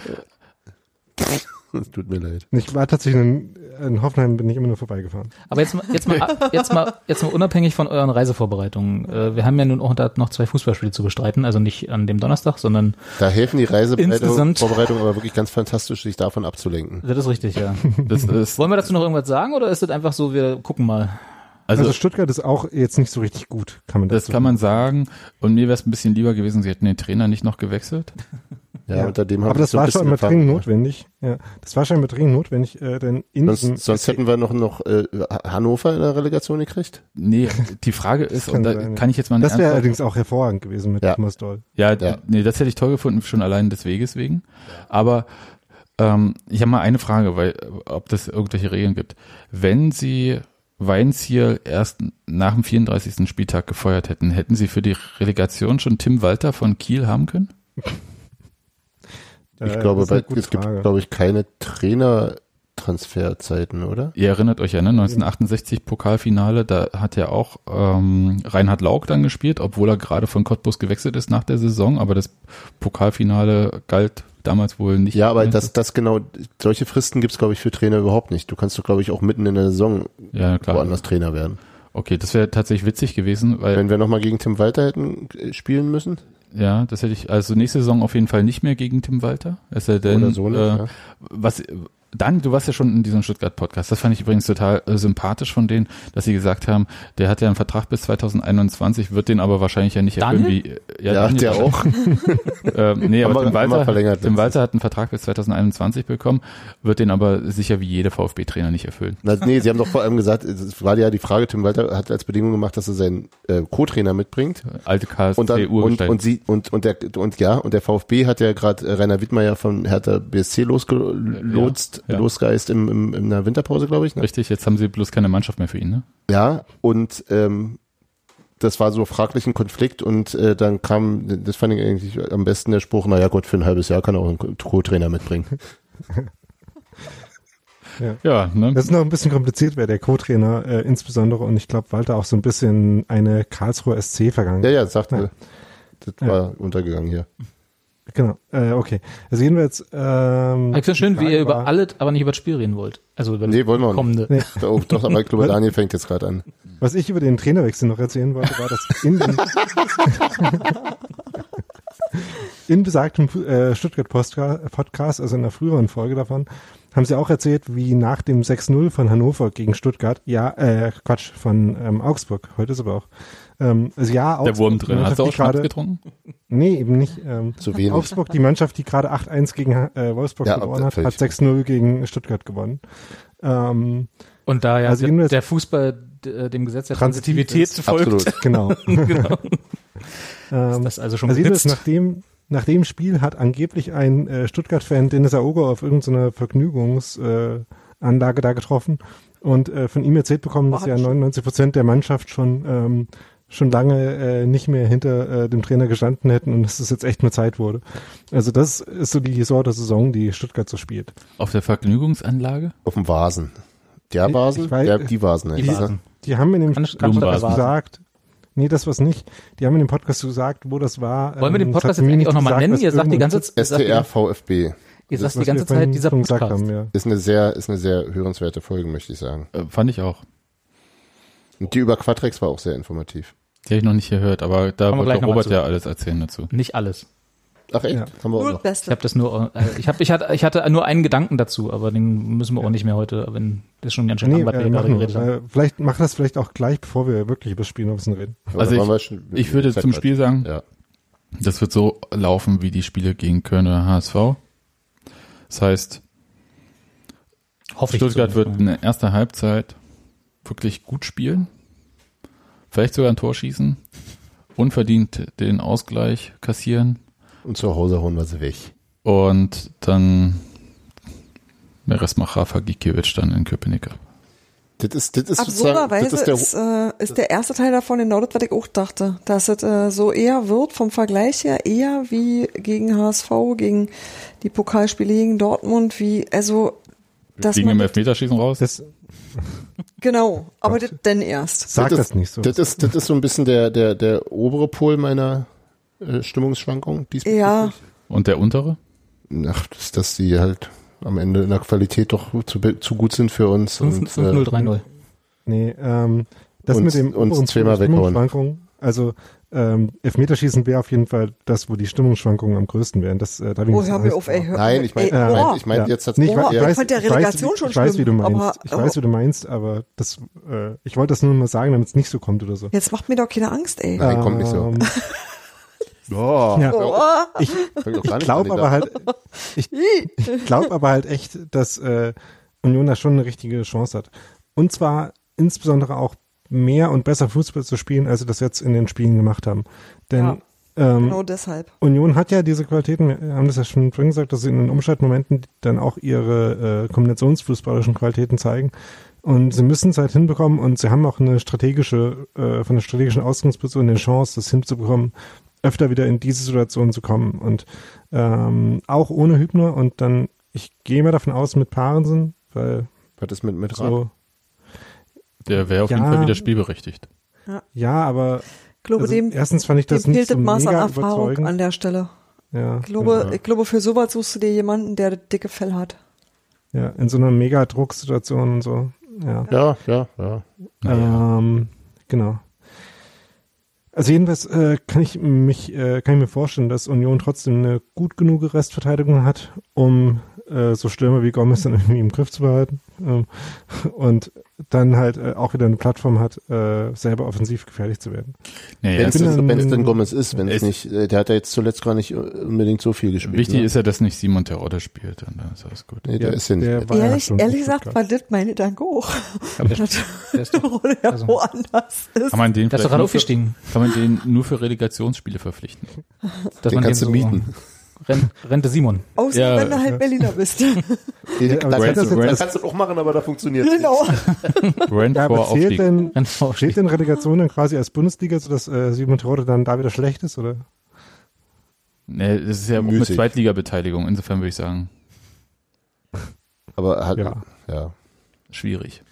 [SPEAKER 2] Es tut mir leid.
[SPEAKER 5] Ich war tatsächlich, ein, in Hoffenheim bin ich immer nur vorbeigefahren.
[SPEAKER 3] Aber jetzt mal, jetzt mal, jetzt mal, jetzt mal unabhängig von euren Reisevorbereitungen. Äh, wir haben ja nun auch da noch zwei Fußballspiele zu bestreiten, also nicht an dem Donnerstag, sondern
[SPEAKER 2] Da helfen die
[SPEAKER 3] Insgesamt-
[SPEAKER 2] Reisevorbereitungen aber wirklich ganz fantastisch, sich davon abzulenken.
[SPEAKER 3] das ist richtig, ja.
[SPEAKER 4] Das ist,
[SPEAKER 3] Wollen wir dazu noch irgendwas sagen oder ist das einfach so, wir gucken mal?
[SPEAKER 4] also,
[SPEAKER 5] Also, Stuttgart ist auch jetzt nicht so richtig gut, kann man
[SPEAKER 4] das
[SPEAKER 5] dazu
[SPEAKER 4] kann man sagen. Und mir wäre es ein bisschen lieber gewesen, sie hätten den Trainer nicht noch gewechselt.
[SPEAKER 2] Ja, unter dem haben
[SPEAKER 5] Aber
[SPEAKER 2] wir
[SPEAKER 5] das
[SPEAKER 2] so ein
[SPEAKER 5] war
[SPEAKER 2] bisschen
[SPEAKER 5] schon immer
[SPEAKER 2] Erfahrung
[SPEAKER 5] dringend
[SPEAKER 2] gemacht.
[SPEAKER 5] notwendig. Ja, das war schon immer dringend notwendig, äh, denn in diesem,
[SPEAKER 2] Sonst, sonst hätten wir noch, noch äh, Hannover in der Relegation gekriegt.
[SPEAKER 4] Nee, die Frage ist,
[SPEAKER 5] kann
[SPEAKER 4] und da
[SPEAKER 5] sein, ja.
[SPEAKER 4] kann ich jetzt mal eine
[SPEAKER 5] das wäre
[SPEAKER 4] Antwort-
[SPEAKER 5] allerdings auch hervorragend gewesen mit
[SPEAKER 2] Ja.
[SPEAKER 5] Thomas Doll.
[SPEAKER 4] Ja,
[SPEAKER 2] Ja.
[SPEAKER 4] nee, das hätte ich toll gefunden, schon allein des Weges wegen. Aber ähm, ich habe mal eine Frage, weil äh, ob das irgendwelche Regeln gibt. Wenn Sie Weinziel erst nach dem 34. Spieltag gefeuert hätten, hätten Sie für die Relegation schon Tim Walter von Kiel haben können?
[SPEAKER 2] Ich
[SPEAKER 5] Äh,
[SPEAKER 2] glaube,
[SPEAKER 5] das ist eine
[SPEAKER 2] bei,
[SPEAKER 5] gute
[SPEAKER 2] es gibt,
[SPEAKER 5] Frage.
[SPEAKER 2] glaube ich, keine Trainertransferzeiten, oder?
[SPEAKER 4] Ihr erinnert euch ja, ne? 1968 Pokalfinale, da hat ja auch ähm, Reinhard Laug dann gespielt, obwohl er gerade von Cottbus gewechselt ist nach der Saison, aber das Pokalfinale galt damals wohl nicht.
[SPEAKER 2] Ja, aber das, das genau, solche Fristen gibt's glaube ich, für Trainer überhaupt nicht. Du kannst doch, glaube ich, auch mitten in der Saison
[SPEAKER 4] ja, klar.
[SPEAKER 2] woanders Trainer werden.
[SPEAKER 4] Okay, das wäre tatsächlich witzig gewesen, weil
[SPEAKER 2] Wenn wir nochmal gegen Tim Walter hätten äh, spielen müssen,
[SPEAKER 4] Ja, das hätte ich also nächste Saison auf jeden Fall nicht mehr gegen Tim Walter. Es sei denn,
[SPEAKER 2] oder so nicht,
[SPEAKER 4] äh,
[SPEAKER 2] ja.
[SPEAKER 4] was dann, du warst ja schon in diesem Stuttgart-Podcast. Das fand ich übrigens total äh, sympathisch von denen, dass sie gesagt haben, der hat ja einen Vertrag bis 2021, wird den aber wahrscheinlich ja nicht
[SPEAKER 3] Daniel?
[SPEAKER 4] erfüllen wie
[SPEAKER 2] Ja,
[SPEAKER 4] Daniel
[SPEAKER 2] der
[SPEAKER 4] wahrscheinlich.
[SPEAKER 2] auch.
[SPEAKER 4] Ähm, nee,
[SPEAKER 2] Haben
[SPEAKER 4] aber
[SPEAKER 2] wir- haben wir
[SPEAKER 4] Tim Walter,
[SPEAKER 2] verlängert
[SPEAKER 4] Tim
[SPEAKER 2] letztens.
[SPEAKER 4] Walter hat einen Vertrag bis 2021 bekommen, wird den aber sicher wie jede VfB-Trainer nicht erfüllen.
[SPEAKER 2] Na, nee, sie haben doch vor allem gesagt, es war ja die Frage, Tim Walter hat als Bedingung gemacht, dass er seinen äh, Co-Trainer mitbringt.
[SPEAKER 4] Alte KSC
[SPEAKER 2] Und dann, und,
[SPEAKER 4] Urgestein.
[SPEAKER 2] und sie, und, und der, und ja, und der VfB hat ja gerade äh, Rainer Wittmeier von Hertha BSC losgelotst,
[SPEAKER 4] Ja, ja.
[SPEAKER 2] losgeeist im, im, in der Winterpause, glaube ich. Ne?
[SPEAKER 4] Richtig, jetzt haben sie bloß keine Mannschaft mehr für ihn, ne?
[SPEAKER 2] Ja, und ähm, das war so fraglich ein Konflikt und äh, dann kam, das fand ich eigentlich am besten der Spruch, naja Gott, für ein halbes Jahr kann er auch einen Co-Trainer mitbringen.
[SPEAKER 4] Ja, ne?
[SPEAKER 5] Das ist noch ein bisschen kompliziert, wer der Co-Trainer äh, insbesondere und ich glaube, Walter auch so ein bisschen eine Karlsruher SC vergangen.
[SPEAKER 2] Ja, ja, sagte,
[SPEAKER 5] Ja.
[SPEAKER 2] das
[SPEAKER 5] Ja.
[SPEAKER 2] war untergegangen hier.
[SPEAKER 5] Genau. Äh, okay. Also jedenfalls. Ähm,
[SPEAKER 3] Ich finde schön, wie
[SPEAKER 5] Frage
[SPEAKER 3] ihr über
[SPEAKER 5] war-
[SPEAKER 3] alles, aber nicht über das Spiel reden wollt. Also über das
[SPEAKER 2] Nee, wollen wir nicht.
[SPEAKER 3] kommende.
[SPEAKER 5] Nee.
[SPEAKER 2] Oh, doch, aber ich glaube, Daniel fängt jetzt gerade an.
[SPEAKER 5] Was ich über den Trainerwechsel noch erzählen wollte, war, dass in, dem in besagtem äh, Stuttgart-Podcast, also in einer früheren Folge davon, haben sie auch erzählt, wie nach dem 6-0 von Hannover gegen Stuttgart, ja, äh, Quatsch, von ähm, Augsburg, heute ist aber auch, ähm, also ja, Augsburg,
[SPEAKER 4] Der Wurm
[SPEAKER 5] die
[SPEAKER 4] drin.
[SPEAKER 5] Mannschaft,
[SPEAKER 4] Hast du
[SPEAKER 5] die
[SPEAKER 4] auch Schnaps
[SPEAKER 5] gerade-
[SPEAKER 4] getrunken?
[SPEAKER 5] Nee, eben nicht. Ähm,
[SPEAKER 2] Zu wenig.
[SPEAKER 5] Augsburg, die Mannschaft, die gerade 8-1 gegen äh, Wolfsburg
[SPEAKER 2] Ja,
[SPEAKER 5] gewonnen
[SPEAKER 2] ab-
[SPEAKER 5] hat, hat 6-0 gegen Stuttgart gewonnen. Ähm,
[SPEAKER 3] Und da ja
[SPEAKER 5] Also
[SPEAKER 3] der,
[SPEAKER 5] jedenfalls-
[SPEAKER 3] der Fußball d- äh, dem Gesetz der
[SPEAKER 5] Transitiv
[SPEAKER 3] Transitivität
[SPEAKER 5] ist.
[SPEAKER 3] folgt,
[SPEAKER 2] Absolut.
[SPEAKER 5] genau.
[SPEAKER 3] genau.
[SPEAKER 5] Ähm,
[SPEAKER 3] das ist also schon
[SPEAKER 5] also jedenfalls
[SPEAKER 3] genitzt.
[SPEAKER 5] nach dem, nach dem Spiel hat angeblich ein äh, Stuttgart-Fan Dennis Aogo auf irgendeiner Vergnügungsanlage äh, Anlage da getroffen und äh, von ihm erzählt bekommen, dass
[SPEAKER 1] War
[SPEAKER 5] ja
[SPEAKER 1] das schon?
[SPEAKER 5] 99 Prozent der Mannschaft schon ähm, schon lange äh, nicht mehr hinter äh, dem Trainer gestanden hätten und dass es jetzt echt nur Zeit wurde. Also das ist so die Sorte Saison, die Stuttgart so spielt.
[SPEAKER 4] Auf der Vergnügungsanlage?
[SPEAKER 2] Auf dem Vasen. Der
[SPEAKER 5] Ich-
[SPEAKER 2] Vasen?
[SPEAKER 5] ich weiß-
[SPEAKER 2] der, die Vasen.
[SPEAKER 3] Die
[SPEAKER 2] ja.
[SPEAKER 3] Vasen.
[SPEAKER 5] Die haben in dem
[SPEAKER 3] Kann- kann
[SPEAKER 4] man
[SPEAKER 5] Podcast
[SPEAKER 4] erwarten.
[SPEAKER 5] gesagt, nee, das was nicht. Die haben in dem Podcast gesagt, wo das war.
[SPEAKER 3] Wollen wir den
[SPEAKER 5] ähm, das hat
[SPEAKER 3] Podcast
[SPEAKER 5] mir
[SPEAKER 3] jetzt eigentlich
[SPEAKER 5] nicht
[SPEAKER 3] auch nochmal
[SPEAKER 5] gesagt,
[SPEAKER 3] nennen?
[SPEAKER 5] was
[SPEAKER 3] Ihr sagt die
[SPEAKER 5] irgendein-
[SPEAKER 3] ganze, ihr sagt die,
[SPEAKER 2] STR
[SPEAKER 3] ganze-
[SPEAKER 2] VfB.
[SPEAKER 3] ihr
[SPEAKER 2] das,
[SPEAKER 3] sagt die
[SPEAKER 5] was
[SPEAKER 3] ganze
[SPEAKER 5] wir vorhin
[SPEAKER 3] Zeit dieser
[SPEAKER 5] schon gesagt
[SPEAKER 3] Podcast.
[SPEAKER 5] haben, ja.
[SPEAKER 2] Ist eine sehr, ist eine sehr hörenswerte Folge, möchte ich sagen.
[SPEAKER 4] Äh, fand ich auch.
[SPEAKER 2] Und die über Quatrex war auch sehr informativ.
[SPEAKER 4] Die habe ich noch nicht gehört, aber da
[SPEAKER 3] Kommen wir
[SPEAKER 4] wollte
[SPEAKER 3] gleich noch mal
[SPEAKER 4] Robert
[SPEAKER 3] zu.
[SPEAKER 4] ja alles erzählen dazu.
[SPEAKER 3] Nicht alles.
[SPEAKER 2] Ach echt?
[SPEAKER 5] Ja.
[SPEAKER 2] Haben wir auch
[SPEAKER 1] Nur das
[SPEAKER 2] noch.
[SPEAKER 3] Ich
[SPEAKER 1] Beste.
[SPEAKER 3] habe das nur, äh, ich habe, ich hatte, ich hatte nur einen Gedanken dazu, aber den müssen wir auch nicht mehr heute, wenn das ist schon ganz schön
[SPEAKER 5] Nee,
[SPEAKER 3] lang, was wir
[SPEAKER 5] äh,
[SPEAKER 3] hier gerade
[SPEAKER 5] machen wir.
[SPEAKER 3] geredet ne? haben.
[SPEAKER 5] Äh, vielleicht mach das vielleicht auch gleich, bevor wir wirklich über das Spiel noch ein bisschen reden.
[SPEAKER 2] Aber
[SPEAKER 4] Also
[SPEAKER 2] da
[SPEAKER 4] ich-
[SPEAKER 2] waren wir schon-
[SPEAKER 4] Ich würde
[SPEAKER 2] Zeit
[SPEAKER 4] zum
[SPEAKER 2] grad.
[SPEAKER 4] Spiel sagen,
[SPEAKER 2] Ja.
[SPEAKER 4] das wird so laufen wie die Spiele gegen Köln oder HSV. Das heißt,
[SPEAKER 3] Hoffe
[SPEAKER 4] Stuttgart
[SPEAKER 3] ich.
[SPEAKER 4] wird in
[SPEAKER 3] zumindest.
[SPEAKER 4] der ersten Halbzeit wirklich gut spielen, vielleicht sogar ein Tor schießen, unverdient den Ausgleich kassieren
[SPEAKER 2] Und zu Hause hauen wir sie weg.
[SPEAKER 4] und dann der Rest macht Rafa Gikiewicz dann in Köpenick ab.
[SPEAKER 2] Das ist, das ist sozusagen, das
[SPEAKER 1] Absurderweise
[SPEAKER 2] ist
[SPEAKER 1] ist,
[SPEAKER 2] der,
[SPEAKER 1] äh, ist der erste Teil davon genau das, was ich auch dachte, dass es äh, so eher wird vom Vergleich her eher wie gegen HSV, gegen die Pokalspiele gegen Dortmund, wie also dass
[SPEAKER 4] Fliegen
[SPEAKER 1] man,
[SPEAKER 4] im Elfmeterschießen raus.
[SPEAKER 5] Das
[SPEAKER 1] genau, aber das denn erst.
[SPEAKER 5] sag das, nicht so.
[SPEAKER 2] Das ist, das ist so ein bisschen der, der, der obere Pol meiner äh, Stimmungsschwankung. diesbezüglich.
[SPEAKER 1] Ja,
[SPEAKER 4] Und der untere?
[SPEAKER 2] Ach, dass, dass sie halt am Ende in der Qualität doch zu, zu gut sind für uns.
[SPEAKER 3] 5,
[SPEAKER 2] und, äh,
[SPEAKER 3] 5030.
[SPEAKER 5] Nee, ähm, das
[SPEAKER 2] Uns-
[SPEAKER 5] mit dem
[SPEAKER 2] uns
[SPEAKER 5] oberen
[SPEAKER 2] zweimal
[SPEAKER 5] Punkt
[SPEAKER 2] weghauen.
[SPEAKER 5] Stimmungsschwankungen, also ähm, Elfmeterschießen wäre auf jeden Fall das, wo die Stimmungsschwankungen am größten wären. Das, äh, da bin
[SPEAKER 1] Oh,
[SPEAKER 5] ich
[SPEAKER 1] hör
[SPEAKER 5] so
[SPEAKER 1] mir
[SPEAKER 5] heiß
[SPEAKER 1] auf,
[SPEAKER 5] drauf.
[SPEAKER 1] ey. Hör,
[SPEAKER 2] Nein, ich meine ich
[SPEAKER 1] ey, oh,
[SPEAKER 2] mein,
[SPEAKER 1] boah.
[SPEAKER 2] ich mein
[SPEAKER 5] Ja.
[SPEAKER 2] jetzt
[SPEAKER 5] Nee,
[SPEAKER 2] tatsächlich.
[SPEAKER 5] ich, wa-
[SPEAKER 1] Boah,
[SPEAKER 5] ich
[SPEAKER 1] ich
[SPEAKER 5] weiß,
[SPEAKER 1] fand der
[SPEAKER 5] ich weiß,
[SPEAKER 1] Relegation
[SPEAKER 5] wie-
[SPEAKER 1] schon
[SPEAKER 5] ich weiß, wie du
[SPEAKER 1] schlimm,
[SPEAKER 5] meinst.
[SPEAKER 1] aber- oh.
[SPEAKER 5] ich weiß, wie du meinst, aber das, äh, ich wollte das nur mal sagen, damit es nicht so kommt oder so.
[SPEAKER 1] Jetzt macht mir doch keine Angst, ey.
[SPEAKER 2] Nein, kommt nicht so.
[SPEAKER 5] Ähm,
[SPEAKER 2] Oh,
[SPEAKER 5] Ja.
[SPEAKER 1] Boah.
[SPEAKER 5] Ich,
[SPEAKER 2] fang doch
[SPEAKER 5] ich
[SPEAKER 2] gar nicht
[SPEAKER 5] glaube
[SPEAKER 2] an,
[SPEAKER 5] aber halt, ich, ich glaube aber halt echt, dass äh, Union da schon eine richtige Chance hat. Und zwar insbesondere auch mehr und besser Fußball zu spielen, als sie das jetzt in den Spielen gemacht haben. Denn ähm,
[SPEAKER 1] Genau deshalb.
[SPEAKER 5] Union hat ja diese Qualitäten, wir haben das ja schon vorhin gesagt, dass sie in den Umschaltmomenten dann auch ihre äh, kombinationsfußballischen Qualitäten zeigen. Und sie müssen es halt hinbekommen und sie haben auch eine strategische, äh, von der strategischen Ausgangsposition eine Chance, das hinzubekommen, öfter wieder in diese Situation zu kommen. Und ähm, auch ohne Hübner und dann, ich gehe mal davon aus, mit Parensen, weil
[SPEAKER 2] Was ist mit, mit Raab?
[SPEAKER 5] so,
[SPEAKER 4] Der wäre auf
[SPEAKER 5] Ja.
[SPEAKER 4] jeden Fall wieder spielberechtigt.
[SPEAKER 5] ja, aber
[SPEAKER 1] Ich glaube,
[SPEAKER 5] also,
[SPEAKER 1] dem, dem
[SPEAKER 5] erstens fand ich das
[SPEAKER 1] fehlt
[SPEAKER 5] nicht so
[SPEAKER 1] das Maß an
[SPEAKER 5] mega
[SPEAKER 1] Erfahrung an
[SPEAKER 5] überzeugend.
[SPEAKER 1] der Stelle.
[SPEAKER 5] Ja,
[SPEAKER 1] Ich glaube,
[SPEAKER 5] genau.
[SPEAKER 1] ich glaube, für sowas suchst du dir jemanden, der das dicke Fell hat.
[SPEAKER 5] ja, in so einer mega Drucksituation und so. Ja.
[SPEAKER 2] Ja, ja, ja.
[SPEAKER 5] Ähm, genau. Also jedenfalls äh, kann ich mich äh, kann ich mir vorstellen, dass Union trotzdem eine gut genug Restverteidigung hat, um äh, so Stürmer wie Gomez dann irgendwie im Griff zu behalten ähm, und dann halt äh, auch wieder eine Plattform hat, äh, selber offensiv gefährlich zu werden.
[SPEAKER 4] Naja,
[SPEAKER 2] Wenn
[SPEAKER 4] es
[SPEAKER 2] es
[SPEAKER 5] bin
[SPEAKER 4] ist,
[SPEAKER 5] dann-
[SPEAKER 2] denn Gomez ist, wenn es
[SPEAKER 4] Es-
[SPEAKER 2] nicht, äh, der hat ja jetzt zuletzt gar nicht äh, unbedingt so viel gespielt.
[SPEAKER 4] wichtig
[SPEAKER 2] ne?
[SPEAKER 4] ist ja, dass nicht Simon Terodde spielt. Und dann ist alles gut.
[SPEAKER 2] Nee, der ist ja nicht.
[SPEAKER 5] der
[SPEAKER 2] mit.
[SPEAKER 5] war ja
[SPEAKER 1] ehrlich
[SPEAKER 5] schon
[SPEAKER 1] ehrlich
[SPEAKER 5] gut
[SPEAKER 1] gesagt
[SPEAKER 5] grad.
[SPEAKER 1] war das meine Danke auch.
[SPEAKER 3] Aber der-
[SPEAKER 1] Das
[SPEAKER 3] der ist doch-
[SPEAKER 1] Rolle ja
[SPEAKER 3] also-
[SPEAKER 1] woanders ist.
[SPEAKER 4] Kann man den
[SPEAKER 3] der ist doch
[SPEAKER 4] vielleicht
[SPEAKER 3] gerade
[SPEAKER 4] nur für,
[SPEAKER 3] aufgestiegen.
[SPEAKER 4] kann man den nur für Relegationsspiele verpflichten?
[SPEAKER 3] Dass
[SPEAKER 2] den
[SPEAKER 3] man
[SPEAKER 2] kannst du
[SPEAKER 3] so-
[SPEAKER 2] mieten.
[SPEAKER 3] Ren- Rente Simon.
[SPEAKER 1] Außer
[SPEAKER 4] Ja,
[SPEAKER 1] wenn du halt Berliner bist.
[SPEAKER 2] Den, das,
[SPEAKER 5] aber das hat
[SPEAKER 2] kannst
[SPEAKER 5] das
[SPEAKER 2] du,
[SPEAKER 5] jetzt-
[SPEAKER 2] das kannst du auch machen, aber da funktioniert
[SPEAKER 1] genau.
[SPEAKER 4] Rent
[SPEAKER 5] Ja, aber
[SPEAKER 4] vor
[SPEAKER 5] zählt
[SPEAKER 4] Aufstieg.
[SPEAKER 5] denn,
[SPEAKER 3] Rente vor
[SPEAKER 5] zählt denn Relegation dann quasi als Bundesliga, sodass äh, Simon Terodde dann da wieder schlecht ist, oder?
[SPEAKER 4] Nee, das ist ja auch mit
[SPEAKER 2] Müßig.
[SPEAKER 4] Zweitligabeteiligung. Insofern würde ich sagen,
[SPEAKER 2] Aber halt, ja.
[SPEAKER 5] Ja.
[SPEAKER 4] schwierig.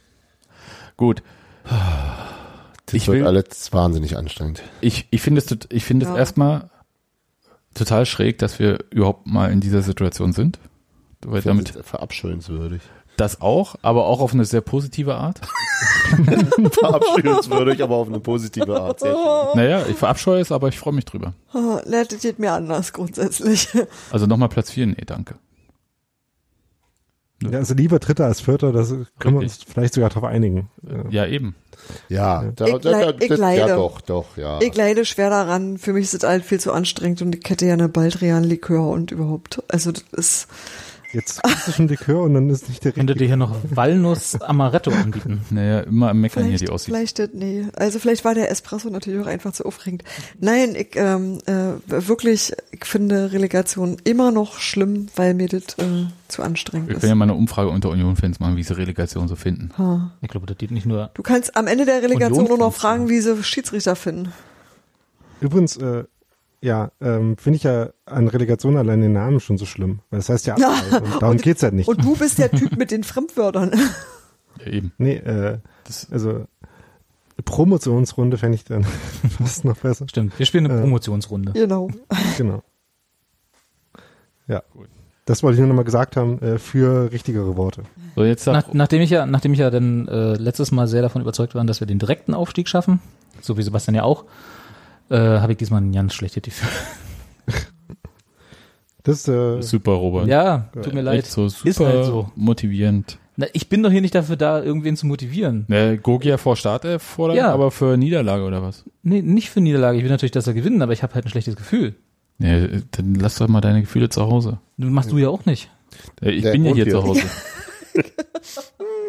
[SPEAKER 4] Gut.
[SPEAKER 2] Das
[SPEAKER 4] Ich
[SPEAKER 2] wird
[SPEAKER 4] will-
[SPEAKER 2] alles wahnsinnig anstrengend.
[SPEAKER 4] Ich, ich finde es, tut- ich finde es
[SPEAKER 1] Ja.
[SPEAKER 4] erstmal total schräg, dass wir überhaupt mal in dieser Situation sind. Weil
[SPEAKER 2] Ich finde
[SPEAKER 4] damit
[SPEAKER 2] das verabscheuenswürdig.
[SPEAKER 4] das auch, aber auch auf eine sehr positive Art.
[SPEAKER 2] verabscheuenswürdig, aber auf eine positive Art. Sehr schön.
[SPEAKER 4] Naja, ich verabscheue es, aber ich freue mich drüber.
[SPEAKER 1] Ah, na, Das geht mir anders grundsätzlich.
[SPEAKER 4] Also nochmal Platz 4, nee, danke.
[SPEAKER 5] Ja, also lieber Dritter als Vierter, das können wir uns
[SPEAKER 4] Richtig.
[SPEAKER 5] vielleicht sogar darauf einigen. Ja.
[SPEAKER 4] Ja, eben.
[SPEAKER 2] Ja, da,
[SPEAKER 1] Ich
[SPEAKER 2] da, da,
[SPEAKER 1] leid- ich
[SPEAKER 2] das, ja
[SPEAKER 1] leide.
[SPEAKER 2] doch, doch, ja.
[SPEAKER 1] Ich leide schwer daran. Für mich ist das alles viel zu anstrengend und ich hätte ja eine Baldrian-Likör und überhaupt. Also das ist,
[SPEAKER 5] Jetzt kriegst du schon Likör und dann ist nicht der
[SPEAKER 3] Könnte
[SPEAKER 5] richtige.
[SPEAKER 3] dir hier noch Walnuss Amaretto anbieten.
[SPEAKER 4] Naja, immer am Meckern hier
[SPEAKER 1] vielleicht,
[SPEAKER 4] die Aussicht.
[SPEAKER 1] vielleicht das, nee. Also vielleicht war der Espresso natürlich auch einfach zu aufregend. Nein, ich ähm, äh, wirklich, ich finde Relegation immer noch schlimm, weil mir das äh, zu anstrengend
[SPEAKER 4] Wir
[SPEAKER 1] ist.
[SPEAKER 4] können ja mal eine Umfrage unter Union-Fans machen, wie sie Relegation so finden.
[SPEAKER 1] Ha.
[SPEAKER 3] Ich glaube, das geht nicht nur.
[SPEAKER 1] Du kannst am Ende der Relegation
[SPEAKER 3] Union
[SPEAKER 1] nur noch
[SPEAKER 3] findest du.
[SPEAKER 1] fragen, wie sie Schiedsrichter finden.
[SPEAKER 5] Übrigens, äh, ja, ähm, finde ich ja an Relegation allein den Namen schon so schlimm. Weil das heißt ja Abfall. und darum geht's halt nicht.
[SPEAKER 1] Und du bist der Typ mit den Fremdwörtern.
[SPEAKER 4] Ja, eben.
[SPEAKER 5] nee, äh,
[SPEAKER 4] Das,
[SPEAKER 5] also Promotionsrunde fände ich dann fast noch besser.
[SPEAKER 3] Stimmt, wir spielen eine
[SPEAKER 5] Äh.
[SPEAKER 3] Promotionsrunde.
[SPEAKER 1] genau.
[SPEAKER 5] Genau. Ja. Das wollte ich nur nochmal gesagt haben, äh, für richtigere Worte.
[SPEAKER 4] so, jetzt sag,
[SPEAKER 3] Nach, nachdem ich ja, nachdem ich ja dann äh, letztes Mal sehr davon überzeugt war, dass wir den direkten Aufstieg schaffen, so wie Sebastian ja auch, äh, habe ich diesmal ein ganz schlechtes Gefühl.
[SPEAKER 5] Das, äh,
[SPEAKER 4] super, Robert.
[SPEAKER 3] Ja, tut mir leid.
[SPEAKER 4] Echt so super
[SPEAKER 3] Ist halt so.
[SPEAKER 4] motivierend.
[SPEAKER 3] Na, ich bin doch hier nicht dafür da, irgendwen zu motivieren.
[SPEAKER 4] Ne, Gogia vor Startelf fordern,
[SPEAKER 3] Ja.
[SPEAKER 4] aber für Niederlage oder was?
[SPEAKER 3] Nee, nicht für Niederlage. Ich will natürlich, dass wir gewinnen, aber ich habe halt ein schlechtes Gefühl.
[SPEAKER 4] Ne, dann lass doch mal deine Gefühle zu Hause.
[SPEAKER 3] Das machst du ja auch nicht.
[SPEAKER 4] Äh, Ich
[SPEAKER 2] Der
[SPEAKER 4] bin ja
[SPEAKER 2] wohnt
[SPEAKER 4] hier
[SPEAKER 2] hier.
[SPEAKER 4] zu Hause.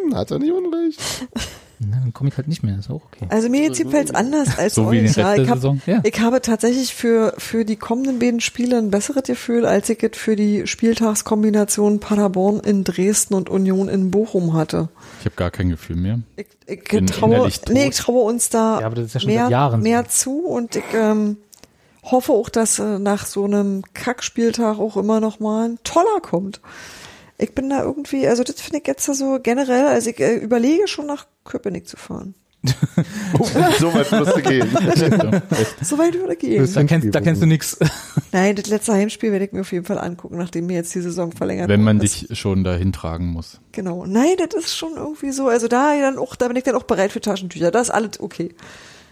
[SPEAKER 2] Hm, Hat er nicht unrecht.
[SPEAKER 3] Na, dann komme ich halt nicht mehr. Ist auch okay.
[SPEAKER 1] Also mir jetzt gefällt es anders als
[SPEAKER 4] So wie
[SPEAKER 1] euch.
[SPEAKER 4] in der
[SPEAKER 1] ja,
[SPEAKER 4] letzten
[SPEAKER 1] ich, hab,
[SPEAKER 4] Saison. Ja.
[SPEAKER 1] ich habe tatsächlich für, für die kommenden beiden Spiele ein besseres Gefühl, als ich es für die Spieltagskombination Paderborn in Dresden und Union in Bochum hatte.
[SPEAKER 4] Ich habe gar kein Gefühl mehr.
[SPEAKER 1] Ich, ich,
[SPEAKER 4] Bin
[SPEAKER 1] traue,
[SPEAKER 4] innerlich tot.
[SPEAKER 1] nee, ich traue uns da
[SPEAKER 3] Ja, aber das ist ja schon
[SPEAKER 1] mehr,
[SPEAKER 3] seit Jahren so.
[SPEAKER 1] mehr zu und ich ähm, hoffe auch, dass äh, nach so einem Kackspieltag auch immer noch mal ein toller kommt. Ich bin da irgendwie, also das finde ich jetzt so generell, also ich äh, überlege schon nach Köpenick zu fahren.
[SPEAKER 2] Oh, so weit musst du gehen.
[SPEAKER 1] So weit würde gehen.
[SPEAKER 5] Das-
[SPEAKER 3] Da kennst, da kennst du nix.
[SPEAKER 1] Nein, das letzte Heimspiel werde ich mir auf jeden Fall angucken, nachdem mir jetzt die Saison verlängert
[SPEAKER 4] wenn man
[SPEAKER 1] worden ist.
[SPEAKER 4] dich schon dahin tragen muss.
[SPEAKER 1] Genau. Nein, das ist schon irgendwie so. Also da dann auch, da bin ich dann auch bereit für Taschentücher. Das ist alles okay.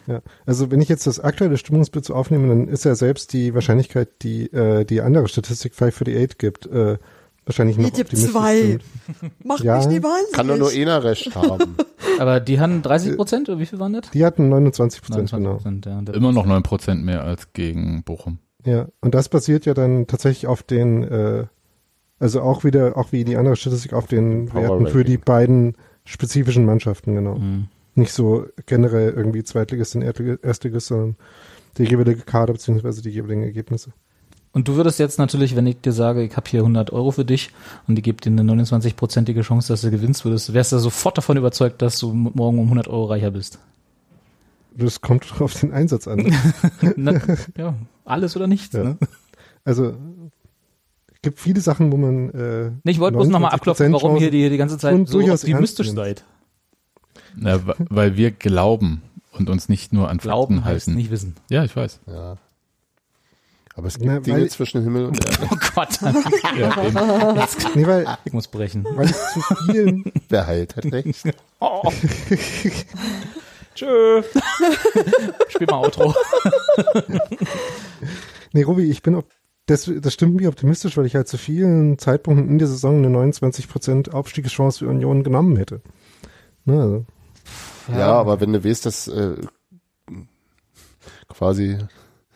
[SPEAKER 5] Ja, also wenn ich jetzt das aktuelle Stimmungsbild so aufnehme, dann ist ja selbst die Wahrscheinlichkeit, die äh, die andere Statistik 548 gibt, äh, wahrscheinlich noch
[SPEAKER 1] Die gibt
[SPEAKER 5] optimistisch
[SPEAKER 1] zwei.
[SPEAKER 5] sind.
[SPEAKER 1] Macht
[SPEAKER 5] Ja.
[SPEAKER 1] mich nicht wahnsinnig.
[SPEAKER 2] Kann doch nur einer recht haben.
[SPEAKER 3] Aber die haben 30 Prozent, oder wie viel waren das?
[SPEAKER 5] Die hatten 29 Prozent,
[SPEAKER 3] 29
[SPEAKER 5] genau.
[SPEAKER 3] Prozent, ja. Und
[SPEAKER 4] Immer noch 9% mehr als gegen Bochum.
[SPEAKER 5] Ja, und das basiert ja dann tatsächlich auf den, äh, also auch wieder, auch wie die andere Statistik, auf den
[SPEAKER 2] Power
[SPEAKER 5] Werten für
[SPEAKER 2] Ranking.
[SPEAKER 5] die beiden spezifischen Mannschaften, genau.
[SPEAKER 3] Mhm.
[SPEAKER 5] Nicht so generell irgendwie Zweitligist und Erdlig- Erstligist, sondern der jeweilige Kader beziehungsweise die jeweiligen Ergebnisse.
[SPEAKER 3] Und du würdest jetzt natürlich, wenn ich dir sage, ich habe hier 100 Euro für dich und ich gebe dir eine 29-prozentige Chance, dass du gewinnst würdest, wärst du sofort davon überzeugt, dass du m- morgen um 100 Euro reicher bist.
[SPEAKER 5] Das kommt auf den Einsatz an.
[SPEAKER 3] Na, ja, alles oder nichts.
[SPEAKER 5] Ja.
[SPEAKER 3] Ne?
[SPEAKER 5] Also gibt viele Sachen, wo man äh,
[SPEAKER 3] Nee, Ich wollte bloß nochmal abklopfen,
[SPEAKER 5] 29%
[SPEAKER 3] warum hier die, die ganze Zeit
[SPEAKER 5] und
[SPEAKER 3] so
[SPEAKER 5] durchaus
[SPEAKER 3] optimistisch
[SPEAKER 5] ernst
[SPEAKER 3] seid.
[SPEAKER 4] Na, wa- weil wir glauben und uns nicht nur an Fakten
[SPEAKER 3] Glauben heißt
[SPEAKER 4] halten.
[SPEAKER 3] nicht wissen.
[SPEAKER 4] Ja, ich weiß.
[SPEAKER 2] Ja. Aber es gibt
[SPEAKER 5] Na,
[SPEAKER 2] Dinge
[SPEAKER 5] weil-
[SPEAKER 2] zwischen Himmel und Erde.
[SPEAKER 3] Oh Gott,
[SPEAKER 4] Ja, eben.
[SPEAKER 5] Nee, weil,
[SPEAKER 3] ich muss brechen.
[SPEAKER 5] weil es zu vielen
[SPEAKER 2] Wer heilt, hat recht.
[SPEAKER 3] Oh. Tschö. Spiel mal Outro.
[SPEAKER 5] Äh. Nee, Robi, ich bin op- das, das stimmt mir optimistisch, weil ich halt zu vielen Zeitpunkten in der Saison eine 29% Aufstiegschance für Union genommen hätte. Ne, also,
[SPEAKER 2] Ja, aber wenn du weißt, dass äh, quasi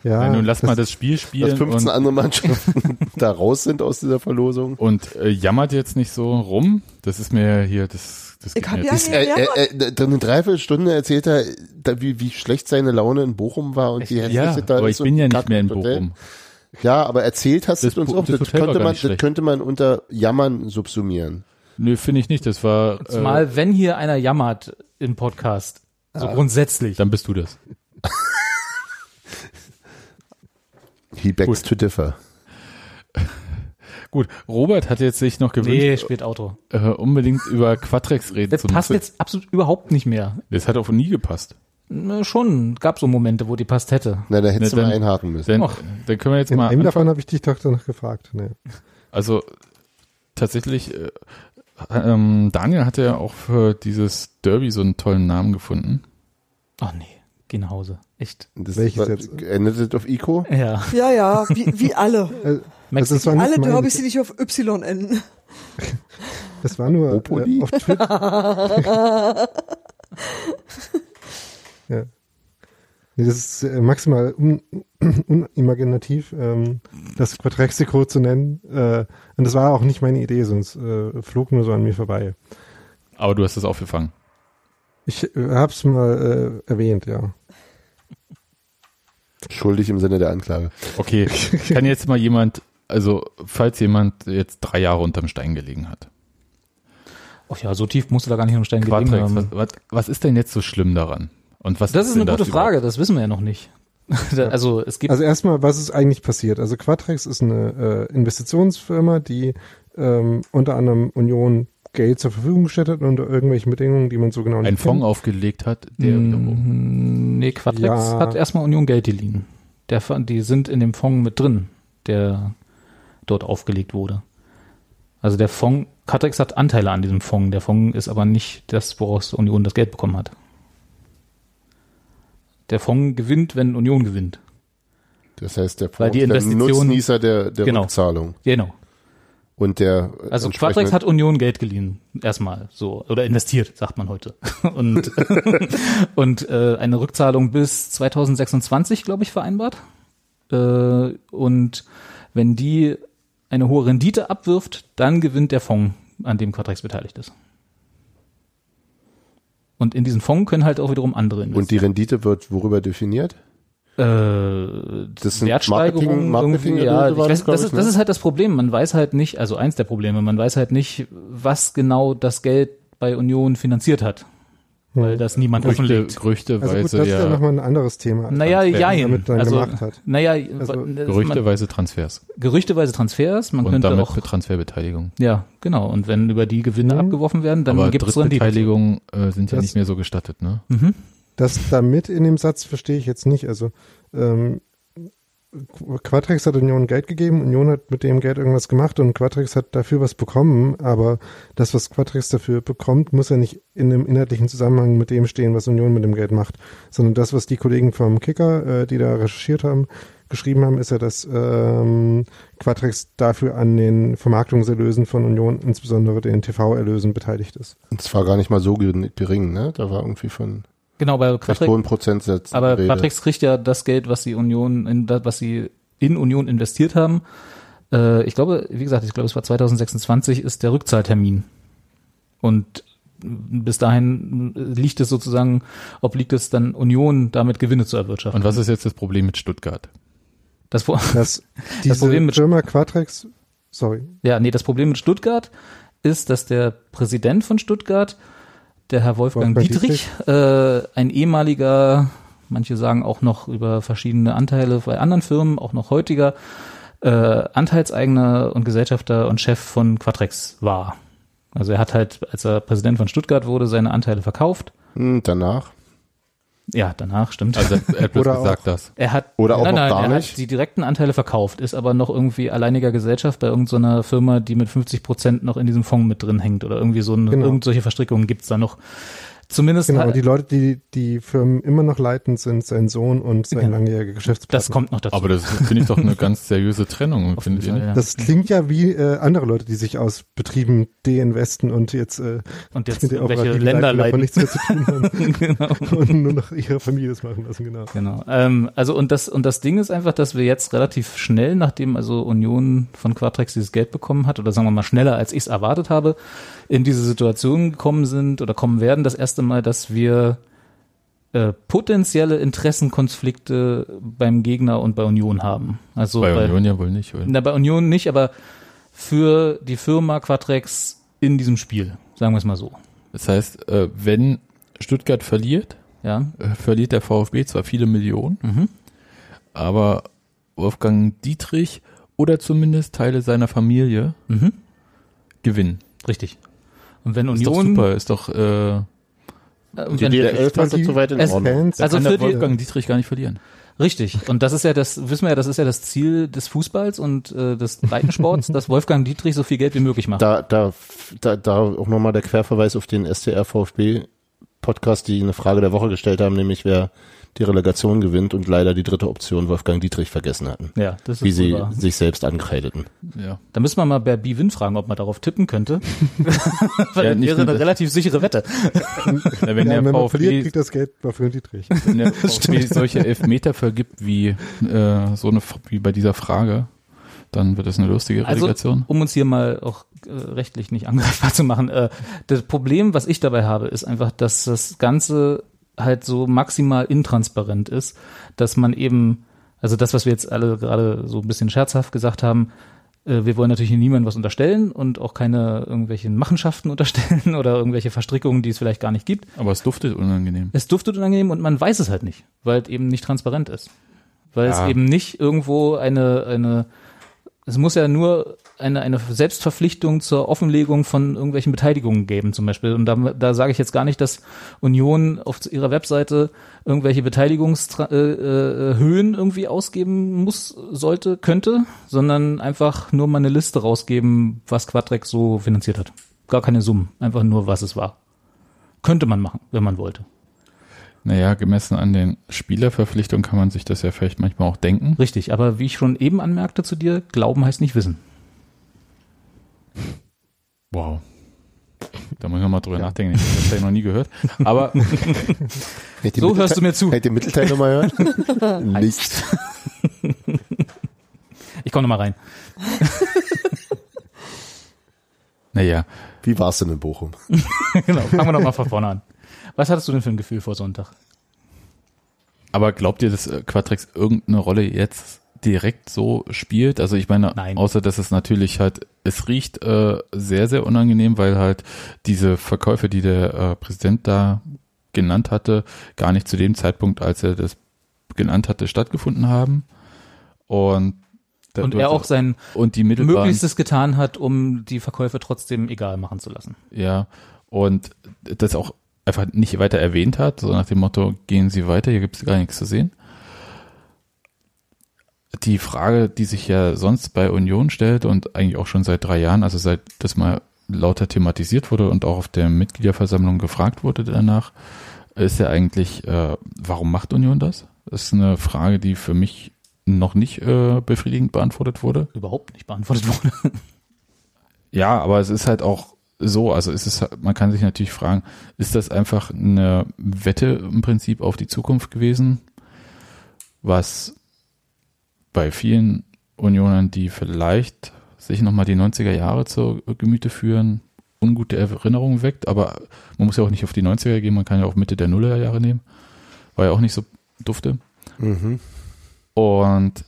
[SPEAKER 5] ja,
[SPEAKER 4] Nein, nun lass
[SPEAKER 5] das,
[SPEAKER 4] mal Ah, das Spiel spielen
[SPEAKER 2] dass 15
[SPEAKER 4] und,
[SPEAKER 2] andere Mannschaften da raus sind aus dieser Verlosung.
[SPEAKER 4] und äh, jammert jetzt nicht so rum. Das ist mir hier, das, das
[SPEAKER 1] Ich
[SPEAKER 4] geht
[SPEAKER 1] hab
[SPEAKER 4] mir
[SPEAKER 1] ja
[SPEAKER 4] jetzt-
[SPEAKER 1] nicht-
[SPEAKER 2] Äh, äh, äh, dann eine Dreiviertelstunde erzählt er, da, wie, wie schlecht seine Laune in Bochum war und wie
[SPEAKER 4] ja,
[SPEAKER 2] hässlich das da
[SPEAKER 4] aber ich
[SPEAKER 2] ist und
[SPEAKER 4] bin ja
[SPEAKER 2] kack
[SPEAKER 4] nicht mehr in
[SPEAKER 2] das Hotel.
[SPEAKER 4] Bochum.
[SPEAKER 2] Ja, aber erzählt hast du
[SPEAKER 4] Das
[SPEAKER 2] es uns
[SPEAKER 4] Bo-
[SPEAKER 2] auch.
[SPEAKER 4] das
[SPEAKER 2] Das,
[SPEAKER 4] Hotel war
[SPEAKER 2] könnte
[SPEAKER 4] gar
[SPEAKER 2] man,
[SPEAKER 4] nicht
[SPEAKER 2] das
[SPEAKER 4] schlecht.
[SPEAKER 2] könnte man unter Jammern subsumieren.
[SPEAKER 4] Nö, finde ich nicht. Das war, äh,
[SPEAKER 3] Zumal, wenn hier einer jammert im Podcast, so
[SPEAKER 5] Ah.
[SPEAKER 3] grundsätzlich.
[SPEAKER 4] dann bist du das.
[SPEAKER 2] He begs to differ.
[SPEAKER 4] Gut, Robert hat jetzt sich noch
[SPEAKER 3] Nee,
[SPEAKER 4] gewünscht,
[SPEAKER 3] spielt Outro.
[SPEAKER 4] äh, unbedingt über Quatrex reden
[SPEAKER 3] Das
[SPEAKER 4] zu
[SPEAKER 3] passt
[SPEAKER 4] müssen.
[SPEAKER 3] jetzt absolut überhaupt nicht mehr.
[SPEAKER 4] Das hat auch nie gepasst.
[SPEAKER 3] Na, schon, gab so Momente, wo die passt hätte.
[SPEAKER 2] Na, da hättest
[SPEAKER 4] Na,
[SPEAKER 2] du mal
[SPEAKER 4] dann-
[SPEAKER 2] einhaken müssen.
[SPEAKER 4] Dann,
[SPEAKER 3] Och.
[SPEAKER 4] dann können wir jetzt
[SPEAKER 5] in
[SPEAKER 4] mal
[SPEAKER 5] einem davon habe ich dich doch danach gefragt. ne. Nee.
[SPEAKER 4] Also tatsächlich, äh, ähm, Daniel hat ja auch für dieses Derby so einen tollen Namen gefunden.
[SPEAKER 3] Ach nee, geh nach Hause. Echt.
[SPEAKER 2] Das
[SPEAKER 5] Welches
[SPEAKER 2] war-
[SPEAKER 5] jetzt?
[SPEAKER 2] Endet das auf Ico?
[SPEAKER 3] Ja.
[SPEAKER 1] Ja, ja, wie, wie alle.
[SPEAKER 5] Also,
[SPEAKER 3] Max,
[SPEAKER 5] also das war nicht
[SPEAKER 1] alle
[SPEAKER 5] mein-
[SPEAKER 1] Derbys, die nicht auf Y enden.
[SPEAKER 5] Das war nur
[SPEAKER 2] Opoli?
[SPEAKER 5] äh, auf Twitter. ja. Nee, das ist äh, maximal un unimaginativ, ähm, das Quadrexico zu nennen. Äh, und das war auch nicht meine Idee, sonst äh, flog nur so an mir vorbei.
[SPEAKER 4] Aber du hast es aufgefangen.
[SPEAKER 5] Ich äh, hab's mal äh, erwähnt, ja.
[SPEAKER 2] Schuldig im Sinne der Anklage.
[SPEAKER 4] Okay, kann jetzt mal jemand, also falls jemand jetzt drei Jahre unterm Stein gelegen hat.
[SPEAKER 3] Ach ja, so tief musst du da gar nicht am Stein gelegen
[SPEAKER 4] Quatrex, was,
[SPEAKER 3] haben.
[SPEAKER 4] was, was ist denn jetzt so schlimm daran? Und was
[SPEAKER 3] Das ist
[SPEAKER 4] denn
[SPEAKER 3] eine gute
[SPEAKER 4] überhaupt?
[SPEAKER 3] Frage, das wissen wir ja noch nicht. Da- also es gibt
[SPEAKER 5] Also erstmal, was ist eigentlich passiert? Also Quadrex ist eine äh, Investitionsfirma, die ähm, unter anderem Union Geld zur Verfügung gestellt hat unter irgendwelchen Bedingungen, die man so genau
[SPEAKER 4] Ein
[SPEAKER 5] nicht
[SPEAKER 4] Fonds
[SPEAKER 3] Mhm.
[SPEAKER 5] kennt.
[SPEAKER 4] aufgelegt hat, der wiederum.
[SPEAKER 3] Mm, Mhm. Nee, Quatrex
[SPEAKER 5] Ja.
[SPEAKER 3] hat erstmal Union Geld geliehen. Der, Fond- die sind in dem Fonds mit drin, der dort aufgelegt wurde. Also der Fonds, Quatrex hat Anteile an diesem Fonds. Der Fonds ist aber nicht das, woraus Union das Geld bekommen hat. Der Fonds gewinnt, wenn Union gewinnt.
[SPEAKER 2] Das heißt, der,
[SPEAKER 3] Weil die
[SPEAKER 2] der
[SPEAKER 3] Investitionen-
[SPEAKER 2] Nutznießer der, der
[SPEAKER 3] Genau.
[SPEAKER 2] Rückzahlung
[SPEAKER 3] Genau.
[SPEAKER 2] und der äh,
[SPEAKER 3] Also
[SPEAKER 2] entsprechende-
[SPEAKER 3] Quadrex hat Union Geld geliehen, erstmal so. Oder investiert, sagt man heute. Und, und äh, eine Rückzahlung bis 2026, glaube ich, vereinbart. Äh, und wenn die eine hohe Rendite abwirft, dann gewinnt der Fonds, an dem Quadrex beteiligt ist. Und in diesen Fonds können halt auch wiederum andere investieren.
[SPEAKER 2] und die Rendite wird worüber definiert?
[SPEAKER 3] Äh,
[SPEAKER 2] Das sind Marketing-
[SPEAKER 3] Wertsteigerung
[SPEAKER 2] Marketing-
[SPEAKER 3] irgendwie, ja, ich
[SPEAKER 2] Produkte waren
[SPEAKER 3] weiß,
[SPEAKER 2] das, glaub
[SPEAKER 3] das,
[SPEAKER 2] ich,
[SPEAKER 3] ist,
[SPEAKER 2] ne?
[SPEAKER 3] das ist halt das Problem. Man weiß halt nicht, also eins der Probleme, man weiß halt nicht, was genau das Geld bei Union finanziert hat. weil das niemand
[SPEAKER 4] Gerüchte,
[SPEAKER 3] offenlegt.
[SPEAKER 5] Also gut,
[SPEAKER 4] gerüchteweise,
[SPEAKER 5] das ist ja
[SPEAKER 4] ja,
[SPEAKER 5] nochmal ein anderes Thema.
[SPEAKER 3] Naja,
[SPEAKER 5] was man
[SPEAKER 3] jein.
[SPEAKER 5] damit dann
[SPEAKER 3] Also,
[SPEAKER 5] gemacht hat.
[SPEAKER 3] naja,
[SPEAKER 5] Also,
[SPEAKER 3] man-
[SPEAKER 4] gerüchteweise Transfers
[SPEAKER 3] gerüchteweise Transfers, man
[SPEAKER 4] und
[SPEAKER 3] könnte
[SPEAKER 4] damit
[SPEAKER 3] auch,
[SPEAKER 4] Transferbeteiligung.
[SPEAKER 3] ja, genau. Und wenn über die Gewinne
[SPEAKER 5] Mhm.
[SPEAKER 3] abgeworfen werden, dann
[SPEAKER 4] Aber
[SPEAKER 3] gibt es Rendite.
[SPEAKER 4] Drittbeteiligung äh, sind ja
[SPEAKER 5] Das-
[SPEAKER 4] nicht mehr so gestattet, ne?
[SPEAKER 3] Mhm.
[SPEAKER 5] Das damit in dem Satz verstehe ich jetzt nicht. Also ähm, Qu- Quatrix hat Union Geld gegeben, Union hat mit dem Geld irgendwas gemacht und Quatrix hat dafür was bekommen, aber das, was Quatrix dafür bekommt, muss ja nicht in einem inhaltlichen Zusammenhang mit dem stehen, was Union mit dem Geld macht, sondern das, was die Kollegen vom Kicker, äh, die da recherchiert haben, geschrieben haben, ist ja, dass ähm, Quatrix dafür an den Vermarktungserlösen von Union, insbesondere den TV-Erlösen, beteiligt ist.
[SPEAKER 2] Und zwar gar nicht mal so gering, gering, ne? Da war irgendwie von
[SPEAKER 3] Genau, bei
[SPEAKER 2] recht
[SPEAKER 3] Quatrix
[SPEAKER 2] hohen Prozentsätzen.
[SPEAKER 3] Aber
[SPEAKER 2] die Rede.
[SPEAKER 3] Patricks kriegt ja das Geld, was die Union, in, das, was sie in Union investiert haben. Äh, ich glaube, wie gesagt, ich glaube, es war 2026 ist der Rückzahltermin. Und bis dahin liegt es sozusagen, obliegt es dann Union, damit Gewinne zu erwirtschaften.
[SPEAKER 4] Und was ist jetzt das Problem mit Stuttgart?
[SPEAKER 3] Das, Pro-
[SPEAKER 5] Dass diese
[SPEAKER 3] Problem mit-
[SPEAKER 5] Firma Quatrix, sorry,
[SPEAKER 3] ja, nee, das Problem mit Stuttgart ist, dass der Präsident von Stuttgart, der Herr Wolfgang,
[SPEAKER 5] Wolfgang
[SPEAKER 3] Dietrich, Äh, ein ehemaliger, manche sagen auch noch über verschiedene Anteile bei anderen Firmen, auch noch heutiger, äh, Anteilseigner und Gesellschafter und Chef von Quatrex war. Also er hat halt, als er Präsident von Stuttgart wurde, seine Anteile verkauft.
[SPEAKER 2] Hm, danach.
[SPEAKER 3] Ja, danach, stimmt.
[SPEAKER 4] Also er hat bloß
[SPEAKER 5] Oder auch-
[SPEAKER 4] gesagt das.
[SPEAKER 3] Er hat,
[SPEAKER 2] Oder auch
[SPEAKER 3] nein,
[SPEAKER 2] noch
[SPEAKER 3] nein,
[SPEAKER 2] gar
[SPEAKER 3] er
[SPEAKER 2] nicht?
[SPEAKER 3] hat die direkten Anteile verkauft, ist aber noch irgendwie alleiniger Gesellschaft bei irgendeiner Firma, die mit 50 Prozent noch in diesem Fonds mit drin hängt oder irgendwie so eine,
[SPEAKER 5] Genau.
[SPEAKER 3] irgendwelche Verstrickungen gibt's da noch. Zumindest
[SPEAKER 5] Genau,
[SPEAKER 3] hat,
[SPEAKER 5] die Leute, die die Firmen immer noch leitend sind, sein Sohn und sein
[SPEAKER 3] Genau.
[SPEAKER 5] langjähriger
[SPEAKER 3] das
[SPEAKER 5] Geschäftspartner.
[SPEAKER 3] kommt noch dazu.
[SPEAKER 4] Aber das finde ich doch eine ganz seriöse Trennung, ne?
[SPEAKER 3] Auf
[SPEAKER 4] findet
[SPEAKER 3] jeden
[SPEAKER 4] ihr nicht?
[SPEAKER 3] Fall,
[SPEAKER 5] Das klingt ja wie äh, andere Leute, die sich aus Betrieben deinvesten und jetzt äh,
[SPEAKER 3] ja. Und jetzt
[SPEAKER 5] mit der
[SPEAKER 3] welche
[SPEAKER 5] operativen
[SPEAKER 3] Länder leiten.
[SPEAKER 5] Leitung davon nichts mehr zu tun haben
[SPEAKER 3] genau.
[SPEAKER 5] und nur noch ihre Familie das machen lassen, genau.
[SPEAKER 3] Genau. Ähm, also und das und das Ding ist einfach, dass wir jetzt relativ schnell, nachdem also Union von Quatrex dieses Geld bekommen hat, oder sagen wir mal schneller, als ich es erwartet habe, in diese Situation gekommen sind oder kommen werden, das erste Mal, dass wir äh, potenzielle Interessenkonflikte beim Gegner und bei Union haben. Also
[SPEAKER 4] Bei Union ja wohl nicht, oder?
[SPEAKER 3] na, bei Union nicht, aber für die Firma Quatrex in diesem Spiel, sagen wir es mal so.
[SPEAKER 4] Das heißt, äh, wenn Stuttgart verliert,
[SPEAKER 3] Ja.
[SPEAKER 4] äh, verliert der VfB zwar viele Millionen,
[SPEAKER 3] Mhm.
[SPEAKER 4] aber Wolfgang Dietrich oder zumindest Teile seiner Familie
[SPEAKER 3] Mhm.
[SPEAKER 4] gewinnen.
[SPEAKER 3] Richtig. Und wenn
[SPEAKER 4] Ist doch
[SPEAKER 3] Union
[SPEAKER 4] super, ist doch äh,
[SPEAKER 3] äh, und
[SPEAKER 2] Die
[SPEAKER 3] wenn-
[SPEAKER 2] DL fand das
[SPEAKER 5] die-
[SPEAKER 2] soweit halt in
[SPEAKER 3] es-
[SPEAKER 2] Ordnung.
[SPEAKER 5] Fans,
[SPEAKER 3] Also
[SPEAKER 4] kann
[SPEAKER 3] für
[SPEAKER 4] der
[SPEAKER 3] die-
[SPEAKER 4] Wolfgang Dietrich gar nicht verlieren.
[SPEAKER 3] Richtig. Und das ist ja das, wissen wir ja, das ist ja das Ziel des Fußballs und äh, des Breitensports, dass Wolfgang Dietrich so viel Geld wie möglich macht.
[SPEAKER 2] Da, da, da, da auch nochmal der Querverweis auf den STR VfB Podcast, die eine Frage der Woche gestellt haben, nämlich wer die Relegation gewinnt und leider die dritte Option Wolfgang Dietrich vergessen hatten.
[SPEAKER 3] ja, das ist
[SPEAKER 2] Wie sie
[SPEAKER 3] wahr.
[SPEAKER 2] sich selbst ankreideten.
[SPEAKER 4] Ja.
[SPEAKER 3] Da müssen wir mal bei Bivin fragen, ob man darauf tippen könnte. Weil
[SPEAKER 4] Ja,
[SPEAKER 3] das
[SPEAKER 4] nicht
[SPEAKER 3] wäre
[SPEAKER 4] nur
[SPEAKER 3] eine
[SPEAKER 4] das.
[SPEAKER 3] relativ sichere Wette.
[SPEAKER 4] Na, wenn
[SPEAKER 5] ja,
[SPEAKER 4] der
[SPEAKER 5] wenn man verliert,
[SPEAKER 4] VfB,
[SPEAKER 5] kriegt das Geld Wolfgang Dietrich.
[SPEAKER 4] wenn der VfB solche Elfmeter vergibt wie äh, so eine F- wie bei dieser Frage, dann wird es eine lustige
[SPEAKER 3] Also-
[SPEAKER 4] Relegation.
[SPEAKER 3] Um uns hier mal auch äh, rechtlich nicht angreifbar zu machen. Äh, das Problem, was ich dabei habe, ist einfach, dass das Ganze halt so maximal intransparent ist, dass man eben, also das, was wir jetzt alle gerade so ein bisschen scherzhaft gesagt haben, äh, wir wollen natürlich niemandem was unterstellen und auch keine irgendwelchen Machenschaften unterstellen oder irgendwelche Verstrickungen, die es vielleicht gar nicht gibt.
[SPEAKER 4] aber es duftet unangenehm.
[SPEAKER 3] Es duftet unangenehm und man weiß es halt nicht, weil es eben nicht transparent ist. Weil
[SPEAKER 4] Ja.
[SPEAKER 3] es eben nicht irgendwo eine, eine, es muss ja nur eine, eine Selbstverpflichtung zur Offenlegung von irgendwelchen Beteiligungen geben, zum Beispiel. Und da, da sage ich jetzt gar nicht, dass Union auf ihrer Webseite irgendwelche Beteiligungshöhen äh, äh, Höhen irgendwie ausgeben muss, sollte, könnte, sondern einfach nur mal eine Liste rausgeben, was Quadrex so finanziert hat. Gar keine Summen, einfach nur, was es war. Könnte man machen, wenn man wollte.
[SPEAKER 4] Naja, gemessen an den Spielerverpflichtungen kann man sich das ja vielleicht manchmal auch denken.
[SPEAKER 3] Richtig, aber wie ich schon eben anmerkte zu dir, glauben heißt nicht wissen.
[SPEAKER 4] Wow. Da muss ich nochmal drüber nachdenken. Ich habe das ja noch nie gehört. Aber
[SPEAKER 3] So hörst du mir zu.
[SPEAKER 2] Hätte den Mittelteil nochmal gehört? Nicht.
[SPEAKER 3] Ich komme nochmal rein.
[SPEAKER 4] naja,
[SPEAKER 2] Wie war's denn in Bochum?
[SPEAKER 3] genau, fangen wir nochmal von vorne an. Was hattest du denn für ein Gefühl vor Sonntag?
[SPEAKER 4] aber glaubt ihr, dass äh, Quatrix irgendeine Rolle jetzt direkt so spielt? Also ich meine,
[SPEAKER 3] Nein.
[SPEAKER 4] außer dass es natürlich halt, es riecht äh, sehr, sehr unangenehm, weil halt diese Verkäufe, die der äh, Präsident da genannt hatte, gar nicht zu dem Zeitpunkt, als er das genannt hatte, stattgefunden haben. Und,
[SPEAKER 3] Und
[SPEAKER 4] dadurch-
[SPEAKER 3] er auch sein
[SPEAKER 4] und die Mittel waren
[SPEAKER 3] Möglichstes getan hat, um die Verkäufe trotzdem egal machen zu lassen.
[SPEAKER 4] Ja, und das auch einfach nicht weiter erwähnt hat, so nach dem Motto, gehen Sie weiter, hier gibt es gar nichts zu sehen. Die Frage, die sich ja sonst bei Union stellt und eigentlich auch schon seit drei Jahren, also seit das mal lauter thematisiert wurde und auch auf der Mitgliederversammlung gefragt wurde danach, ist ja eigentlich, äh, warum macht Union das? Das ist eine Frage, die für mich noch nicht äh, befriedigend beantwortet wurde.
[SPEAKER 3] Überhaupt nicht beantwortet wurde.
[SPEAKER 4] Ja, aber es ist halt auch so, also es ist, man kann sich natürlich fragen, ist das einfach eine Wette im Prinzip auf die Zukunft gewesen, was bei vielen Unionern, die vielleicht sich nochmal die 90er Jahre zur Gemüte führen, ungute Erinnerungen weckt, aber man muss ja auch nicht auf die 90er gehen, man kann ja auch Mitte der Nuller Jahre nehmen, war ja auch nicht so dufte.
[SPEAKER 2] Mhm.
[SPEAKER 4] Und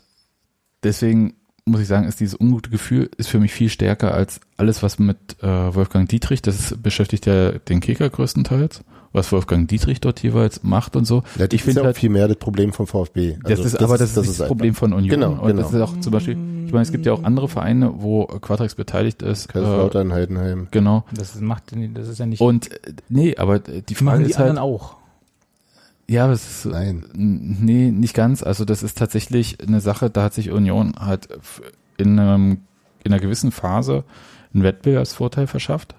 [SPEAKER 4] deswegen muss ich sagen, ist dieses ungute Gefühl ist für mich viel stärker als alles, was mit äh, Wolfgang Dietrich, das ist, beschäftigt ja den Kicker größtenteils, was Wolfgang Dietrich dort jeweils macht und so.
[SPEAKER 2] Ja, das
[SPEAKER 4] Ich
[SPEAKER 2] ich
[SPEAKER 4] find
[SPEAKER 2] finde ja
[SPEAKER 4] halt-
[SPEAKER 2] auch viel mehr das Problem vom VfB.
[SPEAKER 4] Das
[SPEAKER 2] Also
[SPEAKER 4] ist aber das, ist nicht das
[SPEAKER 2] einfach.
[SPEAKER 4] Problem von Union.
[SPEAKER 2] Genau,
[SPEAKER 4] Und das
[SPEAKER 2] genau.
[SPEAKER 4] ist auch zum Beispiel, ich meine, es gibt ja auch andere Vereine, wo Quatrax beteiligt ist. äh,
[SPEAKER 2] Kaiserslautern, Heidenheim.
[SPEAKER 4] genau.
[SPEAKER 3] Mm. Das macht, das ist ja nicht.
[SPEAKER 4] Und äh, nee, aber die Frage
[SPEAKER 3] machen die
[SPEAKER 4] ist halt,
[SPEAKER 3] anderen auch.
[SPEAKER 4] ja, aber es ist
[SPEAKER 2] Nein.
[SPEAKER 4] N- Nee, nicht ganz. Also das ist tatsächlich eine Sache, da hat sich Union halt f- in, einem, in einer gewissen Phase einen Wettbewerbsvorteil verschafft.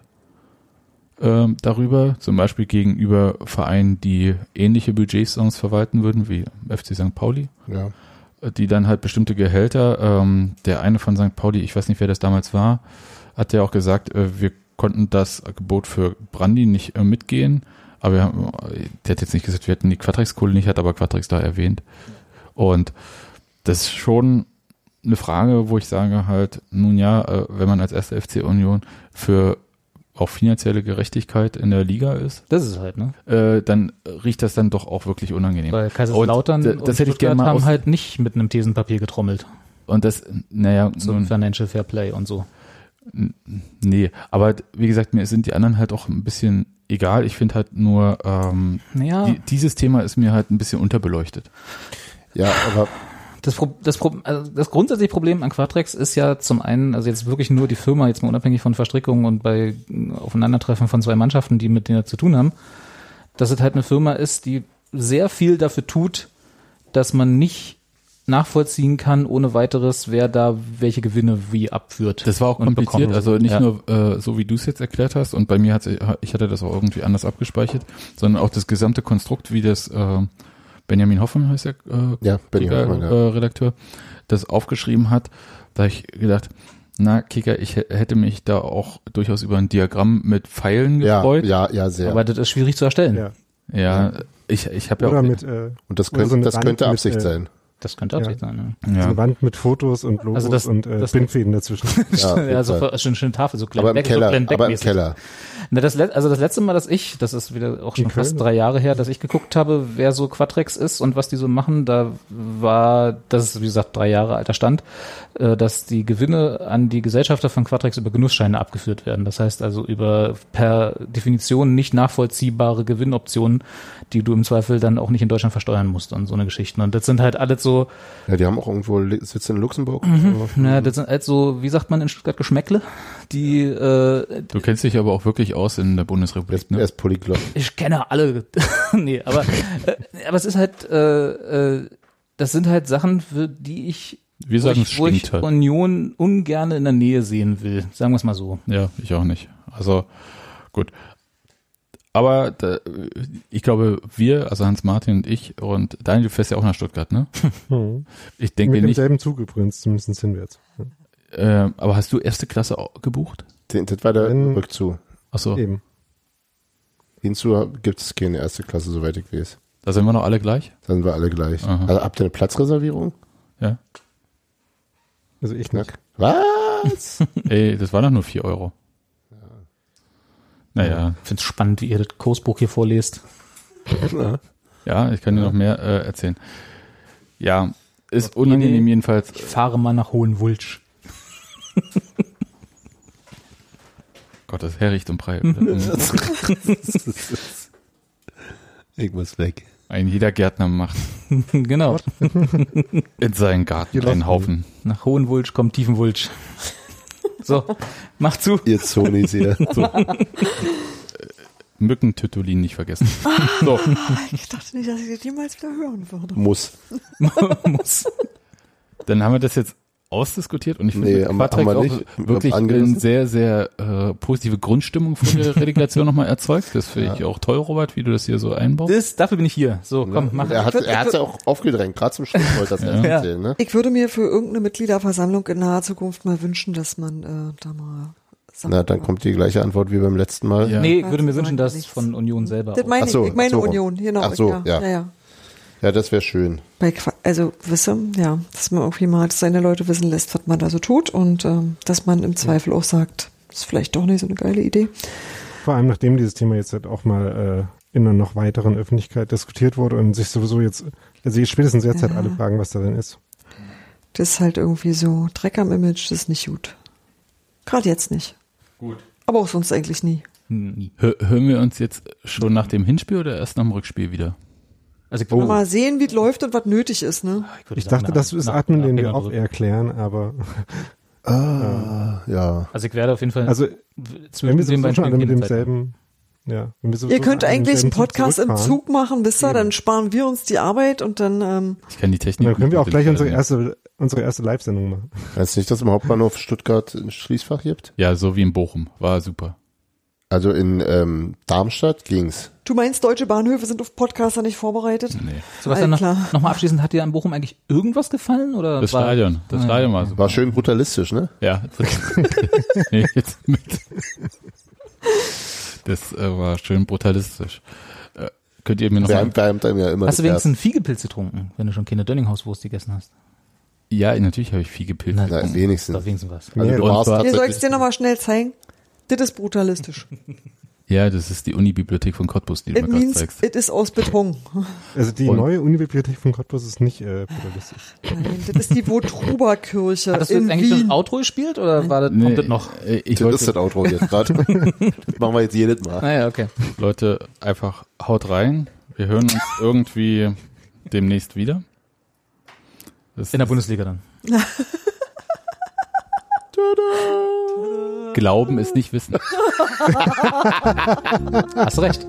[SPEAKER 4] Ähm, darüber, zum Beispiel gegenüber Vereinen, die ähnliche Budgetfonds verwalten würden, wie FC St. Pauli,
[SPEAKER 2] Ja.
[SPEAKER 4] äh, die dann halt bestimmte Gehälter, ähm, der eine von St. Pauli, ich weiß nicht, wer das damals war, hat ja auch gesagt, äh, wir konnten das Gebot für Brandi nicht äh, mitgehen. Aber wir haben, der hat jetzt nicht gesagt, wir hätten die Quatrix-Kohle nicht, hat aber Quatrix da erwähnt. Und das ist schon eine Frage, wo ich sage halt, nun ja, äh, wenn man als erste FC Union für auch finanzielle Gerechtigkeit in der Liga ist,
[SPEAKER 3] Das ist halt, ne?
[SPEAKER 4] äh, dann riecht das dann doch auch wirklich unangenehm.
[SPEAKER 3] Weil Kaiserslautern
[SPEAKER 4] Und, äh,
[SPEAKER 3] und,
[SPEAKER 4] das hätte ich gerne
[SPEAKER 3] Stuttgart
[SPEAKER 4] mal
[SPEAKER 3] haben
[SPEAKER 4] aus-
[SPEAKER 3] halt nicht mit einem Thesenpapier getrommelt
[SPEAKER 4] Und das, naja,
[SPEAKER 3] zum
[SPEAKER 4] nun,
[SPEAKER 3] Financial Fair Play und so.
[SPEAKER 4] nee, aber wie gesagt, mir sind die anderen halt auch ein bisschen egal. Ich finde halt nur, ähm,
[SPEAKER 3] Naja,
[SPEAKER 4] die, dieses Thema ist mir halt ein bisschen unterbeleuchtet.
[SPEAKER 2] ja, aber
[SPEAKER 3] das, Pro das, Pro also das grundsätzliche Problem an Quadrex ist ja zum einen, also jetzt wirklich nur die Firma, jetzt mal unabhängig von Verstrickungen und bei äh, Aufeinandertreffen von zwei Mannschaften, die mit denen zu tun haben, dass es halt eine Firma ist, die sehr viel dafür tut, dass man nicht nachvollziehen kann, ohne weiteres, wer da welche Gewinne wie abführt.
[SPEAKER 4] Das war auch
[SPEAKER 3] und
[SPEAKER 4] kompliziert,
[SPEAKER 3] bekommt.
[SPEAKER 4] also nicht
[SPEAKER 3] Ja.
[SPEAKER 4] nur äh, so, wie du es jetzt erklärt hast, und bei mir hat ich hatte das auch irgendwie anders abgespeichert, sondern auch das gesamte Konstrukt, wie das äh, Benjamin Hoffmann heißt der äh,
[SPEAKER 2] ja, bin ich
[SPEAKER 4] Kicker,
[SPEAKER 2] auch mal da.
[SPEAKER 4] äh, Redakteur, das aufgeschrieben hat, da hab ich gedacht, na Kicker, ich hä- hätte mich da auch durchaus über ein Diagramm mit Pfeilen
[SPEAKER 2] Ja,
[SPEAKER 4] gefreut.
[SPEAKER 2] ja, ja, sehr.
[SPEAKER 3] Aber das ist schwierig zu erstellen.
[SPEAKER 5] Ja.
[SPEAKER 4] Ja, ich, ich habe ja
[SPEAKER 5] Oder
[SPEAKER 4] auch
[SPEAKER 5] mit äh,
[SPEAKER 2] und das
[SPEAKER 5] oder so
[SPEAKER 2] könnte,
[SPEAKER 5] eine
[SPEAKER 2] das
[SPEAKER 5] Wand
[SPEAKER 2] könnte
[SPEAKER 5] mit,
[SPEAKER 2] Absicht
[SPEAKER 5] äh,
[SPEAKER 2] sein.
[SPEAKER 3] Das könnte Absicht sein. Ja.
[SPEAKER 5] so
[SPEAKER 4] ja.
[SPEAKER 5] eine Wand mit Fotos und Logos
[SPEAKER 3] Also das-
[SPEAKER 5] und äh,
[SPEAKER 3] das-
[SPEAKER 5] Bindfäden dazwischen.
[SPEAKER 2] Ja, auf
[SPEAKER 3] ja,
[SPEAKER 2] jeden
[SPEAKER 3] so
[SPEAKER 2] Fall.
[SPEAKER 3] für- schön, schön Tafel, so
[SPEAKER 2] aber im
[SPEAKER 3] Glenn Beck- so
[SPEAKER 2] Keller,
[SPEAKER 3] Glenn Beck
[SPEAKER 2] aber im
[SPEAKER 3] mäßig.
[SPEAKER 2] Keller.
[SPEAKER 3] Na, das let, also das letzte Mal, dass ich, das ist wieder auch schon
[SPEAKER 5] In Köln,
[SPEAKER 3] fast
[SPEAKER 5] ne?
[SPEAKER 3] drei Jahre her, dass ich geguckt habe, wer so Quatrex ist und was die so machen, da war, das ist wie gesagt drei Jahre alter Stand, äh, dass die Gewinne an die Gesellschafter von Quatrex über Genussscheine abgeführt werden. Das heißt also über per Definition nicht nachvollziehbare Gewinnoptionen, die du im Zweifel dann auch nicht in Deutschland versteuern musst und so eine Geschichten. Und das sind halt alles so,
[SPEAKER 2] Ja, die haben auch irgendwo, li- sitzen in Luxemburg.
[SPEAKER 4] Mhm.
[SPEAKER 3] na, das sind halt so, wie sagt man in Stuttgart, Geschmäckle, die äh,
[SPEAKER 4] Du kennst dich aber auch wirklich aus in
[SPEAKER 2] Er
[SPEAKER 4] der
[SPEAKER 2] ist,
[SPEAKER 4] Bundesrepublik,
[SPEAKER 2] er
[SPEAKER 4] ne?
[SPEAKER 2] ist Polyglott.
[SPEAKER 3] Ich kenne alle. nee, aber, äh, aber es ist halt, äh, äh, das sind halt Sachen, für die ich,
[SPEAKER 4] Wir
[SPEAKER 3] wo
[SPEAKER 4] sagen, es
[SPEAKER 3] ich, wo
[SPEAKER 4] stinkt
[SPEAKER 3] ich
[SPEAKER 4] halt.
[SPEAKER 3] Union ungern in der Nähe sehen will. Sagen wir es mal so.
[SPEAKER 4] Ja, ich auch nicht. Also gut. Aber da, ich glaube, wir, also Hans-Martin und ich und Daniel, du fährst ja auch nach Stuttgart, ne?
[SPEAKER 5] Hm.
[SPEAKER 4] Ich
[SPEAKER 5] Mit
[SPEAKER 4] denke nicht.
[SPEAKER 5] demselben Zug übrigens, zumindest hinwärts.
[SPEAKER 4] Äh, aber hast du erste Klasse au- gebucht?
[SPEAKER 2] Den- Das war der
[SPEAKER 5] Wenn-
[SPEAKER 2] Rückzu.
[SPEAKER 4] Achso,
[SPEAKER 5] Eben.
[SPEAKER 2] Hinzu gibt es keine erste Klasse, soweit ich weiß.
[SPEAKER 4] da sind wir noch alle gleich.
[SPEAKER 2] Dann sind wir alle gleich.
[SPEAKER 4] Aha.
[SPEAKER 2] Also habt ihr eine Platzreservierung?
[SPEAKER 4] Ja.
[SPEAKER 5] Also ich nicht.
[SPEAKER 2] Knack. Was?
[SPEAKER 4] Ey, das waren doch nur vier Euro. Naja,
[SPEAKER 3] Ich finde es spannend, wie ihr das Kursbuch hier vorlest.
[SPEAKER 4] ja, ich kann dir noch mehr äh, erzählen. Ja, ist unangenehm jedenfalls.
[SPEAKER 3] Ich fahre mal nach Hohenwulsch.
[SPEAKER 4] Gott, das ist Herricht und Brei.
[SPEAKER 2] Ich muss weg.
[SPEAKER 4] Ein jeder Gärtner macht
[SPEAKER 3] genau.
[SPEAKER 4] in seinen Garten
[SPEAKER 5] Hier
[SPEAKER 4] einen
[SPEAKER 5] läuft-
[SPEAKER 4] Haufen.
[SPEAKER 3] Nach Hohenwulsch kommt Tiefenwulsch. So, mach zu.
[SPEAKER 2] Ihr Zonis hier.
[SPEAKER 4] Mückentütulin nicht vergessen. So,
[SPEAKER 1] Ich dachte nicht, dass ich das jemals wieder hören würde.
[SPEAKER 2] Muss.
[SPEAKER 3] Muss.
[SPEAKER 4] dann haben wir das jetzt ausdiskutiert und ich finde,
[SPEAKER 2] Nee,
[SPEAKER 4] nee,
[SPEAKER 2] haben-
[SPEAKER 4] Quatrex
[SPEAKER 2] haben wir
[SPEAKER 4] auch
[SPEAKER 2] nicht.
[SPEAKER 4] wirklich
[SPEAKER 2] Angerissen.
[SPEAKER 4] eine sehr, sehr äh, positive Grundstimmung von der Relegation nochmal erzeugt. Das finde ich auch toll, Robert, wie du das hier so einbaust.
[SPEAKER 3] Das, dafür bin ich hier. So, komm, mach.
[SPEAKER 2] Ne? Und er hat er hat's ja auch aufgedrängt, gerade zum Schluss wollte er das ja. erzählen. Ne?
[SPEAKER 1] Ich würde mir für irgendeine Mitgliederversammlung in naher Zukunft mal wünschen, dass man äh, da mal sagt, oh.
[SPEAKER 2] Na, dann kommt die gleiche Antwort wie beim letzten Mal.
[SPEAKER 4] Ja.
[SPEAKER 3] Nee, ich würde mir
[SPEAKER 1] Das
[SPEAKER 3] wünschen,
[SPEAKER 1] sagt
[SPEAKER 3] dass
[SPEAKER 1] nichts.
[SPEAKER 3] von Union selber.
[SPEAKER 1] Das meine
[SPEAKER 2] Ach so,
[SPEAKER 1] ich, ich meine
[SPEAKER 2] so rum.
[SPEAKER 1] Union, genau.
[SPEAKER 2] Ach so, ja.
[SPEAKER 1] ja, ja.
[SPEAKER 2] Ja, das wäre schön.
[SPEAKER 1] Bei Qua- also wisst ihr, ja, dass man irgendwie mal seine Leute wissen lässt, was man da so tut und ähm, dass man im Zweifel auch sagt, ist vielleicht doch nicht so eine geile Idee.
[SPEAKER 5] Vor allem, nachdem dieses Thema jetzt halt auch mal äh, in einer noch weiteren Öffentlichkeit diskutiert wurde und sich sowieso jetzt, also jetzt spätestens jetzt halt
[SPEAKER 1] Ja.
[SPEAKER 5] alle fragen, was da denn ist.
[SPEAKER 1] Das ist halt irgendwie so Dreck am Image, das ist nicht gut. Gerade jetzt nicht.
[SPEAKER 4] Gut.
[SPEAKER 1] Aber auch sonst eigentlich nie.
[SPEAKER 3] Hm, Nie.
[SPEAKER 4] Hör, hören wir uns jetzt schon nach dem Hinspiel oder erst nach dem Rückspiel wieder?
[SPEAKER 3] Also ich,
[SPEAKER 2] Oh.
[SPEAKER 1] Mal sehen, wie es läuft und was nötig ist, ne?
[SPEAKER 3] ich, würde
[SPEAKER 5] Oh. Ich
[SPEAKER 3] sagen,
[SPEAKER 5] dachte,
[SPEAKER 3] nach-
[SPEAKER 5] das ist
[SPEAKER 3] nach-
[SPEAKER 5] Atmen,
[SPEAKER 3] nach
[SPEAKER 5] den wir
[SPEAKER 3] Längerbrück.
[SPEAKER 5] auch eher klären, aber
[SPEAKER 2] Ah, ja.
[SPEAKER 3] Also ich werde auf jeden Fall
[SPEAKER 5] also wenn
[SPEAKER 3] zwischen
[SPEAKER 5] wir sowieso schon alle mit
[SPEAKER 3] geben Zeit.
[SPEAKER 5] demselben, ja. wenn wir sowieso
[SPEAKER 1] Ihr könnt
[SPEAKER 5] schon alle mit
[SPEAKER 1] eigentlich einen
[SPEAKER 5] demselben
[SPEAKER 1] Podcast im
[SPEAKER 5] zurückfahren,
[SPEAKER 1] Zug machen, wisst ihr, dann sparen wir uns die Arbeit und dann, ähm,
[SPEAKER 4] Ich kann die Technik.
[SPEAKER 5] Dann können wir
[SPEAKER 4] nicht
[SPEAKER 5] auch gleich
[SPEAKER 4] mitteilen.
[SPEAKER 5] unsere erste, unsere erste Live-Sendung machen.
[SPEAKER 2] Weißt du nicht, dass im Hauptbahnhof Stuttgart ein Schließfach gibt?
[SPEAKER 4] Ja, so wie in Bochum. War super.
[SPEAKER 2] Also in ähm, Darmstadt ging's.
[SPEAKER 1] du meinst, deutsche Bahnhöfe sind auf Podcaster nicht vorbereitet?
[SPEAKER 4] Nee.
[SPEAKER 3] Sebastian,
[SPEAKER 1] Alles
[SPEAKER 3] nochmal
[SPEAKER 1] klar.
[SPEAKER 3] noch nochmal abschließend, hat dir an Bochum eigentlich irgendwas gefallen? Oder
[SPEAKER 4] Das
[SPEAKER 3] war-
[SPEAKER 4] Stadion. Das Stadion war super.
[SPEAKER 2] War schön brutalistisch, ne?
[SPEAKER 4] Ja. nee, jetzt mit. Das äh, war schön brutalistisch. Äh, könnt ihr mir noch mal,
[SPEAKER 2] Wärmt, wärmt einem ja immer
[SPEAKER 3] Hast du
[SPEAKER 2] das
[SPEAKER 3] wenigstens einen
[SPEAKER 2] Herz.
[SPEAKER 3] Fiegelpilz getrunken, wenn du schon keine Dönninghauswurst gegessen hast?
[SPEAKER 4] Ja, natürlich habe ich viel gepilzt.
[SPEAKER 3] Na,
[SPEAKER 2] Na,
[SPEAKER 3] Ist doch
[SPEAKER 2] wenigstens.
[SPEAKER 3] wenigstens was.
[SPEAKER 2] Also
[SPEAKER 5] Nee,
[SPEAKER 2] du
[SPEAKER 4] und
[SPEAKER 2] warst
[SPEAKER 4] zwar-
[SPEAKER 1] Ihr sollt es
[SPEAKER 2] tatsächlich,
[SPEAKER 1] dir nochmal schnell zeigen. Das ist brutalistisch.
[SPEAKER 4] Ja, das ist die Uni-Bibliothek von Cottbus, die du
[SPEAKER 1] It
[SPEAKER 4] mir gerade
[SPEAKER 1] means
[SPEAKER 4] zeigst.
[SPEAKER 1] it is aus Beton.
[SPEAKER 5] Also die
[SPEAKER 4] Und-
[SPEAKER 5] neue Unibibliothek von Cottbus ist nicht äh, brutalistisch.
[SPEAKER 1] Nein, das ist die Wotruba-Kirche
[SPEAKER 3] Hattest du
[SPEAKER 1] in
[SPEAKER 3] jetzt eigentlich
[SPEAKER 1] Wien.
[SPEAKER 3] Ah, das Outro gespielt oder war das,
[SPEAKER 4] Nee,
[SPEAKER 3] kommt das noch?
[SPEAKER 4] äh, Ich
[SPEAKER 2] das ist
[SPEAKER 4] wollte,
[SPEAKER 2] das Outro jetzt gerade. Das machen wir jetzt jedes Mal.
[SPEAKER 3] Naja, Ah okay.
[SPEAKER 4] Leute, einfach haut rein. Wir hören uns irgendwie demnächst wieder. Das
[SPEAKER 3] In der Bundesliga dann.
[SPEAKER 4] Glauben ist nicht Wissen.
[SPEAKER 3] Hast recht.